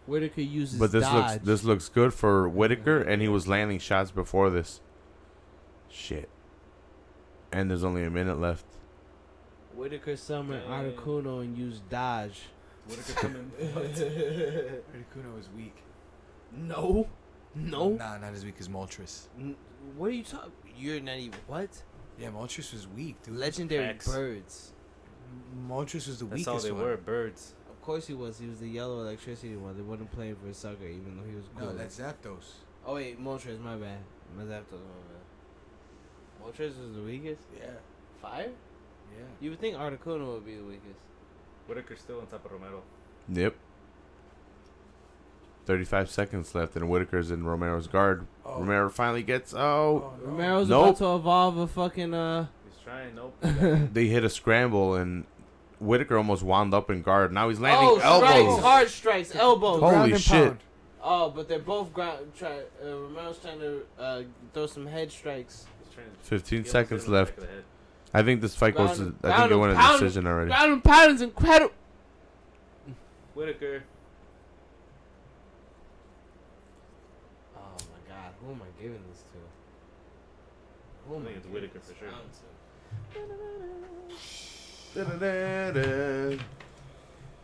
Speaker 7: Whitaker uses
Speaker 1: but this
Speaker 7: dodge.
Speaker 1: looks this looks good for Whitaker, and he was landing shots before this. Shit. And there's only a minute left.
Speaker 7: Whitaker summoned
Speaker 6: Yeah.
Speaker 7: Articuno and used dodge.
Speaker 6: Whitaker coming.
Speaker 5: Articuno is weak.
Speaker 7: No, no.
Speaker 5: Nah, not as weak as Moltres.
Speaker 7: N- What are you talking? You're not even what?
Speaker 5: Yeah, Moltres was weak, dude.
Speaker 7: Legendary
Speaker 6: Facts.
Speaker 7: birds.
Speaker 5: Moltres was the
Speaker 6: That's
Speaker 5: weakest
Speaker 6: all they
Speaker 5: one.
Speaker 6: were, birds.
Speaker 7: Of course he was. He was the yellow electricity one. They wasn't playing for a sucker, even though he was cool.
Speaker 5: No, that's Zapdos.
Speaker 7: oh wait, Moltres. My bad. My Zapdos. My bad. Moltres was the weakest.
Speaker 5: Yeah,
Speaker 7: Fire.
Speaker 5: yeah.
Speaker 7: You would think Articuno would be the weakest.
Speaker 6: Whitaker's still on top of Romero.
Speaker 1: Yep. Thirty-five seconds left, and Whitaker's in Romero's guard.
Speaker 5: Oh.
Speaker 1: Romero finally gets out.
Speaker 5: Oh, no.
Speaker 7: Romero's
Speaker 1: Nope.
Speaker 7: about to evolve a fucking uh.
Speaker 6: He's trying. Nope.
Speaker 1: they hit a scramble and Whitaker almost wound up in guard. Now he's
Speaker 5: Oh,
Speaker 1: landing elbows.
Speaker 7: Oh, strikes, hard strikes, elbows.
Speaker 1: Holy
Speaker 8: Ground and
Speaker 1: shit.
Speaker 8: pound.
Speaker 7: Oh, but they're both ground. Try, uh, Romero's trying to uh, throw some head strikes.
Speaker 6: He's trying to-
Speaker 1: Fifteen
Speaker 6: he almost
Speaker 1: seconds
Speaker 6: hit him in the back
Speaker 1: left.
Speaker 6: of the head.
Speaker 1: I think this fight goes to.
Speaker 7: Ground-
Speaker 1: I think
Speaker 7: ground
Speaker 1: they won a
Speaker 7: and
Speaker 1: decision already.
Speaker 7: Ground and pound is incredible.
Speaker 6: Whitaker.
Speaker 7: Oh my god, who am I giving this to? Who
Speaker 6: I think it's
Speaker 7: giving
Speaker 6: Whitaker
Speaker 7: this
Speaker 6: for sure.
Speaker 7: round to?
Speaker 5: Oh,
Speaker 1: Da-da-da-da.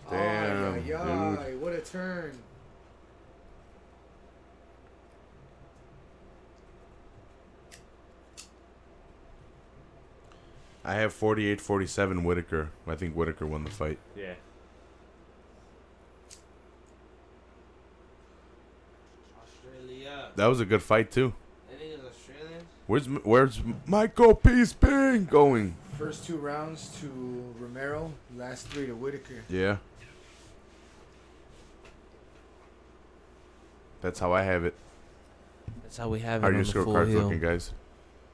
Speaker 1: Damn,
Speaker 5: Ay, ay,
Speaker 1: dude.
Speaker 5: ay, what a turn.
Speaker 1: I have 48-47 Whitaker. I think Whitaker won the fight.
Speaker 6: Yeah.
Speaker 7: Australia.
Speaker 1: That was a good fight too.
Speaker 7: That nigga's Australian.
Speaker 1: Where's M- where's Michael Peace Ping going?
Speaker 5: First two rounds to Romero, last three to Whitaker.
Speaker 1: Yeah. That's how I have it.
Speaker 7: That's how we have
Speaker 1: How
Speaker 7: it
Speaker 1: are
Speaker 7: on
Speaker 1: your
Speaker 7: the full
Speaker 1: scorecards
Speaker 7: heel.
Speaker 1: looking, guys?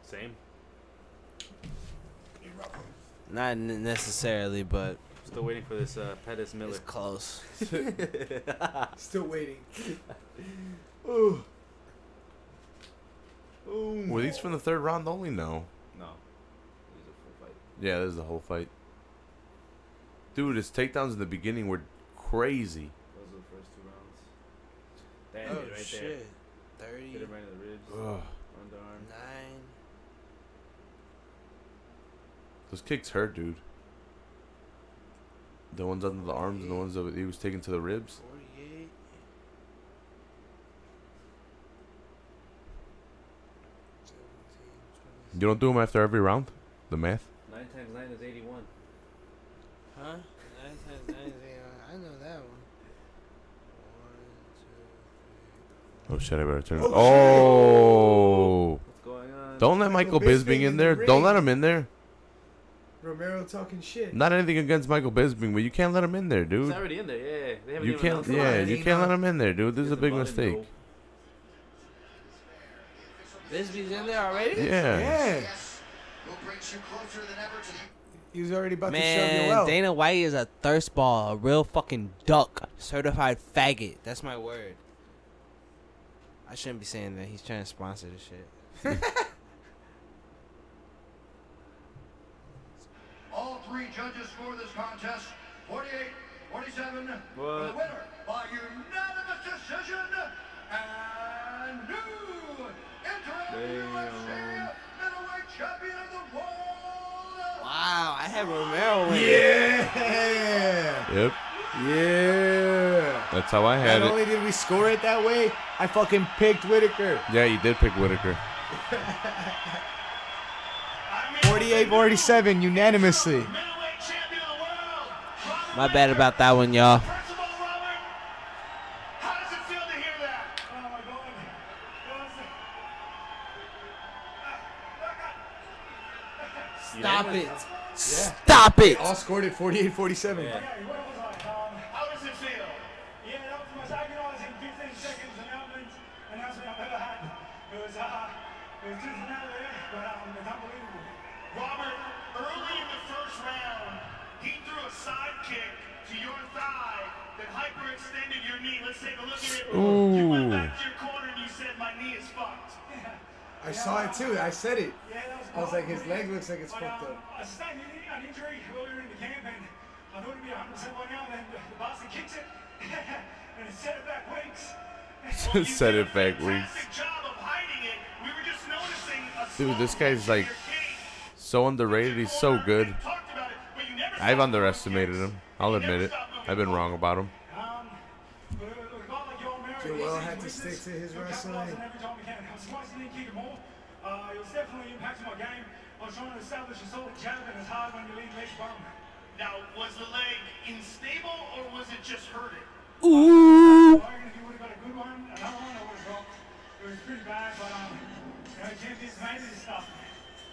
Speaker 6: Same.
Speaker 7: Not n- necessarily, but
Speaker 6: Still waiting for this uh, Pettis Miller.
Speaker 7: it's close.
Speaker 5: Still waiting.
Speaker 1: Were these from the third round only? No.
Speaker 6: No. He's a full fight.
Speaker 1: Yeah, this is the whole fight. Dude, his takedowns in the beginning were crazy.
Speaker 6: Those are the first two rounds.
Speaker 7: Oh
Speaker 6: Damn it right
Speaker 7: shit. Thirty
Speaker 6: there. Hit him right in the ribs. Underarm.
Speaker 7: nine.
Speaker 1: Those kicks hurt, dude. The ones under the arms and the ones that he was taking to the ribs.
Speaker 7: 48.
Speaker 1: You don't do them after every round? The math?
Speaker 6: Nine times nine is eighty-one.
Speaker 7: Huh? Nine times nine is eight. I know that one. One,
Speaker 1: Oh, shit, I better turn it. Oh!
Speaker 6: What's going on?
Speaker 1: Don't let Michael
Speaker 8: Michael
Speaker 1: Bisping
Speaker 8: Bisping
Speaker 1: in
Speaker 8: in the
Speaker 1: there. Don't let
Speaker 8: ring.
Speaker 1: him in there.
Speaker 8: Romero talking shit.
Speaker 1: Not anything against Michael Bisping, but you can't let him in there,
Speaker 6: He's
Speaker 1: dude.
Speaker 6: already in there. Yeah. yeah. They haven't
Speaker 1: You
Speaker 6: even
Speaker 1: can't,
Speaker 6: announced
Speaker 1: yeah,
Speaker 6: it.
Speaker 1: you can't let him in there, dude. This is a
Speaker 6: It's
Speaker 1: big
Speaker 6: about him,
Speaker 1: mistake.
Speaker 6: though.
Speaker 7: two, three. This be's in there already?
Speaker 1: Yeah.
Speaker 5: Yeah,
Speaker 10: Will bring you closer than ever to the
Speaker 8: He was already about to shove
Speaker 7: Man,
Speaker 8: Yoel.
Speaker 7: Dana White is a thirst ball, a real fucking duck, certified faggot. That's my word. I shouldn't be saying that. He's trying to sponsor this shit.
Speaker 10: All three judges score this contest 48 47. The
Speaker 6: What?
Speaker 10: winner by unanimous decision and new interim UFC
Speaker 6: Damn.
Speaker 10: middleweight champion of the world.
Speaker 7: Wow, I have Romero in.
Speaker 8: Yeah.
Speaker 1: Yep.
Speaker 8: Yeah.
Speaker 1: That's how I had
Speaker 8: Not
Speaker 1: it.
Speaker 8: only did we score it that way, I fucking picked Whitaker.
Speaker 1: Yeah, you did pick Whitaker.
Speaker 8: 48 47 unanimously.
Speaker 10: Middleweight champion of the world.
Speaker 7: My bad about that one, y'all.
Speaker 10: First of all, Robert, how does it feel to hear that? Oh Ah,
Speaker 7: Stop it. Oh, Stop it.
Speaker 5: All scored at 48 47.
Speaker 10: How does it feel? Yeah, that was my agonizing 15 seconds announcement. Announcement I've ever had. It was, uh, it was just another day, but um, it's unbelievable.
Speaker 12: Robert, early in the first round, he threw a side kick to your thigh that hyperextended your knee. Let's take a look at it. You went
Speaker 1: Ooh.
Speaker 12: back to your corner and you said, my knee is fucked.
Speaker 5: I saw it too. I said it.
Speaker 10: Yeah, that was
Speaker 5: I was like, his leg looks like it's
Speaker 10: But,
Speaker 5: fucked
Speaker 10: um,
Speaker 5: up.
Speaker 12: uh,
Speaker 10: I sustained an, an injury earlier in the game, and I thought it'd be 100% by now, and then the bastard kicks it, and it set it back wings.
Speaker 1: Set it back weeks. Dude, this guy's like so underrated. He's so good. I've underestimated him. I'll admit it. I've been wrong about him.
Speaker 5: Joel had to stick to his wrestling.
Speaker 10: Every time we can, I was surprised he didn't kick it more. Uh, it was definitely impacting my game. I was trying to establish a solid jab, and it's hard when you lead leg bum.
Speaker 12: Now, was the leg unstable or was it just hurting?
Speaker 10: Ooh. It was pretty bad, but um, you know, champions made this stuff.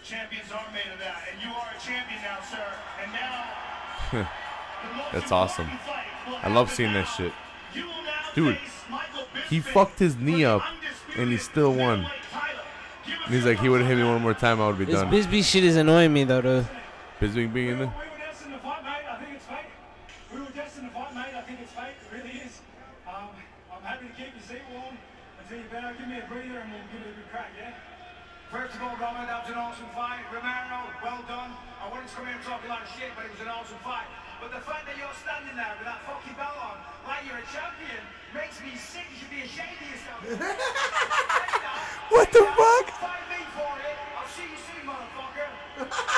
Speaker 12: Champions are made of that, and you are a champion now, sir. And now
Speaker 1: That's awesome. I love seeing that shit. Dude, he fucked his knee up and he still won. And he's like, he would have hit me one more time, I would be
Speaker 7: This
Speaker 1: done.
Speaker 7: Bisbee shit is annoying me though. Dude.
Speaker 1: Bisbee being in there.
Speaker 10: We were destined to fight, mate. I think it's fate. It really is. Um, I'm happy to keep your seat warm until you better give me a breather and we'll give it a good crack, yeah?
Speaker 11: First of all, Roman, that was an awesome fight. Romero, well done. I wanted to come here and talk a lot of shit, but it was an awesome fight. But the fact that you're standing there with that fucking belt on, like you're a champion, makes me sick. You should be ashamed of yourself.
Speaker 10: What the fuck?
Speaker 11: Fight me for it. I'll see you soon, motherfucker.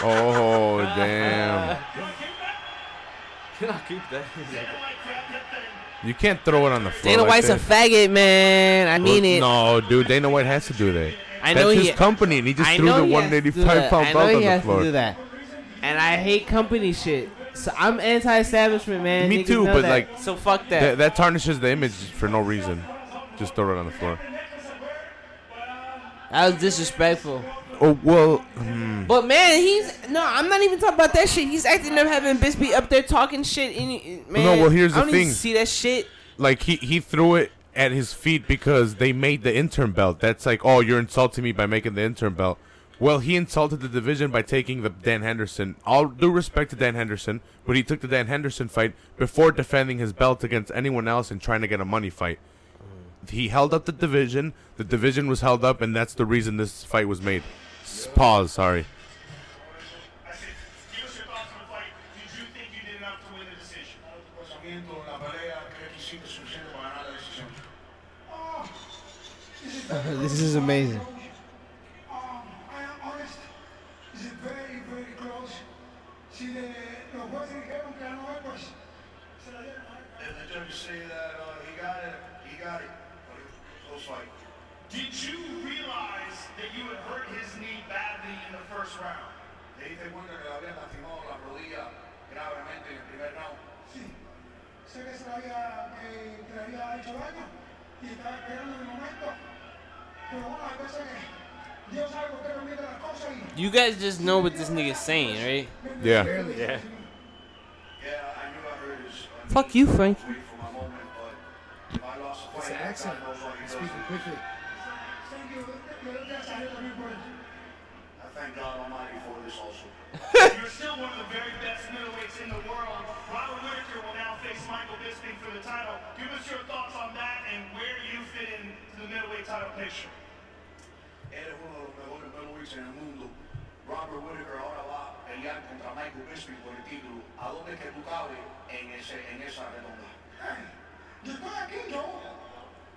Speaker 1: Oh, damn.
Speaker 4: Can I keep that?
Speaker 1: You can't throw it on the floor.
Speaker 7: Dana
Speaker 1: like
Speaker 7: White's a
Speaker 1: that.
Speaker 7: faggot, man. I mean it.
Speaker 1: No, dude, Dana White has to do that.
Speaker 7: I
Speaker 1: That's
Speaker 7: know
Speaker 1: his
Speaker 7: he-
Speaker 1: company, and he just
Speaker 7: I
Speaker 1: threw
Speaker 7: know
Speaker 1: the
Speaker 7: he has to do
Speaker 1: 185
Speaker 7: that.
Speaker 1: pound
Speaker 7: I know
Speaker 1: belt
Speaker 7: he
Speaker 1: on the
Speaker 7: has
Speaker 1: floor.
Speaker 7: To do that. And I hate company shit. So I'm anti-establishment, man.
Speaker 1: Me
Speaker 7: Niggas
Speaker 1: too,
Speaker 7: know
Speaker 1: but
Speaker 7: that.
Speaker 1: like
Speaker 7: so fuck
Speaker 1: That,
Speaker 7: that.
Speaker 1: that tarnishes the image for no reason. Just throw it on the floor.
Speaker 7: That was disrespectful.
Speaker 1: Oh well. hmm.
Speaker 7: But man, he's no. I'm not even talking about that shit. He's acting up, having Bisbee up there talking shit. And, man,
Speaker 1: well, here's the
Speaker 7: I don't even
Speaker 1: thing.
Speaker 7: See that shit?
Speaker 1: Like he he threw it at his feet because they made the interim belt. That's like, oh, you're insulting me by making the interim belt. Well, he insulted the division by taking the Dan Henderson. All due respect to Dan Henderson, but he took the Dan Henderson fight before defending his belt against anyone else and trying to get a money fight. He held up the division. The division was held up, and that's the reason this fight was made. S- Pause. Sorry.
Speaker 10: Rozamiento, la pelea, creo que sí que sucede para ganar la decisión.
Speaker 7: this is amazing.
Speaker 10: I am honest. This is very, very close. See, the, los jueces dijeron que ganó él, pues. Se la dieron a él.
Speaker 11: The judge say that uh, he got it. He got it. Go fight.
Speaker 12: did you realize that you had hurt his knee badly in the first round?
Speaker 11: Le diste cuenta que le habían lastimado la rodilla gravemente en el primer round.
Speaker 10: Sí. Sé que se le había,
Speaker 12: eh,
Speaker 10: que, que le había hecho daño y estaba esperando el momento. Pero bueno, hay veces que Dios sabe por qué permite las cosas y
Speaker 7: You guys just know what this nigga's saying, right?
Speaker 1: Yeah.
Speaker 4: Yeah.
Speaker 7: Fuck you, Frank.
Speaker 5: It's an accent. Speaking quickly.
Speaker 11: I thank God Almighty for this also.
Speaker 12: You're still one of the very best middleweights in the world. Robert Whitaker will now face Michael Bisping for the title. Give us your thoughts on that and where you fit in to the middleweight title picture.
Speaker 11: Eres uno de los mejores middleweights en el mundo. Robert Whittaker ahora va a pelear contra Michael Bisping por el título. ¿A dónde es que tú cabes en, ese, en esa redonda?
Speaker 10: yo estoy aquí, yo.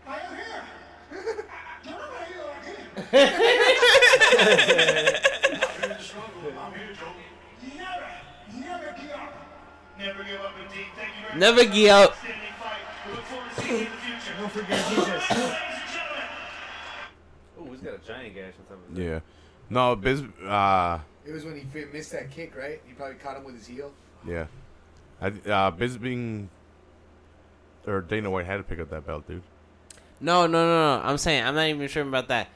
Speaker 10: I am here. Yo no me he ido de aquí. Never, never give up.
Speaker 12: Never give up indeed. Thank you very
Speaker 7: Never
Speaker 12: much.
Speaker 7: give up.
Speaker 12: Outstanding fight. We look forward to seeing you in the future.
Speaker 5: Don't forget Jesus.
Speaker 6: Ooh, he's got a giant gash on top of his
Speaker 1: Yeah. No, Biz. Uh,
Speaker 5: It was when he fi- missed that kick, right? He probably caught him with his heel.
Speaker 1: yeah. I, uh, Bisbing or Dana White had to pick up that belt, dude.
Speaker 7: No, no, no, no. I'm saying I'm not even sure about that.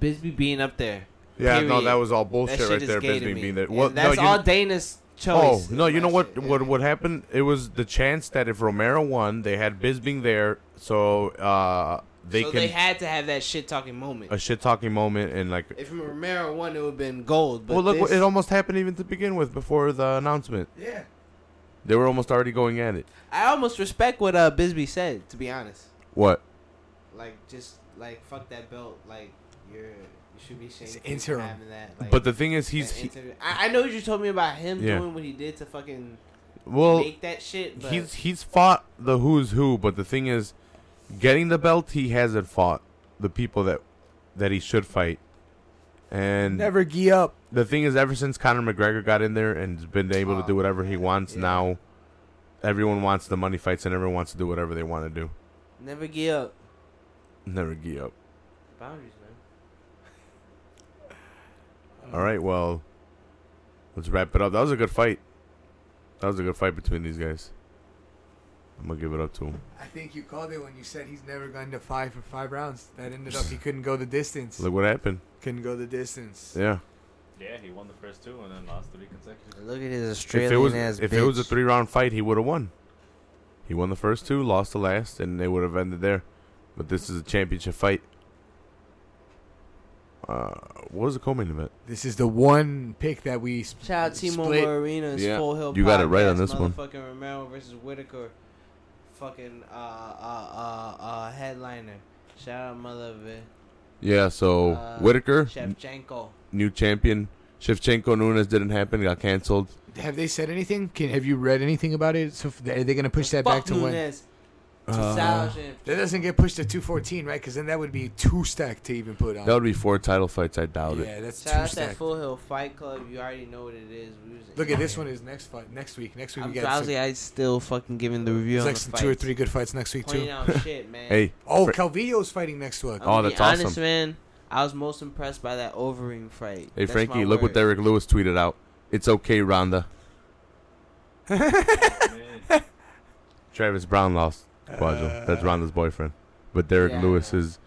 Speaker 7: Bisbee being up there.
Speaker 1: Yeah, no,
Speaker 7: Period.
Speaker 1: that was all bullshit
Speaker 7: shit
Speaker 1: right
Speaker 7: is
Speaker 1: there.
Speaker 7: gay to
Speaker 1: Bisbee
Speaker 7: me.
Speaker 1: being there.
Speaker 7: And
Speaker 1: Well,
Speaker 7: that's
Speaker 1: no, you,
Speaker 7: all Dana's choice.
Speaker 1: Oh no, you know what? What what happened? It was the chance that if Romero won, they had Bisbing there, so uh, they
Speaker 7: so
Speaker 1: can
Speaker 7: they had to have that shit talking moment.
Speaker 1: a shit talking moment and like.
Speaker 7: If Romero won, it would have been gold. But
Speaker 1: well, look,
Speaker 7: this,
Speaker 1: it almost happened even to begin with before the announcement.
Speaker 7: Yeah.
Speaker 1: They were almost already going at it.
Speaker 7: I almost respect what uh, Bisbee said. To be honest,
Speaker 1: What?
Speaker 7: like just like fuck that belt. Like you're you should be ashamed for
Speaker 5: interim.
Speaker 7: having that. Like,
Speaker 1: But the thing is, he's-
Speaker 7: that
Speaker 1: he-
Speaker 7: interim- I, I know what you told me about him
Speaker 1: Yeah.
Speaker 7: doing what he did to fucking
Speaker 1: Well,
Speaker 7: make that shit. But
Speaker 1: He's he's fought the who's who, but the thing is, getting the belt, he hasn't fought the people that that he should fight. And
Speaker 8: Never gee up.
Speaker 1: the thing is, ever since Conor McGregor got in there and's been able to do whatever he wants, now everyone wants the money fights and everyone wants to do whatever they want to do.
Speaker 7: never give up
Speaker 1: Never gee up.
Speaker 7: boundaries, man.
Speaker 1: All right, well, let's wrap it up. That was a good fight. That was a good fight between these guys. I'm gonna give it up to him.
Speaker 5: I think you called it when you said he's never gone to five for five rounds. That ended up he couldn't go the distance.
Speaker 1: Look what happened.
Speaker 5: Couldn't go the distance.
Speaker 1: Yeah.
Speaker 6: Yeah, he won the first two and then lost three consecutive.
Speaker 7: Look at his
Speaker 1: if it was if it was a three round fight, he would have won. He won the first two, lost the last, and they would have ended there. But this is a championship fight. Uh, what was the co-main event?
Speaker 5: This is the one pick that we sp-
Speaker 7: Shout out Timo
Speaker 5: split.
Speaker 7: Moreno's
Speaker 1: Yeah.
Speaker 7: Full Hill.
Speaker 1: You got it right on
Speaker 7: Podcast,
Speaker 1: this one.
Speaker 7: Motherfucking Romero versus Whitaker, fucking uh uh uh, uh headliner. Shout out mother of it.
Speaker 1: Yeah, so
Speaker 7: Uh,
Speaker 1: Oh, Whitaker,
Speaker 7: Shevchenko.
Speaker 1: new champion. Shevchenko Nunes didn't happen, got canceled.
Speaker 5: Have they said anything? Can have you read anything about it? So f- are they going to push that
Speaker 7: Fuck
Speaker 5: back to when?
Speaker 7: Nunes.
Speaker 1: Uh,
Speaker 5: that doesn't get pushed to 214, right? Because then that would be two stack to even
Speaker 7: Uh,
Speaker 5: put on.
Speaker 1: That would be four title fights. I doubt it.
Speaker 5: yeah, that's
Speaker 7: Shout
Speaker 5: two
Speaker 7: out that
Speaker 5: stack.
Speaker 7: Full Hill Fight Club. You already know what it is. We was
Speaker 5: Look at this
Speaker 7: in
Speaker 5: one is next fight next week. Next week
Speaker 7: I'm
Speaker 5: we got
Speaker 7: drowsy.
Speaker 5: some-
Speaker 7: I still fucking giving the review
Speaker 5: there's
Speaker 7: on
Speaker 5: like
Speaker 7: the
Speaker 5: some two or
Speaker 7: fights.
Speaker 5: three good fights next week too.
Speaker 7: Pointing out shit, man.
Speaker 1: Hey,
Speaker 5: oh,
Speaker 1: Fra-
Speaker 5: Calvillo's fighting next week.
Speaker 7: I'm gonna
Speaker 1: Oh,
Speaker 7: be
Speaker 1: that's
Speaker 7: honest,
Speaker 1: awesome.
Speaker 7: man. I was most impressed by that Overeem fight.
Speaker 1: Hey
Speaker 7: That's my
Speaker 1: Frankie, look what
Speaker 7: word.
Speaker 1: Derek Lewis tweeted out. It's okay, Ronda. Travis Brown lost. Quadro. That's Ronda's boyfriend. But Derek
Speaker 7: Yeah, I
Speaker 1: Lewis is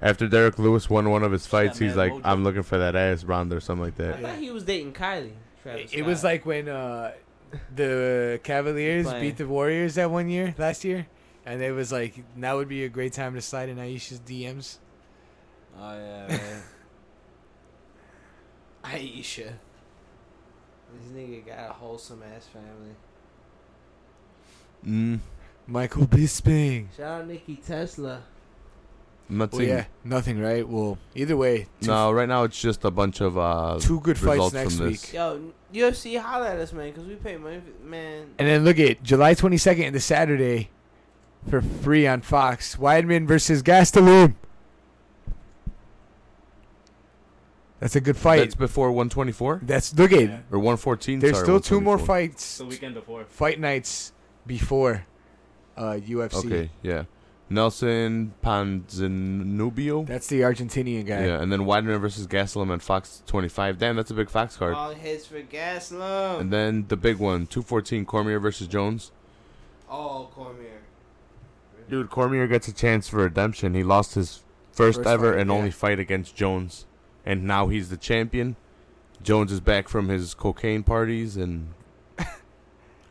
Speaker 1: after Derek Lewis won one of his fights,
Speaker 6: that
Speaker 1: he's
Speaker 6: mad
Speaker 1: like,
Speaker 6: mojo.
Speaker 1: I'm looking for that ass Ronda or something like
Speaker 7: I
Speaker 1: that.
Speaker 7: thought he was dating Kylie. Travis
Speaker 5: It was
Speaker 7: Scott.
Speaker 5: like when uh, the Cavaliers
Speaker 7: Playing.
Speaker 5: beat the Warriors that one year, last year, and it was like now would be a great time to slide in Aisha's DMs.
Speaker 7: Oh yeah, man. Aisha. This nigga got a wholesome ass family.
Speaker 1: Mm,
Speaker 5: Michael Bisping.
Speaker 7: Shout out Nikki Tesla.
Speaker 1: I'm not
Speaker 5: Well,
Speaker 1: seeing.
Speaker 5: yeah, nothing, right? Well, either way, two,
Speaker 1: No, right now it's just a bunch of uh,
Speaker 5: two good fights
Speaker 1: results
Speaker 5: next
Speaker 1: from
Speaker 5: week.
Speaker 1: this.
Speaker 7: Yo, UFC holla at us, man, because we pay money. For, man,
Speaker 5: And then look at July 22nd, the Saturday, for free on Fox. Weidman versus Gastelum. That's a good fight.
Speaker 1: That's before 124
Speaker 5: That's look at.
Speaker 1: or 114.
Speaker 5: There's
Speaker 1: sorry,
Speaker 5: still two more
Speaker 1: 124.
Speaker 5: fights,
Speaker 6: The weekend before.
Speaker 5: fight nights before uh, UFC.
Speaker 1: Okay, yeah. Nelson Panzanubio.
Speaker 5: That's the Argentinian guy.
Speaker 1: Yeah, and then Weidman versus Gaslam and Fox 25. Damn, that's a big Fox card.
Speaker 6: Uh,
Speaker 7: all hits for Gaslam.
Speaker 1: And then the big one, 214 Cormier versus Jones.
Speaker 7: All Oh, Cormier.
Speaker 1: Dude, Cormier gets a chance for redemption. He lost his first,
Speaker 5: First
Speaker 1: ever
Speaker 5: fight,
Speaker 1: and
Speaker 5: yeah.
Speaker 1: only fight against Jones, and now he's the champion. Jones is back from his cocaine parties and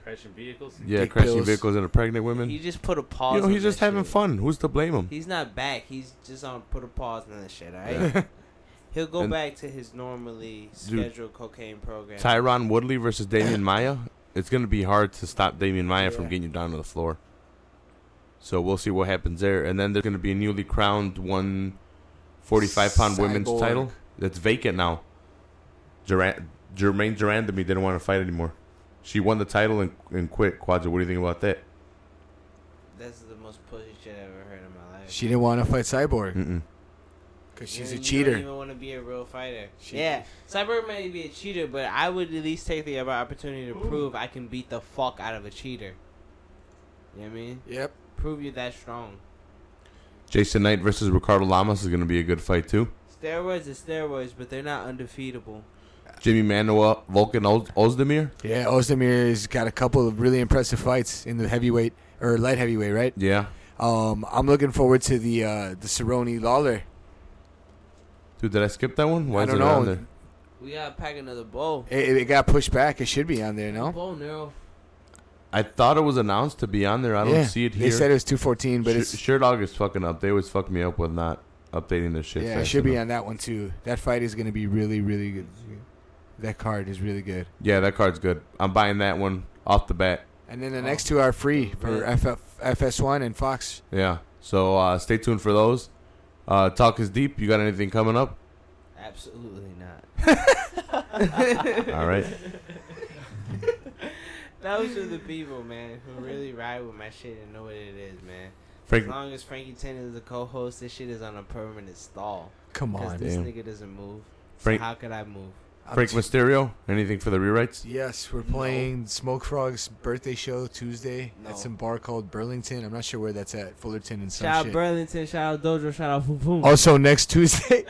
Speaker 6: Crashing vehicles.
Speaker 1: yeah,
Speaker 5: Dick
Speaker 1: crashing
Speaker 5: pills.
Speaker 1: vehicles into pregnant
Speaker 7: He
Speaker 1: women.
Speaker 7: just put a pause.
Speaker 1: You know,
Speaker 7: on
Speaker 1: he's
Speaker 7: that
Speaker 1: just having
Speaker 7: shit.
Speaker 1: fun. Who's to blame him?
Speaker 7: He's not back. He's just on put a pause on that shit. All right. He'll go
Speaker 1: And-
Speaker 7: back to his normally scheduled cocaine program.
Speaker 1: Tyron Woodley versus Damian Maya. It's gonna be hard to stop Damian Maya from
Speaker 5: Yeah.
Speaker 1: getting you down to the floor. So we'll see what happens there. And then there's gonna be a newly crowned one forty-five pound women's
Speaker 5: Cyborg.
Speaker 1: title that's vacant now. Duran- Jermaine Durandamy didn't want to fight anymore. She won the title and, and quit. Quadra, what do you think about that?
Speaker 7: That's the most pussy shit I ever heard in my life.
Speaker 5: She didn't want to fight Cyborg
Speaker 1: Mm-mm.
Speaker 5: because she's
Speaker 7: You don't-
Speaker 5: a
Speaker 7: You don't
Speaker 5: cheater.
Speaker 7: even want to be a real fighter.
Speaker 5: She-
Speaker 7: yeah, Cyborg may be a cheater, but I would at least take the other opportunity to prove I can beat the fuck out of a cheater. You know what I mean?
Speaker 5: Yep.
Speaker 7: Prove you're that strong.
Speaker 1: Jason Knight versus Ricardo Lamas is gonna be a good fight too.
Speaker 7: Steroids is steroids, but they're not undefeatable.
Speaker 1: Jimmy Manuel Vulcan Oz- Ozdemir.
Speaker 5: Yeah, Ozdemir's got a couple of really impressive fights in the heavyweight or light heavyweight, right?
Speaker 1: Yeah,
Speaker 5: Um, I'm looking forward to the uh, the Cerrone Lawler.
Speaker 1: dude, did I skip that one? Why
Speaker 5: I
Speaker 1: is
Speaker 5: don't
Speaker 1: it on
Speaker 5: know.
Speaker 1: there?
Speaker 7: We gotta pack another bowl.
Speaker 5: It, it got pushed back. It should be on there, no?
Speaker 7: Bowl, Nero.
Speaker 1: I thought it was announced to be on there. I don't
Speaker 5: Yeah,
Speaker 1: see it
Speaker 5: they
Speaker 1: here.
Speaker 5: said it was 214, but
Speaker 1: Sh-
Speaker 5: it's-
Speaker 1: Shirt Dog is fucking up. They always fuck me up with not updating their shit.
Speaker 5: Yeah, it
Speaker 1: fast
Speaker 5: should be
Speaker 1: enough.
Speaker 5: on that one too. That fight is going to be really, really good. That card is really good.
Speaker 1: Yeah, that card's good. I'm buying that one off the bat.
Speaker 5: And then the next two are free for FF, FS1 and Fox.
Speaker 1: Yeah. So uh, stay tuned for those. Uh, Talk is deep. You got anything coming up?
Speaker 7: Absolutely not.
Speaker 1: All right.
Speaker 7: Those are the people, man, who really ride with my shit and know what it is, man.
Speaker 1: Frank-
Speaker 7: as long as Frankie Ten is the co-host, this shit is on a permanent stall.
Speaker 5: Come
Speaker 7: 'Cause
Speaker 5: on,
Speaker 7: this
Speaker 1: Damn.
Speaker 7: nigga doesn't move.
Speaker 1: Frank-
Speaker 7: so how could I move?
Speaker 1: Frank Mysterio. Anything for the rewrites?
Speaker 5: Yes, we're playing Smoke Frog's birthday show Tuesday at some bar called Burlington. I'm not sure where that's at. Fullerton and some
Speaker 7: Shout out
Speaker 5: shit.
Speaker 7: Burlington, shout out Dojo, shout out Foom Foom.
Speaker 5: Also next Tuesday,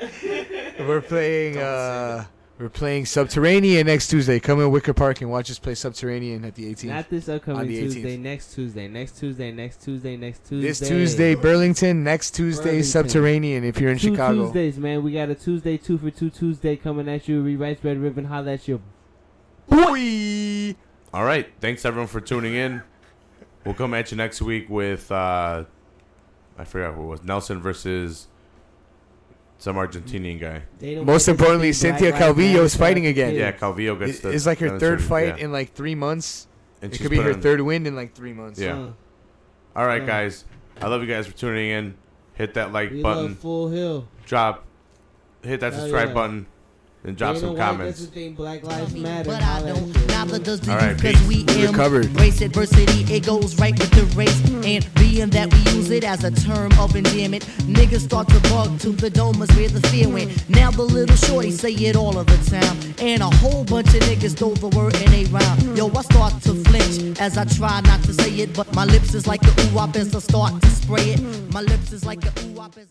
Speaker 5: we're playing. Uh, we're playing Subterranean next Tuesday. Come in Wicker Park and watch us play Subterranean at the 18th.
Speaker 7: Not this
Speaker 5: On
Speaker 7: upcoming
Speaker 5: the 18th.
Speaker 7: Tuesday, next Tuesday, next Tuesday, next Tuesday, next Tuesday.
Speaker 5: This Tuesday, Burlington. Next Tuesday,
Speaker 7: Burlington.
Speaker 5: Subterranean. If you're in
Speaker 7: two
Speaker 5: Chicago,
Speaker 7: Tuesdays, man. We got a Tuesday, two for two Tuesday coming at you. Rewrites Red Ribbon, holla at you.
Speaker 5: Boy.
Speaker 1: All right. Thanks everyone for tuning in. We'll come at you next week with uh, I forgot who it was Nelson versus some Argentinian guy.
Speaker 5: Most importantly, Cynthia Calvillo is fighting again.
Speaker 1: Yeah, Calvillo gets
Speaker 5: It-
Speaker 1: the.
Speaker 5: It's like her
Speaker 1: the
Speaker 5: third
Speaker 1: surgery,
Speaker 5: fight
Speaker 1: yeah.
Speaker 5: in like three months.
Speaker 1: And
Speaker 5: it
Speaker 1: she's
Speaker 5: could be
Speaker 1: put
Speaker 5: her
Speaker 1: on-
Speaker 5: third win in like three months.
Speaker 1: Yeah.
Speaker 7: Uh.
Speaker 1: All right,
Speaker 7: Uh.
Speaker 1: guys. I love you guys for tuning in. Hit that like
Speaker 7: We
Speaker 1: button.
Speaker 7: love Full Hill.
Speaker 1: Drop. Hit that
Speaker 7: Hell
Speaker 1: subscribe
Speaker 7: yeah.
Speaker 1: button. And drop
Speaker 7: Dana
Speaker 1: some
Speaker 7: White
Speaker 1: comments.
Speaker 7: doesn't think Black Lives Matter.
Speaker 3: But I don't. Neither does the
Speaker 1: All right,
Speaker 3: youth,
Speaker 1: peace.
Speaker 3: cause we
Speaker 1: We
Speaker 3: am
Speaker 1: recovered.
Speaker 3: race adversity. It goes right with the race, and being that we use it as a term of endearment, niggas start to bug to the dome is where the fear went. Now the little shorty say it all of the time, and a whole bunch of niggas stole the word and they rhyme. Yo, I start to flinch as I try not to say it, but my lips is like the ooh as I start to spray it. My lips is like the ooh as